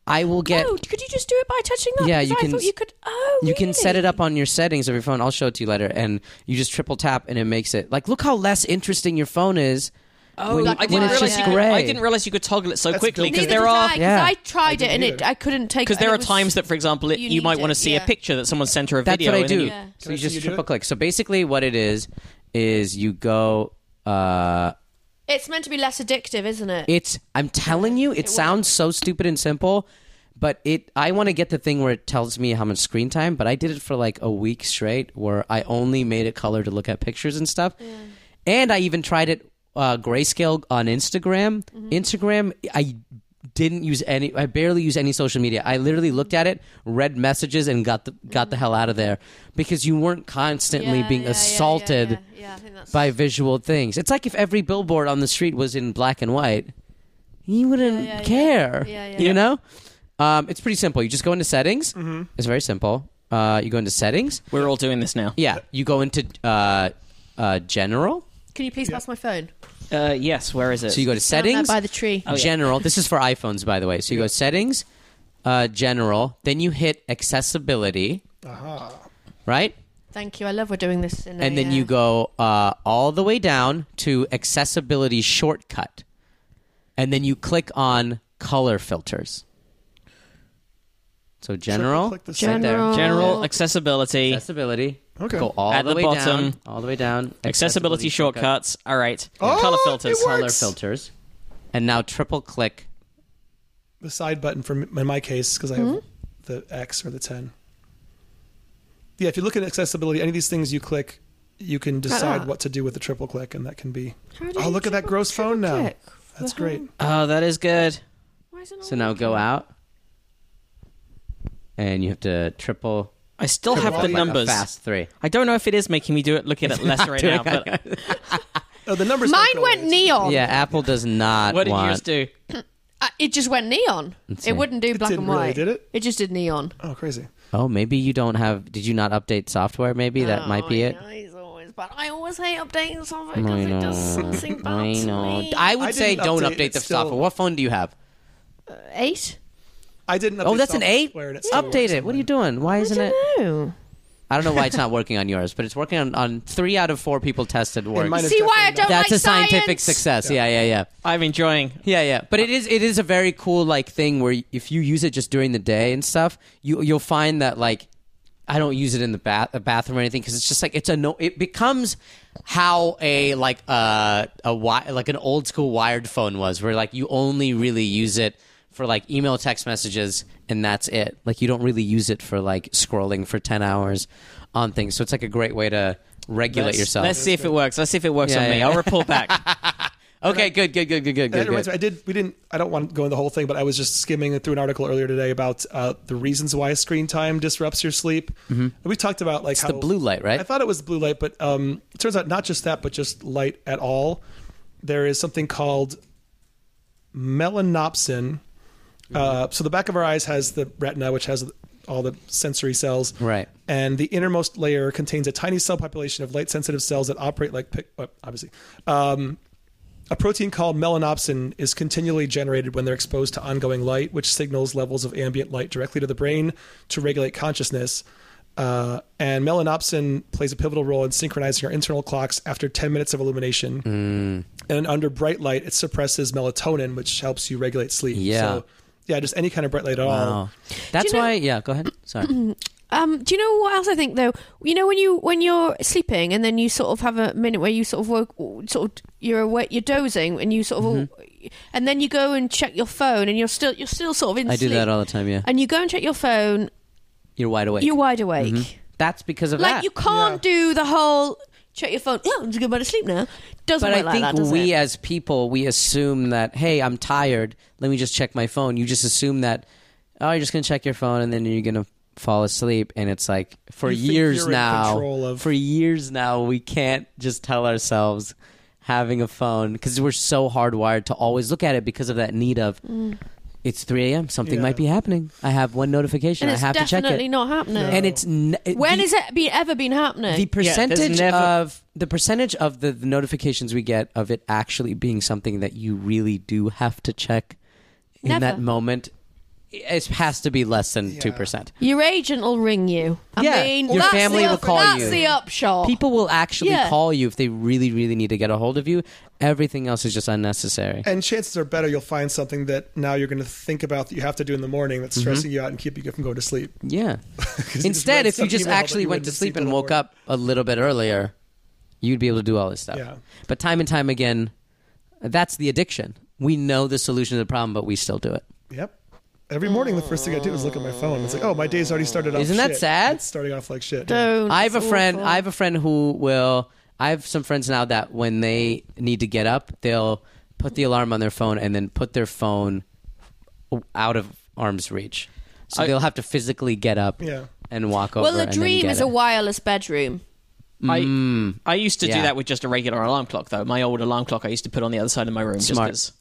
[SPEAKER 4] I will get
[SPEAKER 3] oh, could you just do it by touching that?
[SPEAKER 4] Yeah,
[SPEAKER 3] Because
[SPEAKER 4] you
[SPEAKER 3] I
[SPEAKER 4] can
[SPEAKER 3] thought
[SPEAKER 4] s-
[SPEAKER 3] you could. Oh,
[SPEAKER 4] you can set it
[SPEAKER 3] really?
[SPEAKER 4] up on your settings of your phone. I'll show it to you later and you just triple tap and it makes it. Like look how less interesting your phone is. Oh, when,
[SPEAKER 3] black and
[SPEAKER 4] when
[SPEAKER 3] white,
[SPEAKER 4] it's
[SPEAKER 5] realize
[SPEAKER 4] just
[SPEAKER 5] you
[SPEAKER 3] yeah.
[SPEAKER 5] could,
[SPEAKER 4] gray.
[SPEAKER 5] I didn't realize you could toggle it so
[SPEAKER 1] That's
[SPEAKER 5] quickly
[SPEAKER 1] dope.
[SPEAKER 5] because
[SPEAKER 3] Neither
[SPEAKER 5] there
[SPEAKER 3] did I,
[SPEAKER 5] are
[SPEAKER 3] 'cause
[SPEAKER 4] Yeah.
[SPEAKER 3] I tried it and
[SPEAKER 1] either.
[SPEAKER 3] it, I couldn't take.
[SPEAKER 5] because there are times that, for example, it,
[SPEAKER 3] you
[SPEAKER 5] you,
[SPEAKER 3] need
[SPEAKER 5] might want
[SPEAKER 3] it,
[SPEAKER 5] to see
[SPEAKER 3] yeah.
[SPEAKER 5] a picture that someone sent her a
[SPEAKER 4] That's
[SPEAKER 5] video.
[SPEAKER 4] what I
[SPEAKER 5] and then
[SPEAKER 4] do.
[SPEAKER 5] you-
[SPEAKER 3] Yeah.
[SPEAKER 4] So you
[SPEAKER 1] I see
[SPEAKER 4] just
[SPEAKER 1] you do
[SPEAKER 4] triple
[SPEAKER 1] it?
[SPEAKER 4] click. So basically, what it is is you go. Uh,
[SPEAKER 3] it's meant to be less addictive, isn't it?
[SPEAKER 4] it's. I'm telling you, it, sounds so stupid and simple, but it. I want to get the thing where it tells me how much screen time. But I did it for like a week straight, where I only made it color to look at pictures and stuff. And I even tried it uh, grayscale on Instagram.
[SPEAKER 3] Mm-hmm.
[SPEAKER 4] Instagram, I didn't use any i barely use any social media i literally looked at it read messages and got the got the hell out of there because you weren't constantly
[SPEAKER 3] Yeah,
[SPEAKER 4] being
[SPEAKER 3] yeah, yeah, yeah,
[SPEAKER 4] assaulted
[SPEAKER 3] Yeah, yeah, I think that's-
[SPEAKER 4] by visual things. It's like if every billboard on the street was in black and white, you wouldn't
[SPEAKER 3] Yeah, yeah, yeah.
[SPEAKER 4] care.
[SPEAKER 3] Yeah, yeah.
[SPEAKER 4] You
[SPEAKER 3] Yeah.
[SPEAKER 4] know? Um, it's pretty simple. You just go into settings. It's very simple. Uh, you go into settings.
[SPEAKER 5] We're all doing this now.
[SPEAKER 4] Yeah. You go into uh, uh, general.
[SPEAKER 3] Can you please pass my phone?
[SPEAKER 5] Uh, yes, where is it?
[SPEAKER 4] So you go to
[SPEAKER 3] Down there
[SPEAKER 4] settings. Uh,
[SPEAKER 3] by the Oh, tree.
[SPEAKER 5] yeah.
[SPEAKER 4] General. This is for iPhones, by the way. So you go settings, uh, general. Then you hit accessibility. Right?
[SPEAKER 3] Thank you. I love we're doing this. In a,
[SPEAKER 4] and then
[SPEAKER 3] uh,
[SPEAKER 4] you go uh, all the way down to accessibility shortcut and then you click on color filters so general
[SPEAKER 1] Click the
[SPEAKER 4] right there.
[SPEAKER 3] General.
[SPEAKER 5] General accessibility,
[SPEAKER 4] Oh. accessibility
[SPEAKER 1] Okay.
[SPEAKER 4] go all
[SPEAKER 5] At
[SPEAKER 4] the,
[SPEAKER 5] the
[SPEAKER 4] way
[SPEAKER 5] bottom.
[SPEAKER 4] down all the way down
[SPEAKER 5] accessibility shortcuts. All right,
[SPEAKER 1] Oh,
[SPEAKER 5] color
[SPEAKER 1] it
[SPEAKER 5] filters.
[SPEAKER 1] works.
[SPEAKER 4] color filters and now triple click
[SPEAKER 1] the side button for m- in my case because I have
[SPEAKER 3] Mm-hmm.
[SPEAKER 1] the X or the ten. Yeah, if you look at accessibility, any of these things you click, you can decide
[SPEAKER 3] that.
[SPEAKER 1] what to do with the triple click, and that can be.
[SPEAKER 3] How do
[SPEAKER 1] Oh,
[SPEAKER 3] you
[SPEAKER 1] look at that
[SPEAKER 3] triple-
[SPEAKER 1] gross phone
[SPEAKER 3] triple
[SPEAKER 1] now.
[SPEAKER 3] click for
[SPEAKER 1] That's
[SPEAKER 3] the
[SPEAKER 1] great.
[SPEAKER 3] home?
[SPEAKER 5] Oh, that is good.
[SPEAKER 3] Why is it not
[SPEAKER 4] so now
[SPEAKER 3] working?
[SPEAKER 4] go out and you have to triple
[SPEAKER 5] I still have the
[SPEAKER 4] like a
[SPEAKER 5] numbers.
[SPEAKER 4] fast three
[SPEAKER 5] I don't know if it is making me do it looking at less right now, but
[SPEAKER 1] Oh, the numbers. don't
[SPEAKER 3] Mine
[SPEAKER 1] go
[SPEAKER 3] went
[SPEAKER 1] away.
[SPEAKER 3] neon.
[SPEAKER 4] Yeah, Apple does not
[SPEAKER 5] What did
[SPEAKER 4] want.
[SPEAKER 5] you just do?
[SPEAKER 3] Uh, it just went neon.
[SPEAKER 4] see.
[SPEAKER 3] It wouldn't do black
[SPEAKER 1] didn't
[SPEAKER 3] and
[SPEAKER 1] really,
[SPEAKER 3] white.
[SPEAKER 1] did it?
[SPEAKER 3] It just did neon.
[SPEAKER 1] Oh, crazy.
[SPEAKER 4] Oh, maybe you don't have. Did you not update software? Maybe that might
[SPEAKER 3] Oh,
[SPEAKER 4] be it.
[SPEAKER 3] But I always hate updating software
[SPEAKER 4] I
[SPEAKER 3] because it does
[SPEAKER 4] know.
[SPEAKER 3] something bad
[SPEAKER 4] I know.
[SPEAKER 3] to me.
[SPEAKER 4] I would
[SPEAKER 1] I
[SPEAKER 4] say
[SPEAKER 1] didn't
[SPEAKER 4] don't
[SPEAKER 1] update,
[SPEAKER 4] update,
[SPEAKER 1] it's
[SPEAKER 4] the
[SPEAKER 1] still-
[SPEAKER 4] software. What phone do you have?
[SPEAKER 3] Eight?
[SPEAKER 1] I didn't.
[SPEAKER 4] Oh,
[SPEAKER 1] update
[SPEAKER 4] that's an
[SPEAKER 1] software
[SPEAKER 4] eight.
[SPEAKER 1] and it's still
[SPEAKER 4] Update it. What are you doing? Why isn't it?
[SPEAKER 3] No.
[SPEAKER 4] I don't know why it's not working on yours, but it's working on, on three out of four people tested. Works.
[SPEAKER 1] mine is
[SPEAKER 3] See why I
[SPEAKER 1] definitely
[SPEAKER 3] don't
[SPEAKER 4] That's
[SPEAKER 3] like
[SPEAKER 4] a scientific
[SPEAKER 3] science?
[SPEAKER 4] success. Yeah, yeah, yeah.
[SPEAKER 5] I'm enjoying.
[SPEAKER 4] Yeah, yeah, but it is it is a very cool like thing where y- if you use it just during the day and stuff, you you'll find that like I don't use it in the bath the bathroom or anything because it's just like it's a no. It becomes how a like uh, a wi- like an old school wired phone was, where like you only really use it for like email, text messages, and that's it. Like you don't really use it for like scrolling for ten hours on things. So it's like a great way to regulate
[SPEAKER 5] Let's-
[SPEAKER 4] yourself.
[SPEAKER 5] Let's see if it works. Let's see if it works
[SPEAKER 4] Yeah,
[SPEAKER 5] on
[SPEAKER 4] yeah,
[SPEAKER 5] me.
[SPEAKER 4] yeah.
[SPEAKER 5] I'll report back.
[SPEAKER 4] okay, good, good, good, good, good,
[SPEAKER 1] That
[SPEAKER 4] good.
[SPEAKER 1] reminds me,
[SPEAKER 4] good.
[SPEAKER 1] I did. We didn't. I don't want to go into the whole thing, but I was just skimming through an article earlier today about uh, the reasons why screen time disrupts your sleep. And we talked about like how
[SPEAKER 4] Mm-hmm. the blue light, right?
[SPEAKER 1] I thought it was blue light, but um, it turns out not just that, but just light at all. There is something called melanopsin. Uh,
[SPEAKER 4] Mm-hmm.
[SPEAKER 1] so the back of our eyes has the retina, which has all the sensory cells,
[SPEAKER 4] Right.
[SPEAKER 1] And the innermost layer contains a tiny subpopulation of light-sensitive cells that operate like, pic- uh, obviously, um, a protein called melanopsin is continually generated when they're exposed to ongoing light, which signals levels of ambient light directly to the brain to regulate consciousness. Uh, and melanopsin plays a pivotal role in synchronizing our internal clocks after 10 minutes of illumination.
[SPEAKER 4] Mm.
[SPEAKER 1] And under bright light, it suppresses melatonin, which helps you regulate sleep.
[SPEAKER 4] Yeah.
[SPEAKER 1] So, yeah, just any kind of bright light at all.
[SPEAKER 4] Oh. That's
[SPEAKER 3] you know-
[SPEAKER 4] why. Yeah, go ahead. Sorry.
[SPEAKER 3] Um, do you know what else I think though? You know when you when you're sleeping and then you sort of have a minute where you sort of woke, sort of you're awake, you're dozing, and you sort of,
[SPEAKER 4] Mm-hmm.
[SPEAKER 3] and then you go and check your phone, and you're still you're still sort of in
[SPEAKER 4] I do
[SPEAKER 3] sleep,
[SPEAKER 4] that all the time. Yeah,
[SPEAKER 3] and you go and check your phone,
[SPEAKER 4] you're wide awake.
[SPEAKER 3] you're wide awake.
[SPEAKER 4] That's because of
[SPEAKER 3] Like
[SPEAKER 4] mm-hmm. that.
[SPEAKER 3] you can't do the whole check your phone. Oh, I'm just going to sleep now. Doesn't
[SPEAKER 4] but
[SPEAKER 3] work
[SPEAKER 4] I
[SPEAKER 3] like
[SPEAKER 4] think
[SPEAKER 3] that, does
[SPEAKER 4] we
[SPEAKER 3] it?
[SPEAKER 4] as people we assume that hey, I'm tired. Let me just check my phone. You just assume that oh, you're just gonna check your phone and then you're gonna fall asleep. And it's like for
[SPEAKER 1] You think
[SPEAKER 4] years
[SPEAKER 1] you're in
[SPEAKER 4] now,
[SPEAKER 1] control of-
[SPEAKER 4] for years now, we can't just tell ourselves having a phone because we're so hardwired to always look at it because of that need of.
[SPEAKER 3] Mm.
[SPEAKER 4] It's 3 a.m. Something
[SPEAKER 1] Yeah.
[SPEAKER 4] might be happening. I have one notification.
[SPEAKER 3] and it's
[SPEAKER 4] I have to check
[SPEAKER 3] definitely
[SPEAKER 4] it.
[SPEAKER 3] not happening.
[SPEAKER 4] And it's n- it-
[SPEAKER 3] when
[SPEAKER 4] the-
[SPEAKER 3] has it be, ever been happening?
[SPEAKER 4] the
[SPEAKER 5] there's
[SPEAKER 4] percentage
[SPEAKER 5] never-
[SPEAKER 4] of the percentage of the, the notifications we get of it actually being something that you really do have to check in
[SPEAKER 3] Never.
[SPEAKER 4] that moment it has to be less than 2%
[SPEAKER 3] Your agent will ring you. I
[SPEAKER 4] Yeah,
[SPEAKER 3] mean,
[SPEAKER 4] your
[SPEAKER 3] that's
[SPEAKER 4] family
[SPEAKER 3] the
[SPEAKER 4] will
[SPEAKER 3] up-
[SPEAKER 4] call
[SPEAKER 3] that's
[SPEAKER 4] you.
[SPEAKER 3] the upshot.
[SPEAKER 4] people will actually
[SPEAKER 3] Yeah.
[SPEAKER 4] call you if they really really need to get a hold of you everything else is just unnecessary
[SPEAKER 1] And chances are better you'll find something that now you're going to think about that you have to do in the morning
[SPEAKER 4] Mm-hmm.
[SPEAKER 1] that's stressing you out and keeping you from going to sleep.
[SPEAKER 4] yeah
[SPEAKER 1] 'Cause you just
[SPEAKER 4] instead
[SPEAKER 1] read
[SPEAKER 4] if you
[SPEAKER 1] some
[SPEAKER 4] just
[SPEAKER 1] email that
[SPEAKER 4] actually
[SPEAKER 1] you
[SPEAKER 4] went
[SPEAKER 1] wouldn't
[SPEAKER 4] to
[SPEAKER 1] see
[SPEAKER 4] sleep
[SPEAKER 1] till
[SPEAKER 4] and
[SPEAKER 1] the
[SPEAKER 4] woke
[SPEAKER 1] morning.
[SPEAKER 4] up a little bit earlier you'd be able to do all this stuff
[SPEAKER 1] Yeah.
[SPEAKER 4] but time and time again that's the addiction we know the solution to the problem but we still do it
[SPEAKER 1] Yep. Every morning, the first thing I do is look at my phone. It's like, oh, my day's already started off.
[SPEAKER 4] Isn't that
[SPEAKER 1] shit.
[SPEAKER 4] sad?
[SPEAKER 1] It's starting off like shit.
[SPEAKER 3] Don't.
[SPEAKER 4] I have a
[SPEAKER 3] It's
[SPEAKER 4] friend.
[SPEAKER 3] Oh, awful.
[SPEAKER 4] I have a friend who will. I have some friends now that when they need to get up, they'll put the alarm on their phone and then put their phone out of arm's reach. So
[SPEAKER 5] I-
[SPEAKER 4] they'll have to physically get up
[SPEAKER 1] Yeah.
[SPEAKER 4] and walk over.
[SPEAKER 3] well, the
[SPEAKER 4] and then
[SPEAKER 3] dream
[SPEAKER 4] get
[SPEAKER 3] is
[SPEAKER 4] it.
[SPEAKER 3] a wireless bedroom.
[SPEAKER 5] I I used to
[SPEAKER 4] Yeah.
[SPEAKER 5] do that with just a regular alarm clock though. My old alarm clock I used to put on the other side of my room. just
[SPEAKER 4] Smart.
[SPEAKER 5] 'cause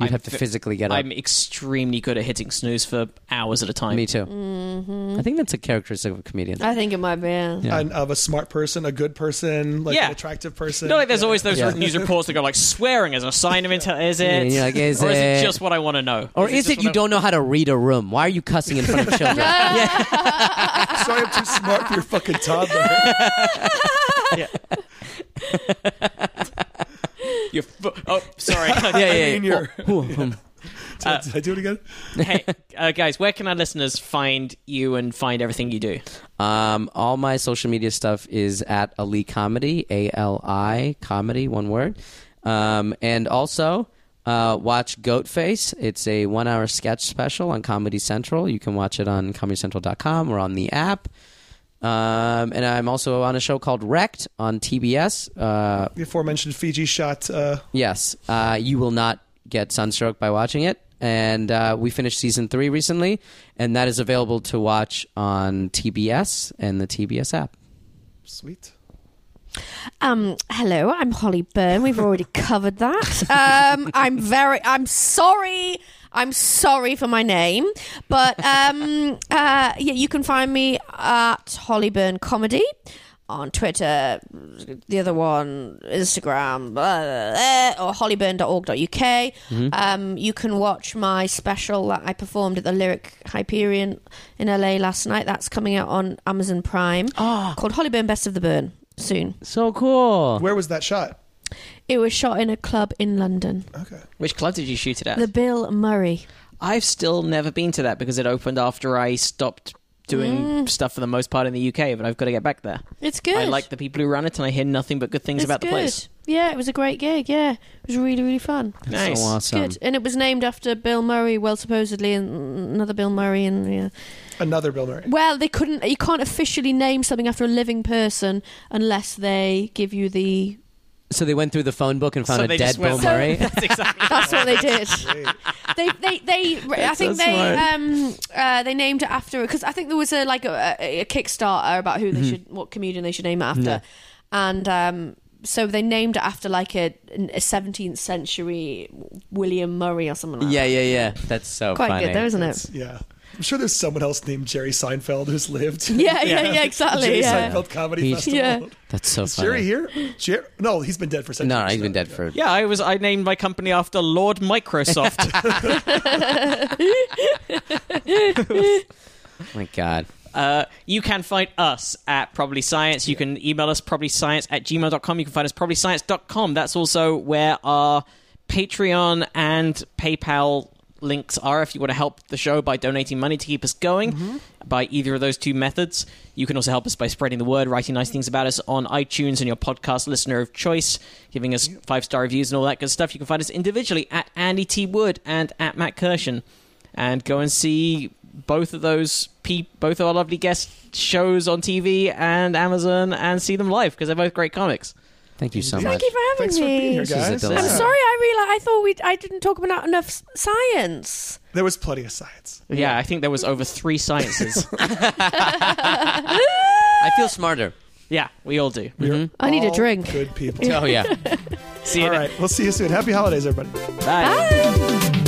[SPEAKER 4] You'd
[SPEAKER 5] I'm
[SPEAKER 4] have to
[SPEAKER 5] fi-
[SPEAKER 4] physically get up.
[SPEAKER 5] I'm extremely good at hitting snooze for hours at a time.
[SPEAKER 4] Me too. I think that's a characteristic of a comedian.
[SPEAKER 3] I think it might be. Yeah.
[SPEAKER 1] And of a smart person, a good person, like
[SPEAKER 5] Yeah.
[SPEAKER 1] an attractive person.
[SPEAKER 5] You know, like there's
[SPEAKER 1] Yeah.
[SPEAKER 5] always those
[SPEAKER 4] Yeah.
[SPEAKER 5] news reports that go like swearing as a sign of intelligence. Is
[SPEAKER 4] Yeah,
[SPEAKER 5] it?
[SPEAKER 4] you're like, is
[SPEAKER 5] or is
[SPEAKER 4] it-
[SPEAKER 5] it just what I want to know?
[SPEAKER 4] or is,
[SPEAKER 5] just
[SPEAKER 4] it you
[SPEAKER 5] what I-
[SPEAKER 4] don't know how to read a room? Why are you cussing in front of children?
[SPEAKER 1] Sorry, I'm too smart for your fucking toddler.
[SPEAKER 5] You're fu- oh, sorry.
[SPEAKER 4] yeah, yeah.
[SPEAKER 1] mean, you're-
[SPEAKER 4] Oh, oh, um,
[SPEAKER 1] Did I- did I do it again?
[SPEAKER 5] hey, uh, guys, where can our listeners find you and find everything you do?
[SPEAKER 4] Um, all my social media stuff is at Ali Comedy, A L I Comedy, one word. Um, and also uh, watch Goatface. It's a one-hour sketch special on Comedy Central. You can watch it on ComedyCentral.com or on the app. Um, and I'm also on a show called Wrecked on TBS. Uh,
[SPEAKER 1] The aforementioned Fiji shot. Uh,
[SPEAKER 4] Yes, uh, you will not get sunstroke by watching it. And uh, we finished season three recently, and that is available to watch on TBS and the TBS app.
[SPEAKER 1] sweet.
[SPEAKER 3] Um, hello, I'm Holly Byrne. We've already covered that. Um, I'm very, I'm sorry. I'm sorry for my name, but um, uh, yeah, you can find me at Holly Byrne Comedy on Twitter, the other one, Instagram, blah, blah, blah, or hollyburn.org.uk. Um, you can watch my special that I performed at the Lyric Hyperion in LA last night. That's coming out on Amazon Prime called Hollyburn Best of the Burn soon.
[SPEAKER 4] So cool.
[SPEAKER 1] Where was that shot?
[SPEAKER 3] It was shot in a club in London.
[SPEAKER 1] Okay.
[SPEAKER 5] Which club did you shoot it at?
[SPEAKER 3] The Bill Murray.
[SPEAKER 5] I've still never been to that because it opened after I stopped doing stuff for the most part in the UK, but I've got to get back there.
[SPEAKER 3] It's good.
[SPEAKER 5] I like the people who run it, and I hear nothing but good things
[SPEAKER 3] it's
[SPEAKER 5] about the
[SPEAKER 3] good.
[SPEAKER 5] place.
[SPEAKER 3] Yeah, it was a great gig. Yeah, it was really, really fun.
[SPEAKER 5] Nice.
[SPEAKER 4] So awesome.
[SPEAKER 3] Good, and it was named after Bill Murray. Well, supposedly, and another Bill Murray, and yeah.
[SPEAKER 1] Another Bill Murray.
[SPEAKER 3] Well, they couldn't. You can't officially name something after a living person unless they give you the.
[SPEAKER 4] So they went through the phone book and found
[SPEAKER 5] So
[SPEAKER 4] a
[SPEAKER 5] they
[SPEAKER 4] dead
[SPEAKER 5] just went-
[SPEAKER 4] Bill Murray.
[SPEAKER 5] That's exactly.
[SPEAKER 3] That's what they did. they, they, they. I think
[SPEAKER 5] so
[SPEAKER 3] they,
[SPEAKER 5] smart.
[SPEAKER 3] um, uh, they named it after because I think there was a like a, a Kickstarter about who they
[SPEAKER 4] Mm-hmm.
[SPEAKER 3] should, what comedian they should name it after, and um, so they named it after like a a seventeenth century William Murray or something. like
[SPEAKER 4] yeah, yeah,
[SPEAKER 3] that.
[SPEAKER 4] yeah. That's so
[SPEAKER 3] quite
[SPEAKER 4] funny.
[SPEAKER 3] good, though, isn't it?
[SPEAKER 1] It's- yeah. I'm sure there's someone else named Jerry Seinfeld who's lived.
[SPEAKER 3] Yeah, yeah, yeah, exactly,
[SPEAKER 1] Jerry
[SPEAKER 3] yeah.
[SPEAKER 1] Seinfeld Comedy
[SPEAKER 4] He-
[SPEAKER 1] Festival.
[SPEAKER 3] Yeah.
[SPEAKER 4] That's so
[SPEAKER 1] Is
[SPEAKER 4] funny.
[SPEAKER 1] Jerry here? Jer- no, he's been dead for centuries.
[SPEAKER 4] No, he's been dead
[SPEAKER 1] Yeah.
[SPEAKER 4] for.
[SPEAKER 5] Yeah, I was. I named my company after Lord Microsoft.
[SPEAKER 4] My God.
[SPEAKER 5] Uh, you can find us at Probably Science. You can email us probably science at gmail.com. You can find us probably science.com. That's also where our Patreon and PayPal links are if you want to help the show by donating money to keep us going by either of those two methods. You can also help us by spreading the word, writing nice things about us on iTunes and your podcast listener of choice, giving us five star reviews and all that good stuff. You can find us individually at Andy T. Wood and at Matt Kirshen and go and see both of those pe- both of our lovely guest shows on TV and Amazon and see them live because they're both great comics.
[SPEAKER 4] Thank you so
[SPEAKER 3] Thank
[SPEAKER 4] much.
[SPEAKER 3] you for having
[SPEAKER 1] Thanks
[SPEAKER 3] me.
[SPEAKER 1] for being here,
[SPEAKER 4] This
[SPEAKER 1] guys.
[SPEAKER 4] is a delight.
[SPEAKER 3] I'm
[SPEAKER 4] Yeah.
[SPEAKER 3] sorry, I realized I thought we I didn't talk about enough s- science.
[SPEAKER 1] There was plenty of science.
[SPEAKER 5] Yeah, I think there was over three sciences.
[SPEAKER 4] I feel smarter.
[SPEAKER 5] yeah, we all do.
[SPEAKER 1] We are
[SPEAKER 3] I need a
[SPEAKER 1] all
[SPEAKER 3] drink.
[SPEAKER 1] Good people.
[SPEAKER 4] Oh yeah.
[SPEAKER 5] See you
[SPEAKER 1] All right.
[SPEAKER 5] next
[SPEAKER 1] We'll see you soon. Happy holidays, everybody.
[SPEAKER 5] Bye.
[SPEAKER 3] Bye.